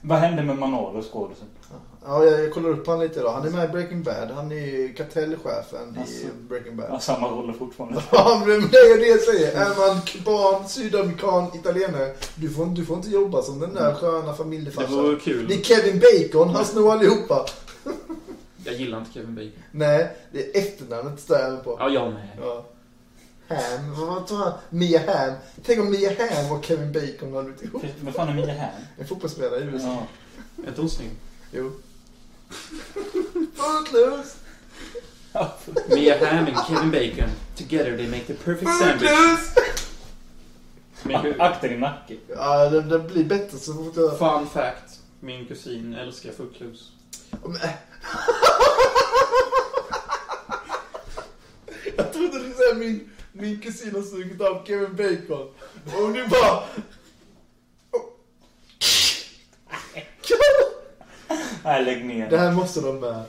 B: Vad hände med Manolo, skådisen?
C: Ja, jag, jag kollar upp han lite idag. Han är med i Breaking Bad. Han är ju kartellchefen
B: Asså.
C: i Breaking
B: Han har
C: Bad.
B: samma roller fortfarande.
C: Ja, men det är det jag säger. Är man kuban, sydamerikan, italienare. Du får, du får inte jobba som den där sköna
A: Mm. Det
C: familjefarsan.
A: vore kul.
C: Det är Kevin Bacon, han snor allihopa.
A: Jag gillar inte Kevin Bacon.
C: Nej, det är efternamnet stör jag mig på.
A: Ja, jag med.
C: Ja. Ham, vad- vad tror han? Mia Ham. Tänk om Mia Ham och Kevin Bacon hade blivit ihop.
B: Vad fan är Mia Hamm?
C: En fotbollsspelare i USA.
B: Ja.
A: Är inte hon snygg?
C: Jo. Footloose!
A: Mia Hamm and Kevin Bacon. Together they make the perfect sandwich.
C: Footloose!
A: Min,
B: Akta din nacke.
C: Ja, det, det blir bättre så fort jag...
A: fun fact. Min kusin älskar Footloose.
C: Jag trodde du skulle säga min, min kusin har sugit av Kevin Bacon. Och du bara...
B: Nej, lägg ner.
C: Det här måste de med.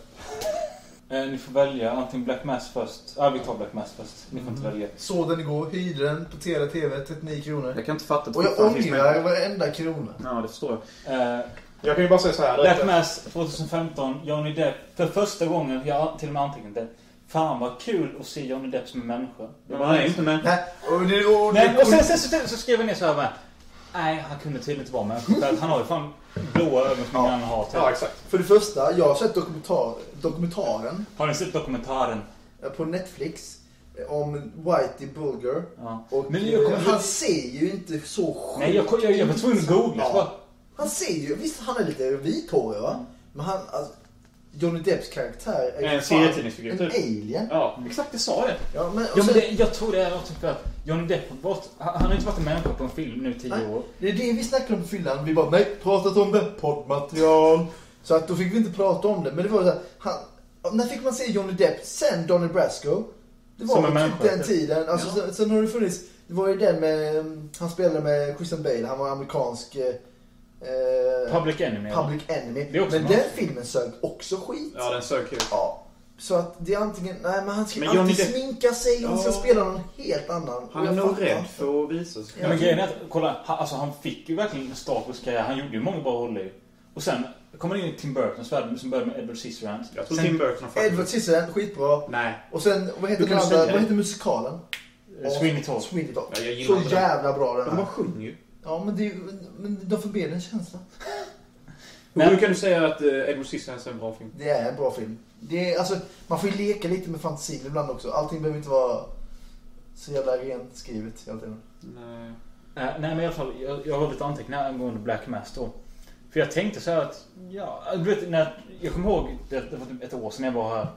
B: Eh, ni får välja antingen Black Mass först. Ja, vi tar Black Mass först. Ni får inte
C: Mm.
B: välja.
C: Såg den igår, hyrde den på Tele TV, 39 kronor.
A: Jag kan inte fatta att
C: Och jag
A: fortfarande finns
C: ångrar
A: människor-
C: varenda krona.
A: Ja, det förstår jag.
B: Eh,
A: Jag kan ju bara säga så här.
B: Black
A: att- eh,
B: Mass 2015, Johnny Depp. För första gången, jag har till och med antecknat det. Fan vad kul att se Johnny Depp som en människa.
A: Men han är ju inte med.
C: Nej, och det... Och
B: Nej,
C: det
B: och sen, sen, så- så skrev jag ner så här med. Nej, han kunde tydligen inte vara människa. För att han har ju fan blåa ögon som ingen annan har.
A: Ja,
B: Typ.
A: exakt.
C: för det första, jag har sett dokumentar, dokumentaren
B: Har ni sett dokumentären?
C: eh, på Netflix eh, om Whitey Bulger.
B: Ja.
C: Och
B: Men jag kommer-
C: eh, han ser ju inte så sjukt
B: Nej, jag, jag, jag var tvungen att googla. så
C: Ja.
B: bara,
C: Han ser ju, visst han är lite vithårig va? Men han, alltså, Johnny Depps karaktär är ju
A: En
C: fan
A: serietidningsfigur,
C: En
A: typ.
C: alien.
A: Ja, exakt det sa jag.
C: Ja men, och
B: Ja, men
C: sen,
B: det, jag tror det är också för att Johnny Depp har varit, han, han har inte varit en människa på en film nu i tio
C: Nej.
B: år.
C: det är det vi snackade om på fyllan. Vi bara, nej, pratat om det, poddmaterial. Så att då fick vi inte prata om det. Men det var så här, han, när fick man se Johnny Depp? Sen Donny Brasco. Det var
B: Som en
C: väl typ
B: människa,
C: den
B: typ.
C: tiden. Alltså,
A: Ja.
C: sen, sen har det funnits, det var ju den med, um, han spelade med Christian Bale, han var amerikansk eh, eh,
B: Public Enemy. eller?
C: public enemy.
B: Det är
C: Men
B: också
C: den
B: bra.
C: filmen sög också skit.
A: Ja, den sög kul.
C: Ja. Så att det är antingen, nej men han ska
A: Men Johnny
C: alltid
A: Depp-
C: sminka sig, han ska
A: Ja.
C: spela någon helt annan.
A: Han är
C: Jag
A: nog
C: fattar
A: rädd
C: inte.
A: för att visa sig
B: Ja, men grejen är att, kolla, han, alltså, han fick ju verkligen en status karriär. Han gjorde ju många bra roller ju. Och sen kom han in i Tim Burtons värld som började med Edward Scissorhands.
A: Jag tror
B: Sen-
A: Tim Burton har
C: Edward Scissorhands, skitbra.
A: Nej.
C: Och sen, vad heter
A: Du kan
C: den
A: säga
C: andra,
A: det.
C: vad heter musikalen?
B: Eh, Sweeney Todd.
C: Sweeney Todd.
A: Ja, jag gillar
C: Så
A: inte den.
C: jävla bra den
A: Men
C: här.
A: vad sjunger ju?
C: Ja men det är ju- men de förmedlar en känsla.
B: Nej.
A: Hur kan du säga att eh, Edward Scissorhands är en bra film?
C: Det är en bra film. Det är, alltså, man får ju leka lite med fantasin ibland också. Allting behöver inte vara så jävla rent skrivet hela tiden.
A: Nej.
B: Eh, nej men i alla fall, jag, jag har lite anteckningar angående Black Mass då. För jag tänkte så här att, ja, du vet, när, jag kommer ihåg, det, det var typ ett år sedan jag var här.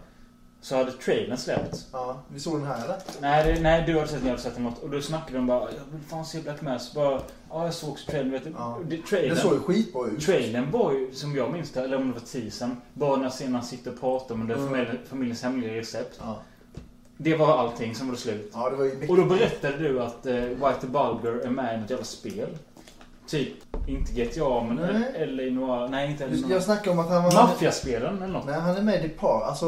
B: Så hade trailern släppts.
C: Ja, vi såg den här eller?
B: Nej, det, nej du hade sett den, jag hade sett den något. Och då snackade de bara, jag vill fan se Black Mass. Bara, ja jag såg också trailern. Vet du,
C: Ja.
B: det, trailern.
C: Den såg ju skitbra ut.
B: Trailern var ju, som jag minns det, eller om det var teasern, bara när scenen sitter och pratar om det
C: Mm.
B: familj- familjens hemliga recept.
C: Ja.
B: Det var allting som var slut.
C: ja, det var ju mycket.
B: Och då berättade du att eh, White the Bulger är med i något jävla spel. Typ, inte GTA, men
C: Nej.
B: eller i några... Nej, inte
C: Du-
B: eller
C: Jag
B: några...
C: snackade om att han var...
B: Maffiaspelen eller något.
C: Nej, han är med i Depart. Alltså,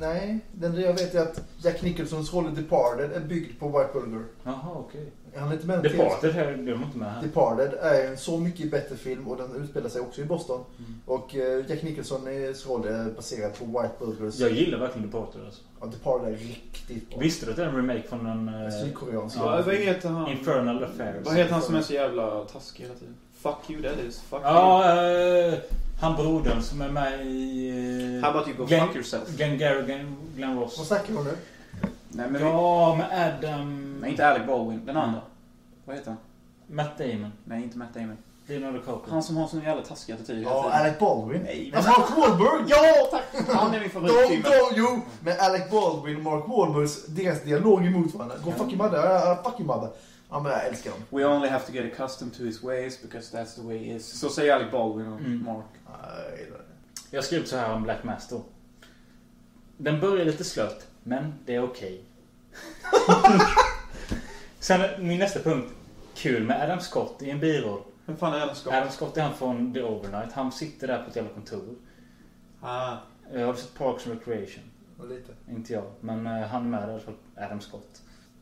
C: nej. Det enda jag vet är att Jack Nicholsons roll i Departed är byggd på White Bulger.
B: Jaha, okej.
C: Han är inte med i den filmen.
B: Departed här, det var inte med här.
C: Departed är en så mycket bättre film och den utspelar sig också i Boston.
B: Mm.
C: Och eh, Jack Nicholsons roll är baserad på White Bulgers.
B: Jag gillar verkligen Departed alltså.
C: Ja, Departed är riktigt bra.
B: Visste du att det är en remake från en...
C: En
B: Eh,
C: Sydkoreansk.
B: Ja.
A: vad heter han?
B: Infernal Affairs?
A: Vad heter han som är så jävla taskig hela tiden? Fuck you daddies, fuck you.
B: Ja, eh, han brodern som är med i... eh,
A: How about you go
B: Glenn-
A: fuck yourself?
B: Glenn Gary, Glenn, Glenn
C: Vad
B: Ross.
C: snackar vi om nu?
A: Nej men
B: Ja, med Adam...
A: vi... Nej inte Alec Baldwin, den andra. Vad heter han?
B: Matt Damon.
A: Nej inte Matt Damon.
B: Leonardo DiCaprio.
A: Han som har sån jävla taskig attityd hela
C: Ja,
A: tiden.
C: Alec Baldwin.
A: Nej,
C: Men Mark Wahlberg! Ja, tack!
A: Han är min
C: De,
A: favoritfilm.
C: de, jo! Men Alec Baldwin och Mark Wahlbergs, deras dialog emot varandra. Go fuck your mother, uh, fuck your mother. Ja men jag älskar dem.
A: We only have to get accustomed to his ways because that's the way he is. Så säger Alec Baldwin och
B: Mm.
A: Mark.
C: Ja, jag gillar det.
B: Jag har skrivit så här om Black Mass då. Den börjar lite slött, men det är okej. Sen min nästa punkt. Kul med Adam Scott i en biroll.
A: Vem fan är Adam Scott?
B: Adam Scott är han från The Overnight. Han sitter där på ett jävla kontor.
A: Ah.
B: Jag har sett Parks and Recreation.
C: Och lite.
B: Inte jag, men eh, han är med där i alla fall. Adam Scott.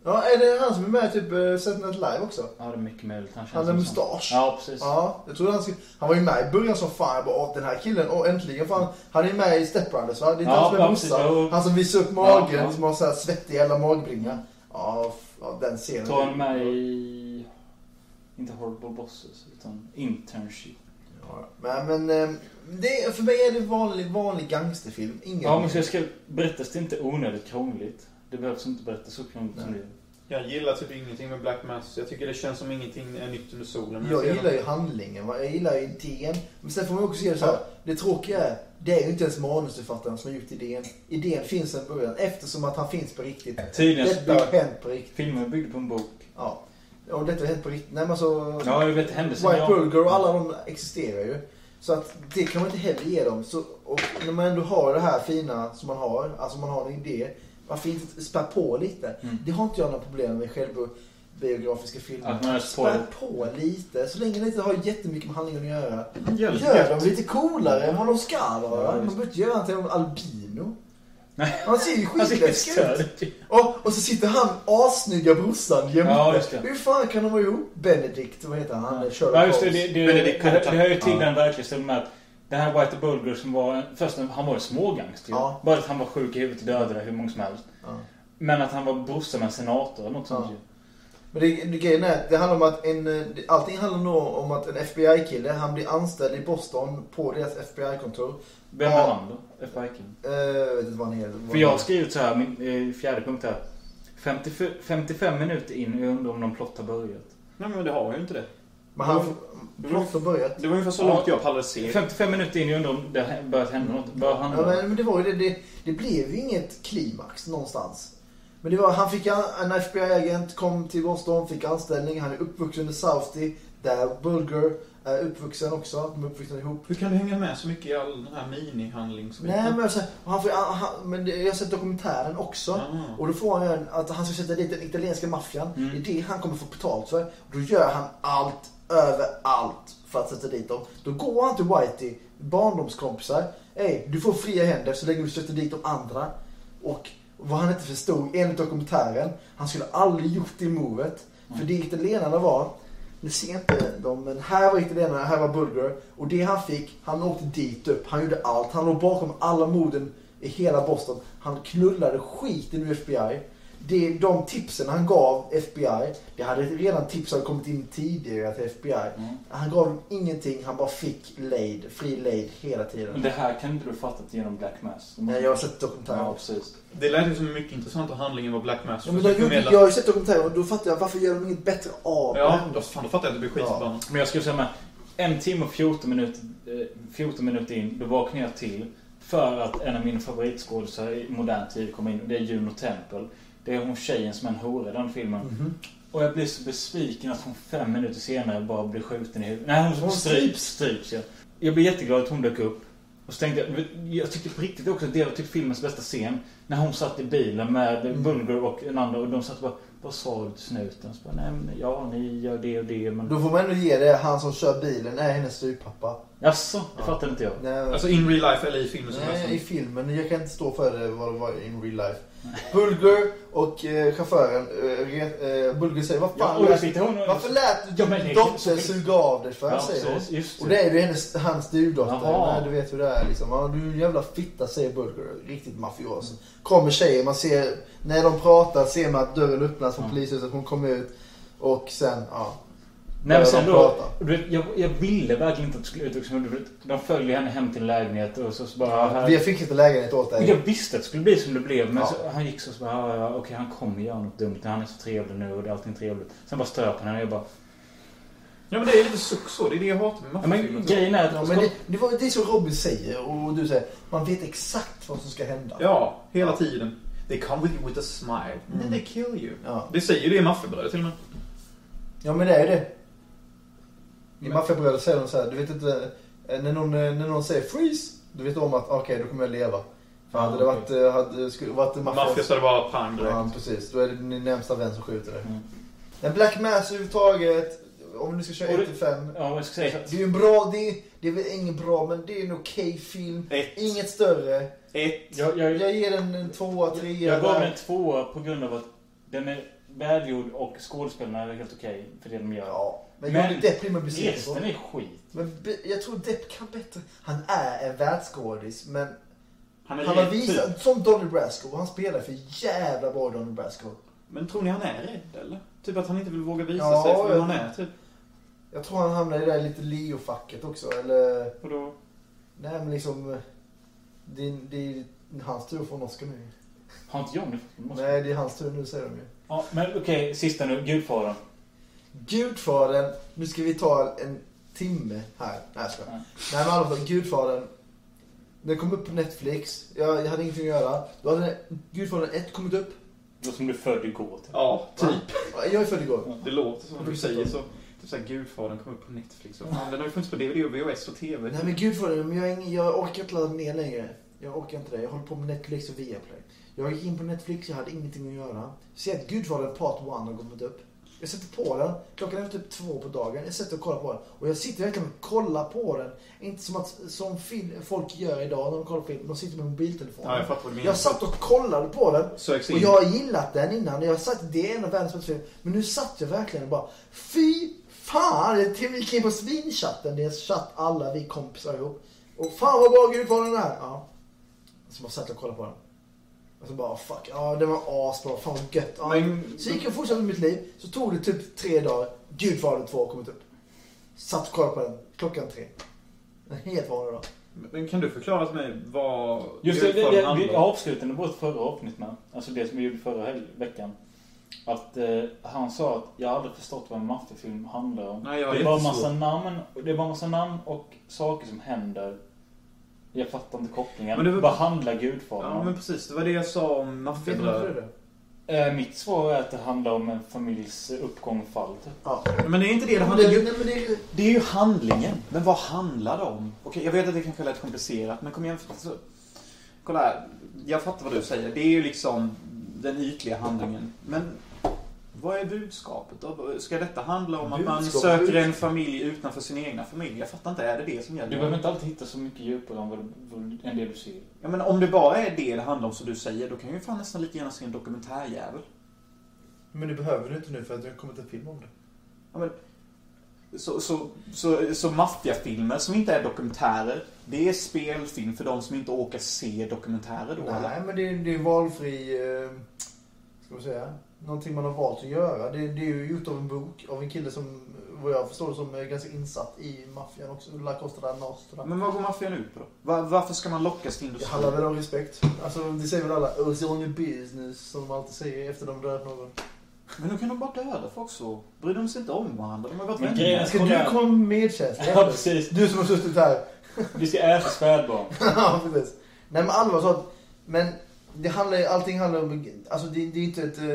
C: Ja, är det han som är med i typ eh, Saturday Night Live också?
B: Ja, det är mycket möjligt. Han känns
C: Han med
B: som en sån.
C: mustasch?
B: Ja, precis.
C: Ja, jag trodde han skulle... Han var ju med i början som fan. Jag bara, åh den här killen, åh äntligen. Fan, han är ju med i Step Brothers va? Det är inte
B: Ja,
C: han som är
B: ja, precis.
C: morsan.
B: Jo.
C: Han som visar upp magen,
B: Ja, ja.
C: som har så här svettig jävla magbringa. Ja, f- ja, den scenen.
B: Tar han med i... Inte Horrible Bosses, utan Internship.
C: Ja, men, men eh, det, är- för mig är det vanlig, vanlig gangsterfilm. Ingen...
B: Ja, men så jag ska berättas det inte onödigt krångligt. Det behövs inte berättas så krångligt som det är.
A: Jag gillar typ ingenting med Black Mass. Jag tycker det känns som ingenting är nytt under solen.
C: Jag
A: ser
C: gillar
A: dem.
C: ju handlingen, va? jag gillar ju idén. Men sen får man också se det så här. Det tråkiga är, det är ju inte ens manusförfattaren som har gjort idén. Idén finns sedan början eftersom att han finns på riktigt.
B: Tydligen så
C: Detta har hänt på riktigt.
B: filmen byggd på en bok.
C: Ja. Och detta har hänt på riktigt. Nej men alltså...
B: Ja, jag vet händelsen.
C: White
B: Jag,
C: Burger och alla de existerar ju. Så att det kan man inte heller ge dem. Så, och när man ändå har det här fina som man har, alltså man har en idé. Varför inte spä på lite?
B: Mm.
C: Det har inte jag några problem med självbiografiska filmer.
B: att man är
C: Spä
B: spoiler.
C: på lite, så länge det inte har jättemycket med handlingen att göra.
B: Gör
C: Gör dem lite coolare än vad de ska vara.
B: Ja,
C: man
B: visst.
C: behöver inte göra till en albino.
B: Nej.
C: Han ser ju
B: Alltså, det är
C: skitläskig ut.
B: störigt.
C: Och, och så sitter han assnygga brorsan jämte.
B: Ja, just det.
C: Hur fan kan de vara ihop? Benedict, vad heter han? Han är Sherlock
B: Ja, just det.
C: Holmes.
B: Det, det,
A: Men
B: det,
A: det-
B: det,
A: det-
B: det hör ju till
A: ja.
B: den verklighetsstunden med att det här White Bulger som var... en- Först, han var ju smågangster ju.
C: Ja.
B: Bara att han var sjuk i huvudet och dödade hur många som helst.
C: Ja.
B: Men att han var brorsa med en senator eller något sånt
C: Ja.
B: ju.
C: Men det, det grejen är att det handlar om att en, eh, det- allting handlar nog om att en FBI-kille, han blir anställd i Boston på deras FBI-kontor.
B: Vem
C: Ja.
B: är han då? F.I.K.
C: Eh, jag vet inte vad han heter.
B: För jag har skrivit så här, min eh, fjärde punkt här. 50, 55 minuter in och jag undrar om någon plott har börjat.
A: Nej men det har ju inte det.
C: Men han...
B: Mm.
C: Plott har börjat.
A: Det var ungefär så
B: Ja.
A: långt jag pallade se.
B: 55 minuter in, jag undrar om det har börjat hända något. Bör han
C: Ja, men, men det var ju det, det, det blev ju inget klimax någonstans. Men det var, han fick an- en FBI-agent, kom till Boston, fick anställning. Han är uppvuxen i Southie, där Bulger är uppvuxen också. De är uppvuxna ihop.
A: Hur kan du hänga med så mycket i all den här minihandling som
C: Nej, men, jag sa- och han får, han, han, men det- jag har sett dokumentären också.
A: Ah.
C: Och då får han ju en- att han ska sätta dit den italienska maffian.
B: Mm.
C: Det är det han kommer få betalt för. Då gör han allt, överallt för att sätta dit dem. Då går han till Whitey, barndomskompisar. Ey, du får fria händer så länge du sätter dit de andra. Och vad han inte förstod enligt dokumentären, han skulle aldrig gjort det movet. För det italienarna var, nu ser jag inte de, men här var italienarna, här var Bulger. Och det han fick, han åkte dit upp, han gjorde allt. Han låg bakom alla morden i hela Boston. Han knullade skiten ur FBI. Det, de tipsen han gav FBI, det hade redan tips hade kommit in tidigare till FBI.
A: Mm.
C: Han gav dem ingenting, han bara fick laid, fri laid hela
B: Men
C: tiden.
B: det här kan inte du fatta genom Black Mass.
A: Mm.
B: Det måste-
C: Nej, Jag har sett dokumentären.
B: Ja, precis.
A: Det lät ju som en mycket intressant handling än vad Black Mass
C: Ja, men de gjorde,
A: förmedla.
C: jag har ju sett dokumentären och då fattar jag varför gör de inget bättre av
A: Ja,
C: det?
A: då, fan, då fattar jag att det blir
C: Ja.
A: skitförbannat.
B: Men jag skulle säga med en timme och 14 minuter, eh, 14 minuter in, då vaknar jag till. För att en av mina favoritskådisar i modern tid kom in och det är Juno Temple. Det är hon tjejen som är en hora i den filmen.
C: Mhm.
B: Och jag blir så besviken att hon fem minuter senare bara blir skjuten i huvudet. Nej, hon,
C: Hon
B: stryps. Stryps, ja. Jag blev jätteglad att hon dök upp. Och så tänkte jag, du vet, jag tyckte på riktigt också att det var typ filmens bästa scen. När hon satt i bilen med Bulger och en annan och de satt bara Vad sa du till snuten? Så bara, Nej men ja, ni gör det och det men...
C: Då får man ändå ge det, han som kör bilen är hennes styvpappa.
B: Jaså, det fattar inte jag.
C: Nej,
A: Alltså in real life eller i filmen som
C: nej, i
A: helst.
C: filmen. Jag kan inte stå för det, vad det var in real life. Bulger och eh, chauffören, eh, re- eh, Bulger säger vad
B: Ja,
C: fan
B: och där
C: lät-
B: sitter hon och...
C: varför lät du
B: Ja, men det
C: din
B: är
C: dotter
B: så-
C: suga av dig för?
B: Ja,
C: säger hon.
B: precis, just
C: Och
B: det.
C: det är ju hennes, hans styvdotter.
B: Jaha.
C: Nej, Du vet hur det är liksom. Ja, du är en jävla fitta säger Bulger. Riktigt mafioso. Kommer tjejer, man ser, när de pratar ser man att dörren öppnas från
B: Mm.
C: polishuset. Hon kommer ut och sen, ja.
B: Nej, men sen
C: de
B: då,
C: prata.
B: du vet, jag, jag ville verkligen inte att det skulle utvecklas. men du vet, De följer henne hem till en lägenhet och så, så bara... Ja, här,
C: Vi fick inte lägenhet åt
B: Men jag
C: dig.
B: visste att det skulle bli som det blev. Men
C: Ja.
B: så, han gick så, så bara, ja, ja, okej han kommer göra något dumt. Han är så trevlig nu och det är allting trevligt. Sen bara ströp han henne och jag bara...
A: Ja men det är lite suck så. Det är det jag hatar med
B: Ja, men grejen är att...
C: Ja, men det, det, var, det är så Robin säger och du säger. Man vet exakt vad som ska hända.
A: Ja, hela tiden. They come with you with a smile.
C: Mm.
A: And then they kill you.
C: Ja.
A: Det säger ju det i maffiabröder till och med.
C: Ja men det är det. I
A: Men-
C: maffiabröder säger de så här, du vet inte, eh, när någon, eh, när någon säger freeze, du vet om att okej då kommer jag leva. För hade det varit, eh, hade, skulle, varit en maffia
A: Maffia så är det bara pang direkt.
C: Ja precis, då är det din närmsta vän som skjuter dig.
B: Mm.
C: Men Black Mass överhuvudtaget, om du ska köra
B: Och det-
C: 1-5.
B: Ja, vad ska jag säga?
C: Det är ju en bra, det är, det är väl ingen bra men det är en okej film.
A: Ett.
C: Inget större.
E: Eh.
A: Ett.
B: Jag, jag, jag,
C: Jag ger den en tvåa, trea.
B: jag gav
C: där.
B: den en tvåa på grund av att den är välgjord och skådespelarna är helt okej för det de gör.
C: Ja. Men,
B: Men
C: men Depp blir man besviken på.
B: Resten är skit.
C: Men be- jag tror Depp kan bättre. Han är en världsskådis men
A: Han är
C: Han har
A: rädd typ.
C: visat, som Donny Brasco, han spelar för jävla bra Donny Brasco.
A: Men tror ni han är rädd eller? Typ att han inte vill våga visa
C: Ja,
A: sig för vem
C: jag-
A: han är typ.
C: Jag tror han hamnar i det där lite Leo-facket också, eller...
A: Och då...
C: Nej men liksom... Det är, det är hans tur från Oscar nu.
B: Har inte jag nu fått en Oscar?
C: Nej, det är hans tur nu säger de ju.
B: Ja, men okej, sista nu. Gudfadern.
C: Gudfadern, nu ska vi ta en timme här. Nej jag skojar.
B: Nej.
C: Nej men i alla fall, Gudfadern. Den kom upp på Netflix, jag, jag hade ingenting att göra. Då hade Gudfadern 1 kommit upp.
B: Då som blev född igår. Typ.
A: Ja, typ.
C: Jag är född igår.
A: Det låter som
C: Mm.
A: du säger så. Typ såhär, Gudfadern kom upp på Netflix. Och fan, den har ju funnits på DVD och VHS och TV.
C: Nej men Gudfadern, men jag, har ingen- jag orkar inte ladda ner längre. Jag orkar inte det. Jag håller på med Netflix och Viaplay. Jag gick in på Netflix, jag hade ingenting att göra. Ser att Gudfadern Part 1 har kommit upp. Jag sätter på den, klockan är typ två på dagen. Jag sätter och kollar på den. Och jag sitter verkligen och kollar på den. Inte som, att, som fil- folk gör idag när de kollar på film. De sitter med mobiltelefonen.
A: Ja, jag fattar vad du menar.
C: jag satt och kollade på den.
A: Söks in.
C: Och jag har gillat den innan. och Jag har sagt det är en av världens bästa filmer. Men nu satt jag verkligen och bara fy fan. Jag till och med gick in på svinchatten. Det är en chatt alla vi kompisar ihop. Och fan vad bra Gudfadern är. Ja. Och så bara satt jag och kollade på den. Och så bara fuck. Ja den var asbra. Fan vad gött. Ja.
A: Men-
C: Så gick jag och fortsatte med mitt liv. Så tog det typ tre dagar. Gudfadern 2 har kommit upp. Satt och kollade på den. Klockan tre. En helt vanlig dag.
A: Men kan du förklara för mig vad
B: Just det, det,
A: Gudfadern
B: det,
A: handlar
B: vi
A: om?
B: avslutade vårt förra avsnitt med. Alltså det som vi gjorde förra hel- veckan. Att eh, han sa att jag aldrig förstått vad en maffiafilm handlar om.
A: Nej, jag
B: det
A: är
B: är
A: jättesvår.
B: bara massa namn. och Det är bara massa namn och saker som händer. Jag fattar inte kopplingen.
A: Men det var-
B: Vad handlar Gudfadern
A: Ja,
B: om?
A: men precis. Det var det jag sa om
C: Vet du varför
A: maffiabröder.
C: det är det?
B: Eh, mitt svar är att det handlar om en familjs uppgång och fall. typ.
C: Ja.
A: Men det är inte det det
C: Men
A: handlar om.
C: det, nej, men det är ju...
A: Det är ju handlingen. Men vad handlar det om? Okej, jag vet att det kanske lät komplicerat, men kom igen. Så. Kolla här. Jag fattar vad du säger. Det är ju liksom den ytliga handlingen. Men vad är budskapet då? Ska detta handla om att man
C: Budskap,
A: söker
C: budskap.
A: en familj utanför sin egna familj? Jag fattar inte. Är det det som
B: Du behöver
A: gäller?
B: inte alltid hitta så mycket djupare än, vad, vad, än det du ser.
A: Ja, men om det bara är det det handlar om som du säger, då kan jag ju fan nästan lika gärna se en dokumentärjävel.
C: Men det behöver du inte nu för att det har kommit en film om det.
A: Ja, men, så, så, så, så maffiafilmer som inte är dokumentärer, det är spelfilm för de som inte orkar se dokumentärer då eller?
C: Nej, men det är, det är valfri... Eh, ska man säga? Någonting man har valt att göra. Det, det är ju gjort av en bok av en kille som, vad jag förstår, som är ganska insatt i maffian också. La Costa da Nostra.
B: Mm.
A: Men vad går maffian ut på då? Var, varför ska man lockas till
C: Det
A: industrin?
C: handlar väl om respekt. Alltså, det säger väl alla. Oh, it's only business, som de alltid säger efter de dödat någon.
A: Men då kan de bara döda folk så. Bryr de sig inte om varandra. De har varit
B: Men
A: vänner.
B: grejen är-
C: Ska du komma med Kerstin?
B: Ja, precis.
C: Du som har suttit här.
B: Vi ska äta spädbarn.
C: ja, precis. Nej, men allvar så att, Men det handlar ju, allting handlar om... Alltså det, det är inte ett eh,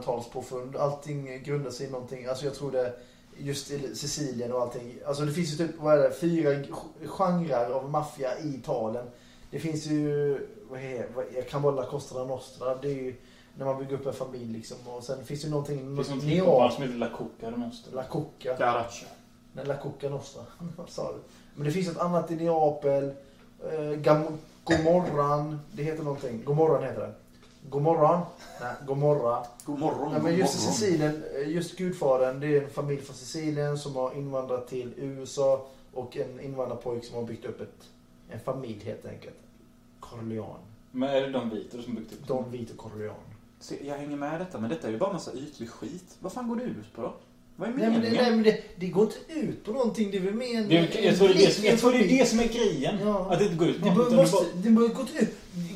C: 1900-talspåfund. Allting eh, grundar sig i någonting. Alltså jag tror det... Just i Sicilien och allting. Alltså det finns ju typ, vad är det, fyra g- genrer av maffia i Italien. Det finns ju, vad är vad är, Camolla Costa la Nostra. Det är ju när man bygger upp en familj liksom. Och sen finns det ju någonting...
B: Det finns någonting på
C: Neapel,
B: barn som typ heter La Coca de måste.
C: La Coca.
A: Garaccia.
C: Nej, La Coca Nostra. Vad sa du? Men det finns ett annat i Neapel. Eh, Gam- Gomorran. Det heter någonting. Gomorran heter det. Gomorran. Nej, Gomorra.
A: God morgon.
C: Nej, men
A: god
C: just i
A: morgon.
C: Sicilien, eh, just Gudfadern, det är en familj från Sicilien som har invandrat till USA och en invandrarpojk som har byggt upp ett, en familj helt enkelt. Corleone.
B: Men är det de vita som byggt upp
C: Don Vito Corleone.
A: Se, jag hänger med i detta, men detta är ju bara massa ytlig skit. Vad fan går det ut på då? Vad är
C: Nej
A: meningen?
C: men, det, nej, men det, det går inte ut på någonting. Det är väl mer en...
B: Det är, jag tror det är det som, jag tror det, är det som är grejen.
C: Ja.
B: Att det inte går ut på
C: Det
B: något,
C: bör,
B: utan
C: måste,
B: bara-
C: det bör gå ut,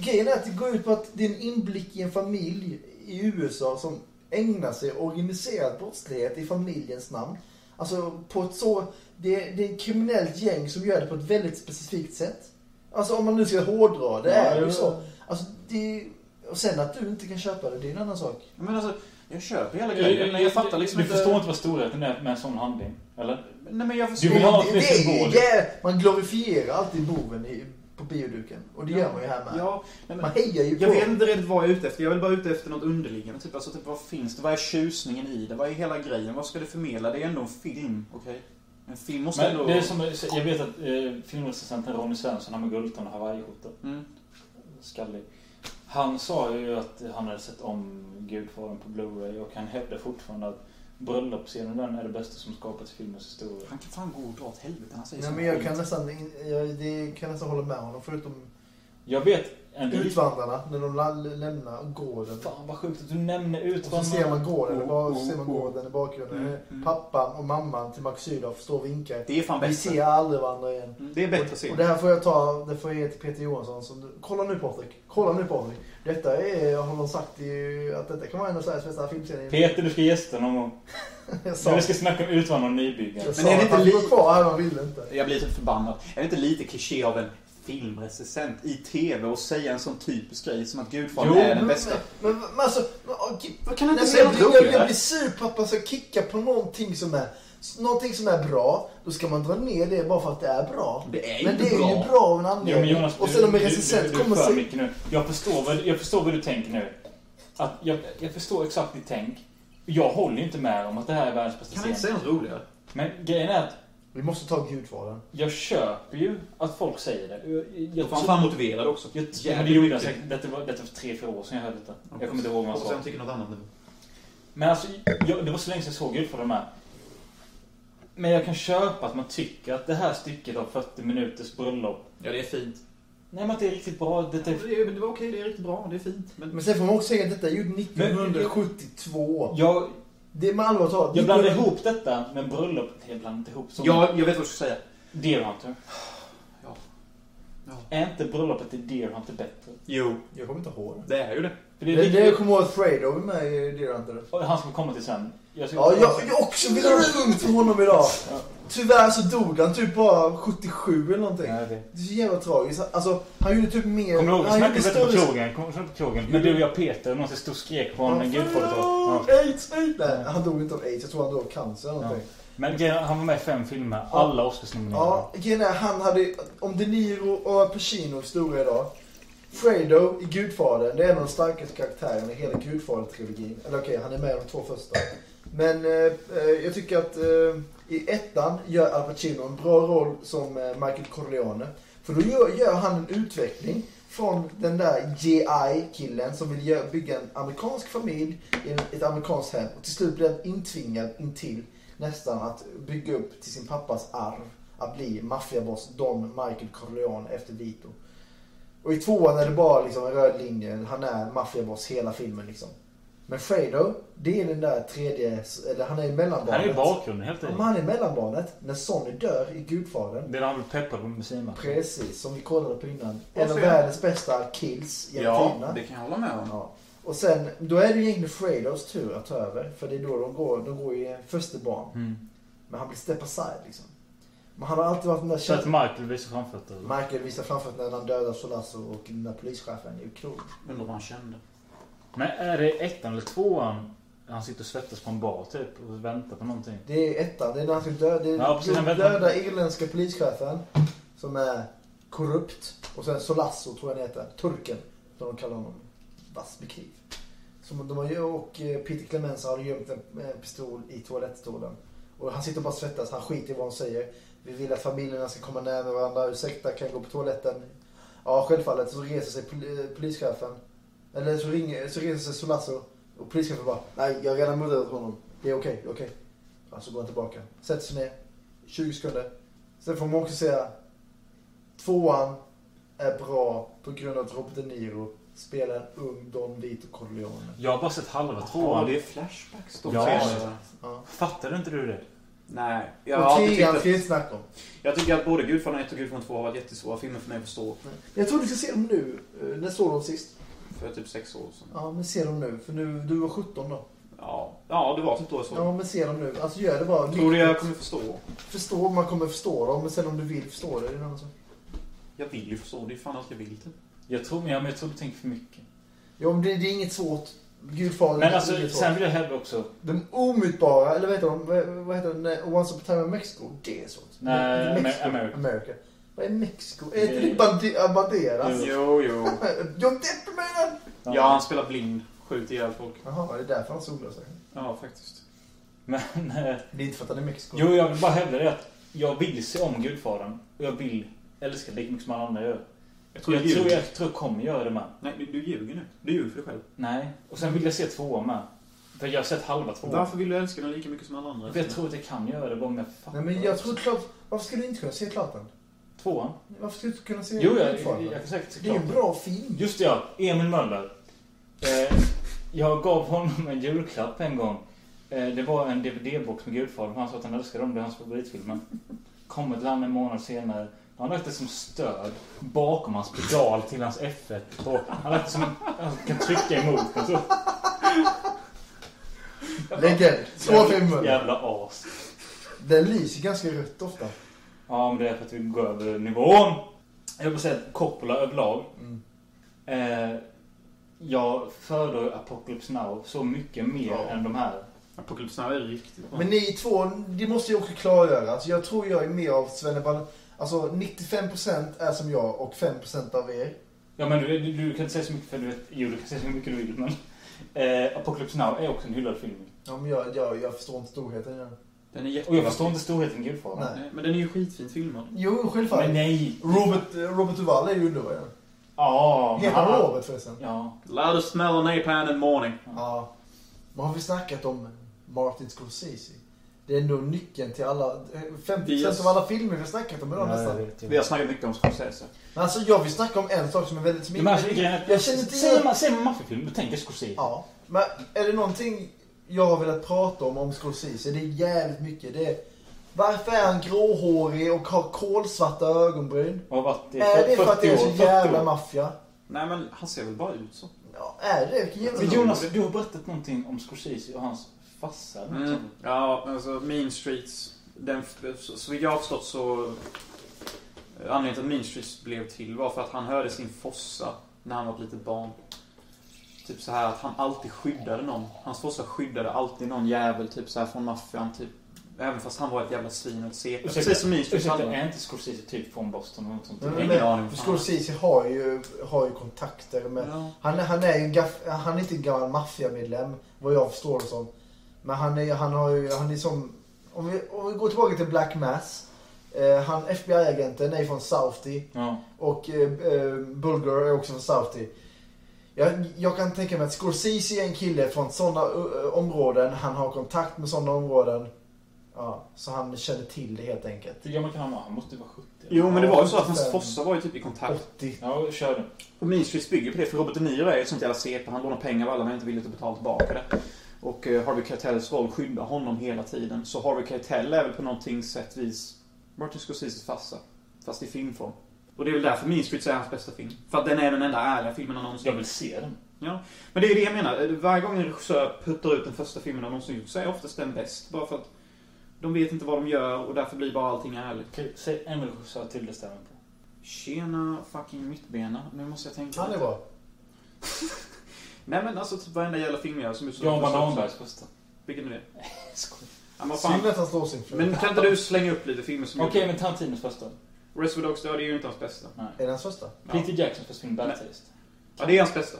C: grejen är att det går ut på att det är en inblick i en familj i USA som ägnar sig åt organiserad brottslighet i familjens namn. Alltså på ett så, det, det är ett kriminellt gäng som gör det på ett väldigt specifikt sätt. Alltså om man nu ska hårdra det, är ju så. Alltså det, och sen att du inte kan köpa det, det är en annan sak.
A: Men alltså, jag köper hela
B: Jag-
A: grejen. men jag fattar liksom
B: Du
A: inte...
B: förstår inte vad storheten är med en sån handling? Eller?
A: Nej men jag
B: Du
A: förstår
B: vill ha
C: det,
B: fler
C: det, är-
B: symboler.
C: det är, man glorifierar alltid boven i, på bioduken. Och det gör man ju här med.
A: Ja, nej, men...
C: Man hejar ju
A: Jag
C: på...
A: vet inte riktigt vad jag är ute efter. Jag är väl bara ute efter något underliggande. Typ, alltså, typ, vad finns det? Vad är tjusningen i det? Vad är hela grejen? Vad ska det förmedla? Det är ändå en film, okej? En film måste
B: Men
A: ändå...
B: det är som, jag vet att eh, filmrecensenten Ronny Svensson, han med guldtand och hawaiiskjorta,
A: Mm.
B: skallig. Han sa ju att han hade sett om Gudfadern på Blu-ray och han hävdar fortfarande att bröllopsscenen den är det bästa som skapats i filmens historia.
A: Han kan fan gå och dra åt helvete. Han säger
C: Nej,
A: sån
C: men jag
A: skit.
C: kan nästan, in- jag, det kan nästan hålla med honom förutom
B: Jag vet en
A: Mm.
C: utvandrarna när de la- lämnar gården.
B: Fan vad sjukt att du nämner
C: Och så ser man gården, och bara, så ser man gården i bakgrunden.
A: Mm, mm.
C: Pappan och mamman till Max Sydow står och vinkar.
A: Det är fan
C: Vi
A: bättre.
C: ser aldrig varandra igen.
A: Mm, Det är bättre
C: Och
A: scen.
C: det här får jag ta, det får jag ge till Peter Johansson. Så, du- kolla nu Patrik, kolla nu Patrik. Detta är, har de sagt i, att detta kan vara en av Sveriges bästa filmserier.
B: Peter, du ska gästa någon gång.
C: jag
B: När
C: sa,
B: vi ska snacka om utvandrare och nybyggare.
C: jag sa
A: Men är det
C: att
A: inte
C: han
A: li-
C: var kvar här, han ville inte.
A: Jag blir typ förbannad. Är det inte lite kliché av en filmrecensent i TV och säga en sån typisk grej som att Gudfadern
B: Jo,
A: är den
C: Men,
A: bästa?
C: men, men alltså, men, åh, gud,
A: Vad kan han
C: Nej,
A: inte
C: men
A: säga
C: jag, blir, jag, jag blir
A: roligare?
C: sur på att man ska kicka på någonting som är någonting som är bra. Då ska man dra ner det bara för att det är bra.
A: Det är
C: men
A: inte
C: det är ju
A: bra.
C: bra av
B: Jo,
C: en
B: men
C: anledning.
B: Jonas,
C: och sen om en
B: du- du- du-
C: recensent
B: du är
C: kommer
B: för
C: sig...
B: mycket nu. Jag förstår, vad, jag förstår vad du tänker nu. Att jag, jag förstår exakt ditt tänk. Jag håller ju inte med om att det här är världens bästa
A: Kan han inte
B: scen.
A: säga något roligare?
B: Men grejen är att
C: Vi måste ta Gudfadern.
B: jag köper ju att folk säger det. Jag,
A: Då
B: jag,
A: får han fan motiverad också.
B: jag,
A: Jävligt
B: men det gjorde jag
A: mycket.
B: säkert. Detta var, detta var tre, fyra år sedan jag hörde detta. Jag kommer inte ihåg vad han
A: Hoppas
B: sa.
A: jag inte tycker något annat nu.
B: Men alltså, jag, det var så länge sedan jag såg Gudfadern med. Men jag kan köpa att man tycker att det här stycket av 40 minuters bröllop.
A: Ja, det är fint.
B: Nej men att det är riktigt bra.
A: Det,
B: Detta är
A: är, det var okej, det är riktigt bra, det är fint. Men,
C: Men sen får man också säga att detta är gjort 1972.
B: Jag,
C: Det är med allvar talat.
B: jag blandar ihop detta med bröllopet. Jag blandar inte ihop. Som
A: ja, jag vet vad du ska säga.
B: Deer Hunter.
A: Ja. Ja.
B: Är inte bröllopet i Deer Hunter bättre?
A: Jo,
C: Jag kommer inte ihåg
A: det är ju det.
B: För det
C: det.
B: är
C: Det, det jag
B: riktigt...
C: kommer ihåg att Fredo var med i Dear Hunter.
B: Han som kommer till sen. Jag ska-
C: Ja, jag, jag också vill ha en punkt för honom idag.
B: Ja.
C: Tyvärr så dog han typ bara 77 eller någonting.
B: Ja, jag vet.
C: Det är så jävla tragiskt. Alltså, han gjorde typ mer...
B: Kommer du ihåg? Vi
C: han gjorde
B: snackade detta på
C: större
B: krogen. Kommer du ihåg på krogen? Men du och jag Peter, någon som stod och skrek på honom
C: Ja,
B: när Gudfadern
C: förlåt,
B: var... Ja.
C: Aids, aids. Nej, han dog inte av aids. Jag tror han dog av cancer eller
B: Ja.
C: någonting.
B: Men grejen, han var med i fem filmer.
C: Ja.
B: Alla Oscarsnominerade.
C: Ja, grejen är han hade... Om De Niro och Al Pacino är stora idag. Fredo i Gudfadern, det är en av de starkaste karaktärerna i hela Gudfadern-trilogin. Eller okej, han är med i de två första. Men eh, eh, jag tycker att eh, i ettan gör Al Pacino en bra roll som eh, Michael Corleone. För då gör, gör han en utveckling från den där GI-killen som vill gö- bygga en amerikansk familj i en- ett amerikanskt hem. Och till slut blir han intvingad intill nästan att bygga upp till sin pappas arv att bli maffiaboss Don Michael Corleone efter Vito. Och i tvåan är det bara liksom en röd linje. Han är maffiaboss hela filmen liksom. Men Fredo, det är den där tredje, eller han är i mellanbarnet.
B: Han är ju bakgrunden helt
C: Ja,
B: enkelt.
C: men han är i mellanbarnet när Sonny dör i Gudfadern.
B: Det är när han blev peppad på bensinmacken.
C: Precis, som vi kollade på innan.
A: Och
C: En av
A: så-
C: världens bästa kills genom tiderna.
A: det kan jag hålla med om.
C: Ja. Och sen, då är det ju egentligen Fredos tur att ta över. För det är då de går, de går i första barn.
B: Mm.
C: Men han blir step aside liksom. Men han har alltid varit den där
B: Så att
C: känslan.
B: Michael visar framfötter.
C: Michael visar framför när han dödar Solasso och den där polischefen i Ukron.
A: Undrar vad han kände.
B: Men är det ettan eller tvåan han sitter och svettas på en bar typ och väntar på någonting?
C: Det är ju ettan. Det är när han ska döda, det är
B: Ja, precis,
C: den
B: men-
C: döda irländska polischefen. Som är korrupt. Och sen Solasso tror jag han heter. Turken. Som de kallar honom. Vass med kniv. Som de har ju- och eh, Peter Clemens har gömt en eh, pistol i toalettstolen. Och han sitter och bara svettas. Han skiter i vad hon säger. Vi vill att familjerna ska komma närmare varandra. Ursäkta, kan jag gå på toaletten? Ja, självfallet. Så reser sig pol- eh, polischefen. Eller så, ringer, så reser sig Solasso. Och polischefen bara, nej jag har redan mördat honom. Det är okej, det är okej. Alltså går han tillbaka. Sätter sig ner. 20 sekunder. Sen får man också säga. Tvåan är bra på grund av att Robert De Niro spelar en ung Don Vito Corleone.
B: Jag har bara sett halva
A: Åh,
B: tvåan.
A: det är flashbacks de
B: Ja.
A: ser.
C: Ja.
B: Fattar inte du det?
A: Nej.
C: och
A: Jag,
C: trean
A: jag,
C: ska
A: tycker,
C: jag inte snacka om.
A: jag tycker att både Gudfadern 1 och Gudfadern 2 har varit jättesvåra filmer för mig att förstå.
C: Jag tror du ska se dem nu. Eh, När såg du dem sist?
A: För typ sex år sedan.
C: Ja men se dem nu. För nu, du var 17 då.
A: Ja, ja det var typ då jag såg
C: Ja men se dem nu. Alltså gör det bara.
A: Tror du jag
C: Nyktert.
A: kommer förstå?
C: Förstå, man kommer förstå dem. Men sen om du vill förstå det. det är någon som...
A: Jag vill ju förstå. Det är fan allt jag vill typ.
B: Jag tror, ja, men jag tror du tänker för mycket.
C: Ja men det, det är inget svårt. Gudfadern
B: Men
C: är
B: alltså,
C: inget svårt.
B: sen vill jag hävda också.
C: De omutbara, eller vad heter de? Vad- Vad heter den? Once upon a time in Mexico? Det är så.
B: Nej, Amer-
C: Mexiko.
B: America.
C: America. Vad är Mexiko?
B: Det-
C: Är inte det Bandi- äh, Banderas?
A: Jo, jo.
C: Jag vet du menar!
A: Ja, han spelar blind. Skjuter ihjäl folk.
C: Jaha, det är därför han solglasar.
A: Ja, faktiskt.
B: Men... eh,
C: Det är inte för att han är i Mexiko.
B: Jo, jag vill bara hävda det att jag vill se om Gudfadern. Och jag vill älska det lika mycket som alla andra gör.
A: Jag tror
B: Jag,
A: jag,
B: jag, tror,
A: ljuger.
B: jag tror jag kommer göra det med.
A: Nej, du, du ljuger nu. Du ljuger för dig själv.
B: Nej. Och sen vill jag se tvåan med. För jag har sett halva tvåan.
A: Varför vill du älska den lika mycket som alla andra?
B: För jag tror att jag kan göra det bara om jag fattar.
C: Nej men jag tror klart... Varför skulle du inte kunna se klart den?
B: Tvåan?
C: Varför skulle du inte kunna se
B: Jo, jag, jag,
C: Gudfadern?
B: jag kan säkert se
C: Det är ju en
B: klart
C: bra film.
B: Just det, ja. Emil Möller. Eh, jag gav honom en julklapp en gång. Eh, det var en DVD-box med Gudfadern. Han sa att han älskade dem. Det är hans favoritfilmer. Kommer till han en månad senare. Han har lagt det som stöd bakom hans pedal till hans F1. Och han har lagt det som han kan trycka emot den så.
C: Legend. Två filmer.
B: Jävla as.
C: Den lyser ganska rött ofta.
B: Ja, men det är för att vi går över nivån. Jag vill säga att Coppola överlag.
C: Mm.
B: Eh, jag föredrar Apocalypse Now så mycket mer
C: Ja.
B: än de här.
A: Apocalypse Now är riktigt bra.
C: Men ni två, det måste jag också klargöra. Alltså, jag tror jag är mer av Svenneballe. Alltså 95% är som jag och 5% av er.
B: Ja men du, du, du kan inte säga så mycket för du vet, jo du kan säga så mycket du vill men eh, Apocalypse Now är också en hyllad film.
C: Ja, men jag, jag, jag förstår inte storheten. Jag.
A: Den är jättebra.
B: Och jag förstår inte storheten i Gudfadern.
C: Nej.
A: Nej, men den är ju skitfint filmad.
C: Jo,
B: Men
C: självfallet.
B: nej!
C: Robert, eh, Robert Duvall är ju underbar. ja.
B: Ja, men
C: Heter han
B: alla-
C: Robert förresten?
B: Ja.
A: Loud as smell of napalm and morning.
C: Ja. Men har vi snackat om Martin Scorsese? Det är nog nyckeln till alla... eh, 50%
A: Yes.
C: av alla filmer vi har snackat om idag nästan.
A: Vi har snackat mycket om Scorsese.
C: Men alltså jag vill snacka om en sak som är väldigt... Som
B: Men alltså, grejen är att-
C: jag känner inte
B: Säger man, säger man maffiafilm, då tänker jag Scorsese.
C: Ja, men är det någonting jag har velat prata om om Scorsese? Det är jävligt mycket. Det är, varför är han gråhårig och har kolsvarta ögonbryn?
B: Och har varit i
C: Är det för att det är
B: 40
C: så
B: år, 40 år.
C: jävla maffia?
A: Nej, men han ser väl bara ut så.
C: Ja, är det? Vilken jävla
B: Men Jonas, du har berättat någonting om Scorsese och hans farsa. Liksom.
A: Mm. Ja, alltså Mean Streets. Den, så, så vitt jag har förstått så... eh, Anledningen till att Mean Streets blev till var för att han hörde sin fossa när han var ett litet barn. Typ så här att han alltid skyddade någon. Hans fossa skyddade alltid någon jävel typ så här från maffian. Typ. Även fast han var ett jävla svin och ett CP.
B: Ursäkta,
A: Precis som Mean Streets
B: Ursäkta,
A: handlar om.
B: är inte Scorsese typ från Boston eller något sånt?
C: Nej,
A: Jag har
C: men-
A: Ingen aning.
C: För
A: om fan.
C: Scorsese har ju, har ju kontakter med...
A: Ja.
C: Han, är- han är ju en gaff, han är inte en gammal maffiamedlem, vad jag förstår det som. Men han är, han har ju, han är som... Om vi, om vi går tillbaka till Black Mass. Eh, han, FBI-agenten, är ju från Southie.
B: Ja.
C: Och eh, eh, Bulger är också från Southie. Jag, jag kan tänka mig att Scorsese är en kille från sådana eh, områden. Han har kontakt med sådana områden. Ja, så han känner till det helt enkelt.
B: Hur gammal kan han vara? Han måste ju vara 70. eller?
A: Jo, men det var ju så att
C: Ja,
A: hans fossa var ju typ i kontakt
C: 80.
B: Ja, kör du.
A: Och Mean Streets bygger på det, för Robert De Niro är ju ett sånt jävla CP. Han lånar pengar av alla men är inte villig att betala tillbaka det. Och eh, Harvey Keitels roll skyddar honom hela tiden. Så Harvey Keitel är väl på någonting sätt vis Martin Scorseses farsa. Fast i filmform. Och det är väl därför Mean Streets är hans bästa film. För att den är den enda ärliga filmen han någonsin
B: Jag vill se den.
A: Ja, men det är det jag menar. Eh, Varje gång en regissör puttar ut den första filmen de någonsin gjort så är oftast den bäst. Bara för att de vet inte vad de gör och därför blir bara allting ärligt.
B: Okej, Säg en regissör till det stämmer på.
A: Tjena fucking mittbena. Nu måste jag tänka.
C: Han är bra.
A: Nej men alltså typ varenda jävla film jag gör som är så-
B: Jan Bananbergs första.
A: Vilken är det?
B: Skoj.
A: Ja, men, vad fan.
C: Synd att han slår sin fru.
A: men kan inte du slänga upp lite filmer som
B: Okej,
A: är
B: men Tarantinos första.
A: Reservoir Dogs, ja, det är ju inte hans bästa.
C: Är det hans första?
B: Peter Jacksons första film, Bad
A: Nej.
B: Taste.
A: Ja, det är hans bästa.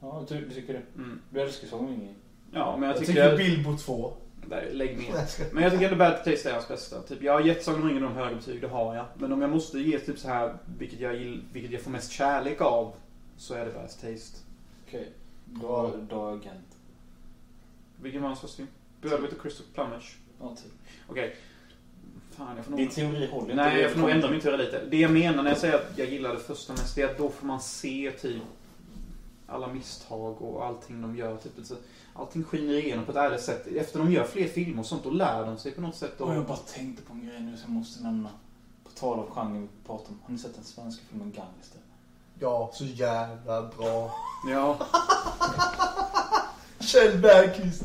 B: Ja, du, du tycker det?
A: Mm.
B: Du älskar sången ju.
A: Ja, men jag
C: Jag
A: tycker...
C: tycker Bilbo 2.
A: Nej, lägg ner.
C: Nej, jag ska-
A: Men jag tycker ändå Bad Taste är hans bästa. Typ, jag har gett Sagan om ringen de höga betyg, det har jag. Men om jag måste ge typ så här, vilket jag, gill, vilket jag får mest kärlek av, så är det Bad Taste.
B: Okej. Bra Dag Gent.
A: Vilken var hans första film? Bödvet och Crystal Plumage.
B: Ja, typ.
A: Okej. Fan, jag får nog...
B: Din teori håller inte.
A: Nej, jag får nog ändra min teori lite. Det jag menar när jag säger att jag gillar det första mest, det är att då får man se typ alla misstag och allting de gör. Typ, så- allting skiner igenom på ett ärligt sätt. Efter de gör fler filmer och sånt, då lär de sig på något sätt.
B: Och jag
A: Och...
B: bara tänkte på en grej nu som jag måste nämna. På tal om genren vi pratar om. Har ni sett den svenska filmen Gangster?
C: Ja, så jävla bra.
A: Ja.
C: Kjell Bergqvist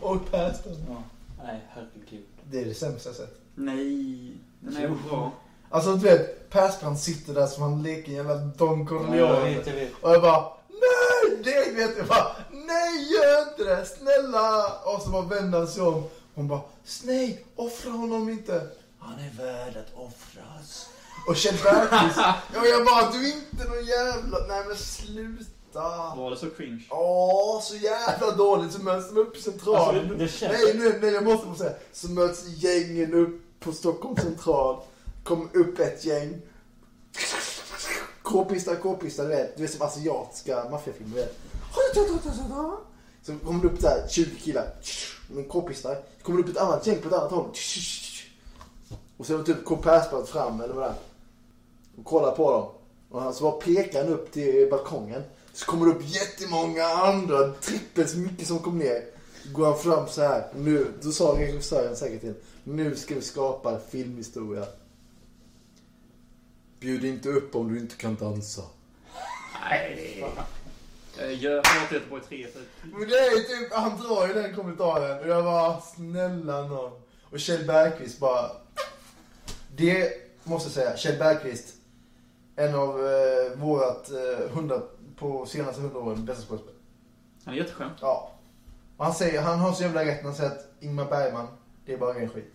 C: och Persson.
B: Ja. Nej, herregud.
C: Det är det sämsta jag sett.
A: Nej, den är
B: Jo.
A: bra.
C: Alltså du vet, Persbrandt sitter där som han leker en jävla Don
B: jag
C: Corleone.
B: vet, jag vet.
C: Och jag bara, nej! Det vet jag bara, nej gör inte det, snälla! Och så bara vänder han sig om. Hon bara, nej, offra honom inte. Han är värd att offras. Och Kjell Bergqvist, ja, jag bara, du är inte någon jävla, nej men sluta.
A: Var det så cringe?
C: Åh, så jävla dåligt. Så möts de upp i central.
B: Alltså, det- det känns-
C: Nej, nej, nej, jag måste bara säga. Så möts gängen upp på Stockholms central. Kom upp ett gäng.
D: K-pista, k-pista, du vet. Du vet som asiatiska maffiafilmer, du vet. Så kommer det upp där 20 killar. Med k-pistar. Så kommer det upp ett annat gäng på ett annat håll. Och sen typ kom Persbrandt fram eller vad det är. Och kollar på dem. Och han så bara pekar han upp till balkongen. Så kommer det upp jättemånga andra, trippelt så mycket som kom ner. Så går han fram så här. Nu, då sa regissören säkert till Nu ska vi skapa filmhistoria. Bjud inte upp om du inte kan dansa.
A: Nej. Jag hatar Göteborg 3 typ.
C: Men det är ju typ, han drar ju den kommentaren. Och jag bara, snälla nån. Och Kjell Bergqvist bara. Det måste jag säga, Kjell Bergqvist. En av eh, vårat eh, hundra, på senaste hundra åren bästa skådespelare.
A: Han är jätteskön.
C: Ja. Och han, säger, han har så jävla rätt när han säger att Ingmar Bergman, det är bara ren skit.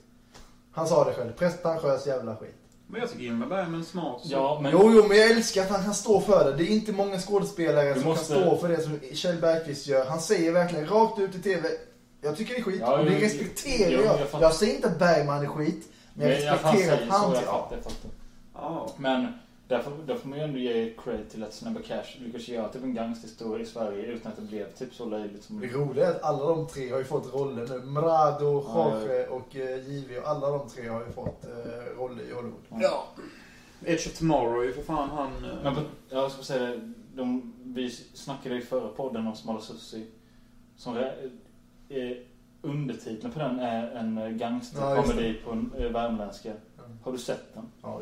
C: Han sa det själv. Prestentiös jävla skit.
A: Men jag tycker Ingmar Bergman är smart. så-
B: Ja, men...
C: Jo, jo, men jag älskar att han kan stå för det. Det är inte många skådespelare
B: Du
C: som
B: måste-
C: kan stå för det som Kjell Bergqvist gör. Han säger verkligen rakt ut i TV. Jag tycker det är skit.
B: Ja,
C: och det
B: jo,
C: respekterar
B: jo,
C: jag.
B: jag
C: Jag,
B: fattar.
C: säger inte att Bergman är skit. Men jag
B: Nej, jag fan
C: respekterar
B: säger
C: att
B: så,
C: han...
B: jag
C: Ja.
B: fattar, jag fattar.
A: Ja.
B: Men där får, där får man ju ändå ge cred till att Snabba Cash lyckades göra typ en gangsterhistoria i Sverige utan att det blev typ så löjligt som
C: Det
B: det
C: roliga är att alla de tre har ju fått roller nu. Mrado,
B: Ja,
C: Jorge och eh, JW. Alla de tre har ju fått eh, roller i Hollywood.
A: Edge of Tomorrow är ju för fan han... eh,
B: Men på, jag ska säga det, de, vi snackade i förra podden om Smala Sussi. Som rä- eh, undertiteln på den är en gangsterkomedi på en eh, värmländska. Har du sett den?
C: Mm. Ja,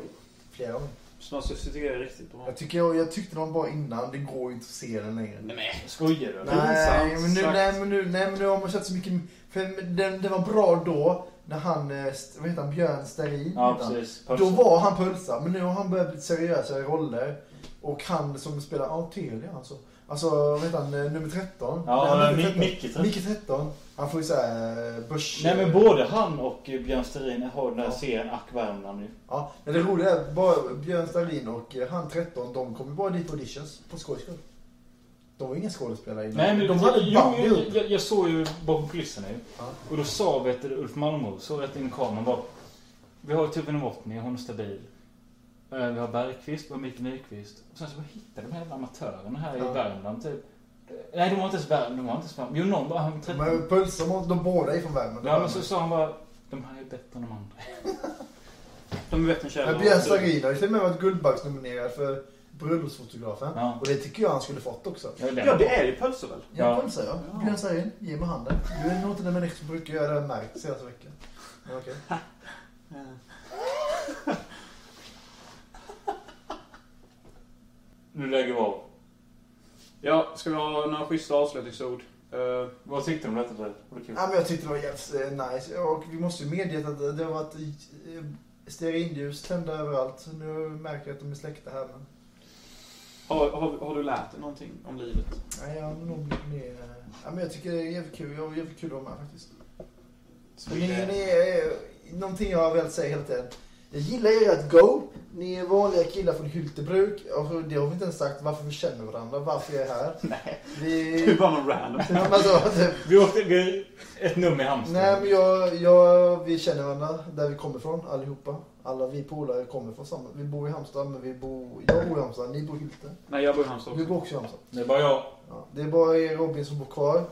C: flera gånger.
A: Snart så tycker jag det är riktigt bra.
C: Jag, tycker, jag, jag tyckte de var bra innan. Det går ju inte att se den längre.
A: Nej, men.
B: Skojar du? eller?
C: Nej
A: Pinsamt
C: men, nu,
A: sagt.
C: nej, men nu, nej, men nu har man sett så mycket... För den, den var bra då, när han, eh, st- vad heter han, Björn Sterin?
B: Ja,
C: heter han.
B: precis.
C: Då var han Pulsa, men nu har han börjat bli seriösa i roller. Och han som spelar, ja, Telia alltså. Alltså, vad heter han, eh, nummer 13? Nej, han
B: Ja,
C: är inte
B: Mi- Micke tror jag.
C: Micke 13. Han får ju såhär börs...
B: Nej men både han och eh, Björn Sterin har den här
C: Ja.
B: serien Ack Värmland nu.
C: Ja, men det roliga är att bara Björn Stalin och eh, han 13, de kom ju bara dit på auditions, på skojs skull. De var ju inga skådespelare innan.
B: Nej, men
C: de hade
B: jo,
C: band
B: jo,
C: ihop.
B: jag, jag såg ju bakom kulisserna ju.
C: Ja.
B: Och då sa vet du, Ulf Malmros, såg rätt in i kameran bara. Vi har ju typ en Novotny, hon är stabil. Eh, Vi har Bergqvist, vi har Mikael Nyqvist. Och sen så bara hittar de här jävla amatörerna här
C: Ja.
B: i Värmland typ. Nej, de var inte ens Värmland, de var inte ens Värmland. Jo, någon bara, han träffade...
C: Men Pulsa, de- de båda är från Värmland.
B: Ja, men så sa han bara, de här är bättre än de andra.
A: De är bättre än
C: Men
A: Kjell.
C: Björn
B: typ-
C: Sarin har ju till och med varit Guldbaggsnominerad för bröllopsfotografen.
B: Ja.
C: Och det tycker jag han skulle fått också.
B: Jag vill
A: Ja, det är ju Pölse väl?
C: Ja,
B: Ja.
C: Pulsa ja.
A: Ja.
C: Björn Sarin, ge mig handen. Du är nog inte den människa som brukar göra det, har jag märkt senaste veckan. Men okej.
B: Nu lägger vi av.
A: Ja, ska vi ha några schyssta avslutningsord? Eh,
B: Vad tyckte du om detta? Fred? Var det kul?
C: Ja, men jag tyckte det var jävligt eh, nice. Och vi måste ju medge att det det har varit eh, stearinljus tända överallt. Nu märker jag att de är släckta här. Men...
A: har, har, har du lärt dig någonting om livet?
C: Nej, jag har nog blivit mer... eh, Ja, men jag tycker det är jävligt kul. Jag har jävligt kul att vara med faktiskt. Men ni, ni är eh, någonting jag har velat säga hela tiden.
D: Jag gillar ert go.
C: Ni är vanliga killar från Hyltebruk. Och det har vi inte ens sagt varför vi känner varandra, varför jag är här.
A: Nej, du är
C: Vi...
A: bara någon random.
C: Ja, men så, typ,
B: Vi åkte vi, ett nummer i
C: nej,
B: Halmstad.
C: men jag, jag, vi känner varandra där vi kommer ifrån allihopa. Alla vi polare kommer från samma... Vi bor i Halmstad, men vi bor... Jag bor i Halmstad, ni bor i Hylte.
A: Nej, jag bor i Halmstad
C: Du
A: också.
C: bor också i Halmstad.
B: Det var jag.
C: Ja, det är bara er Robin som bor kvar.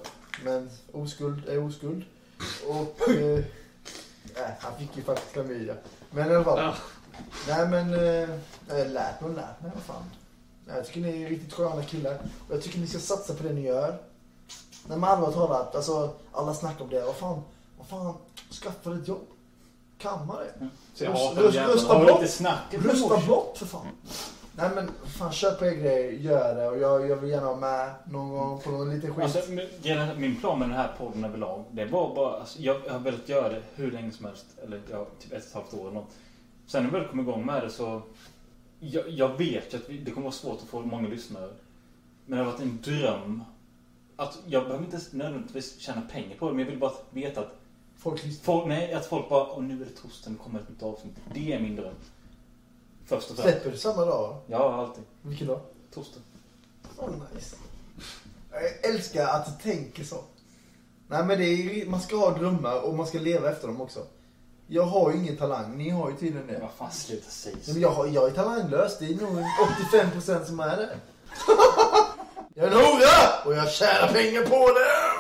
C: Men oskuld är oskuld. Och... Eh, nej, han fick ju faktiskt klamydia. Men i alla fall.
A: Ja.
C: Nej men... Eh, nej, lärt mig och lärt mig, vad fan. Nej, Jag tycker ni är riktigt sköna killar. Och jag tycker ni ska satsa på det ni gör. När man allvar talat, alltså alla snackar om det. Vad fan, vad fan, skaffa dig ett jobb. Kan man det?
A: Så jag
C: Röst-
A: hatar
C: röst-
A: den jäveln.
C: rösta
B: Har
C: bort.
B: du inte snackat med
C: Rösta
B: morsan?
C: blått för fan. Nej men fan köp er grejer, gör det. Och jag, jag vill gärna vara med någon gång på någon liten skit.
B: Alltså, men grejen- min plan med den här podden överlag, det var bara... Alltså, jag jag har velat göra det hur länge som helst. Eller ja, typ ett och ett halvt år eller något. Sen när jag väl kom igång med det så... Jag, jag vet ju att vi, det kommer vara svårt att få många lyssnare. Men det har varit en dröm. Att jag behöver inte nödvändigtvis tjäna pengar på det, men jag vill bara veta att
C: Folk lyssnar.
B: folk, nej, att folk bara Åh, nu är det torsdag, nu kommer ett nytt avsnitt. Det är min dröm. Först och främst.
C: Släpper du samma dag?
B: Ja, alltid.
C: Vilken dag?
B: Torsdag.
C: Åh, nice. Jag älskar att du tänker så. Nej men det är, ju- man ska ha drömmar och man ska leva efter dem också. Jag har ju ingen talang, ni har ju tydligen det.
B: Vad fan, sluta säga
C: Nej,
B: så.
C: men jag, har- jag är talanglös, det är nog 85% som är det. jag är en hora och jag tjänar pengar på det!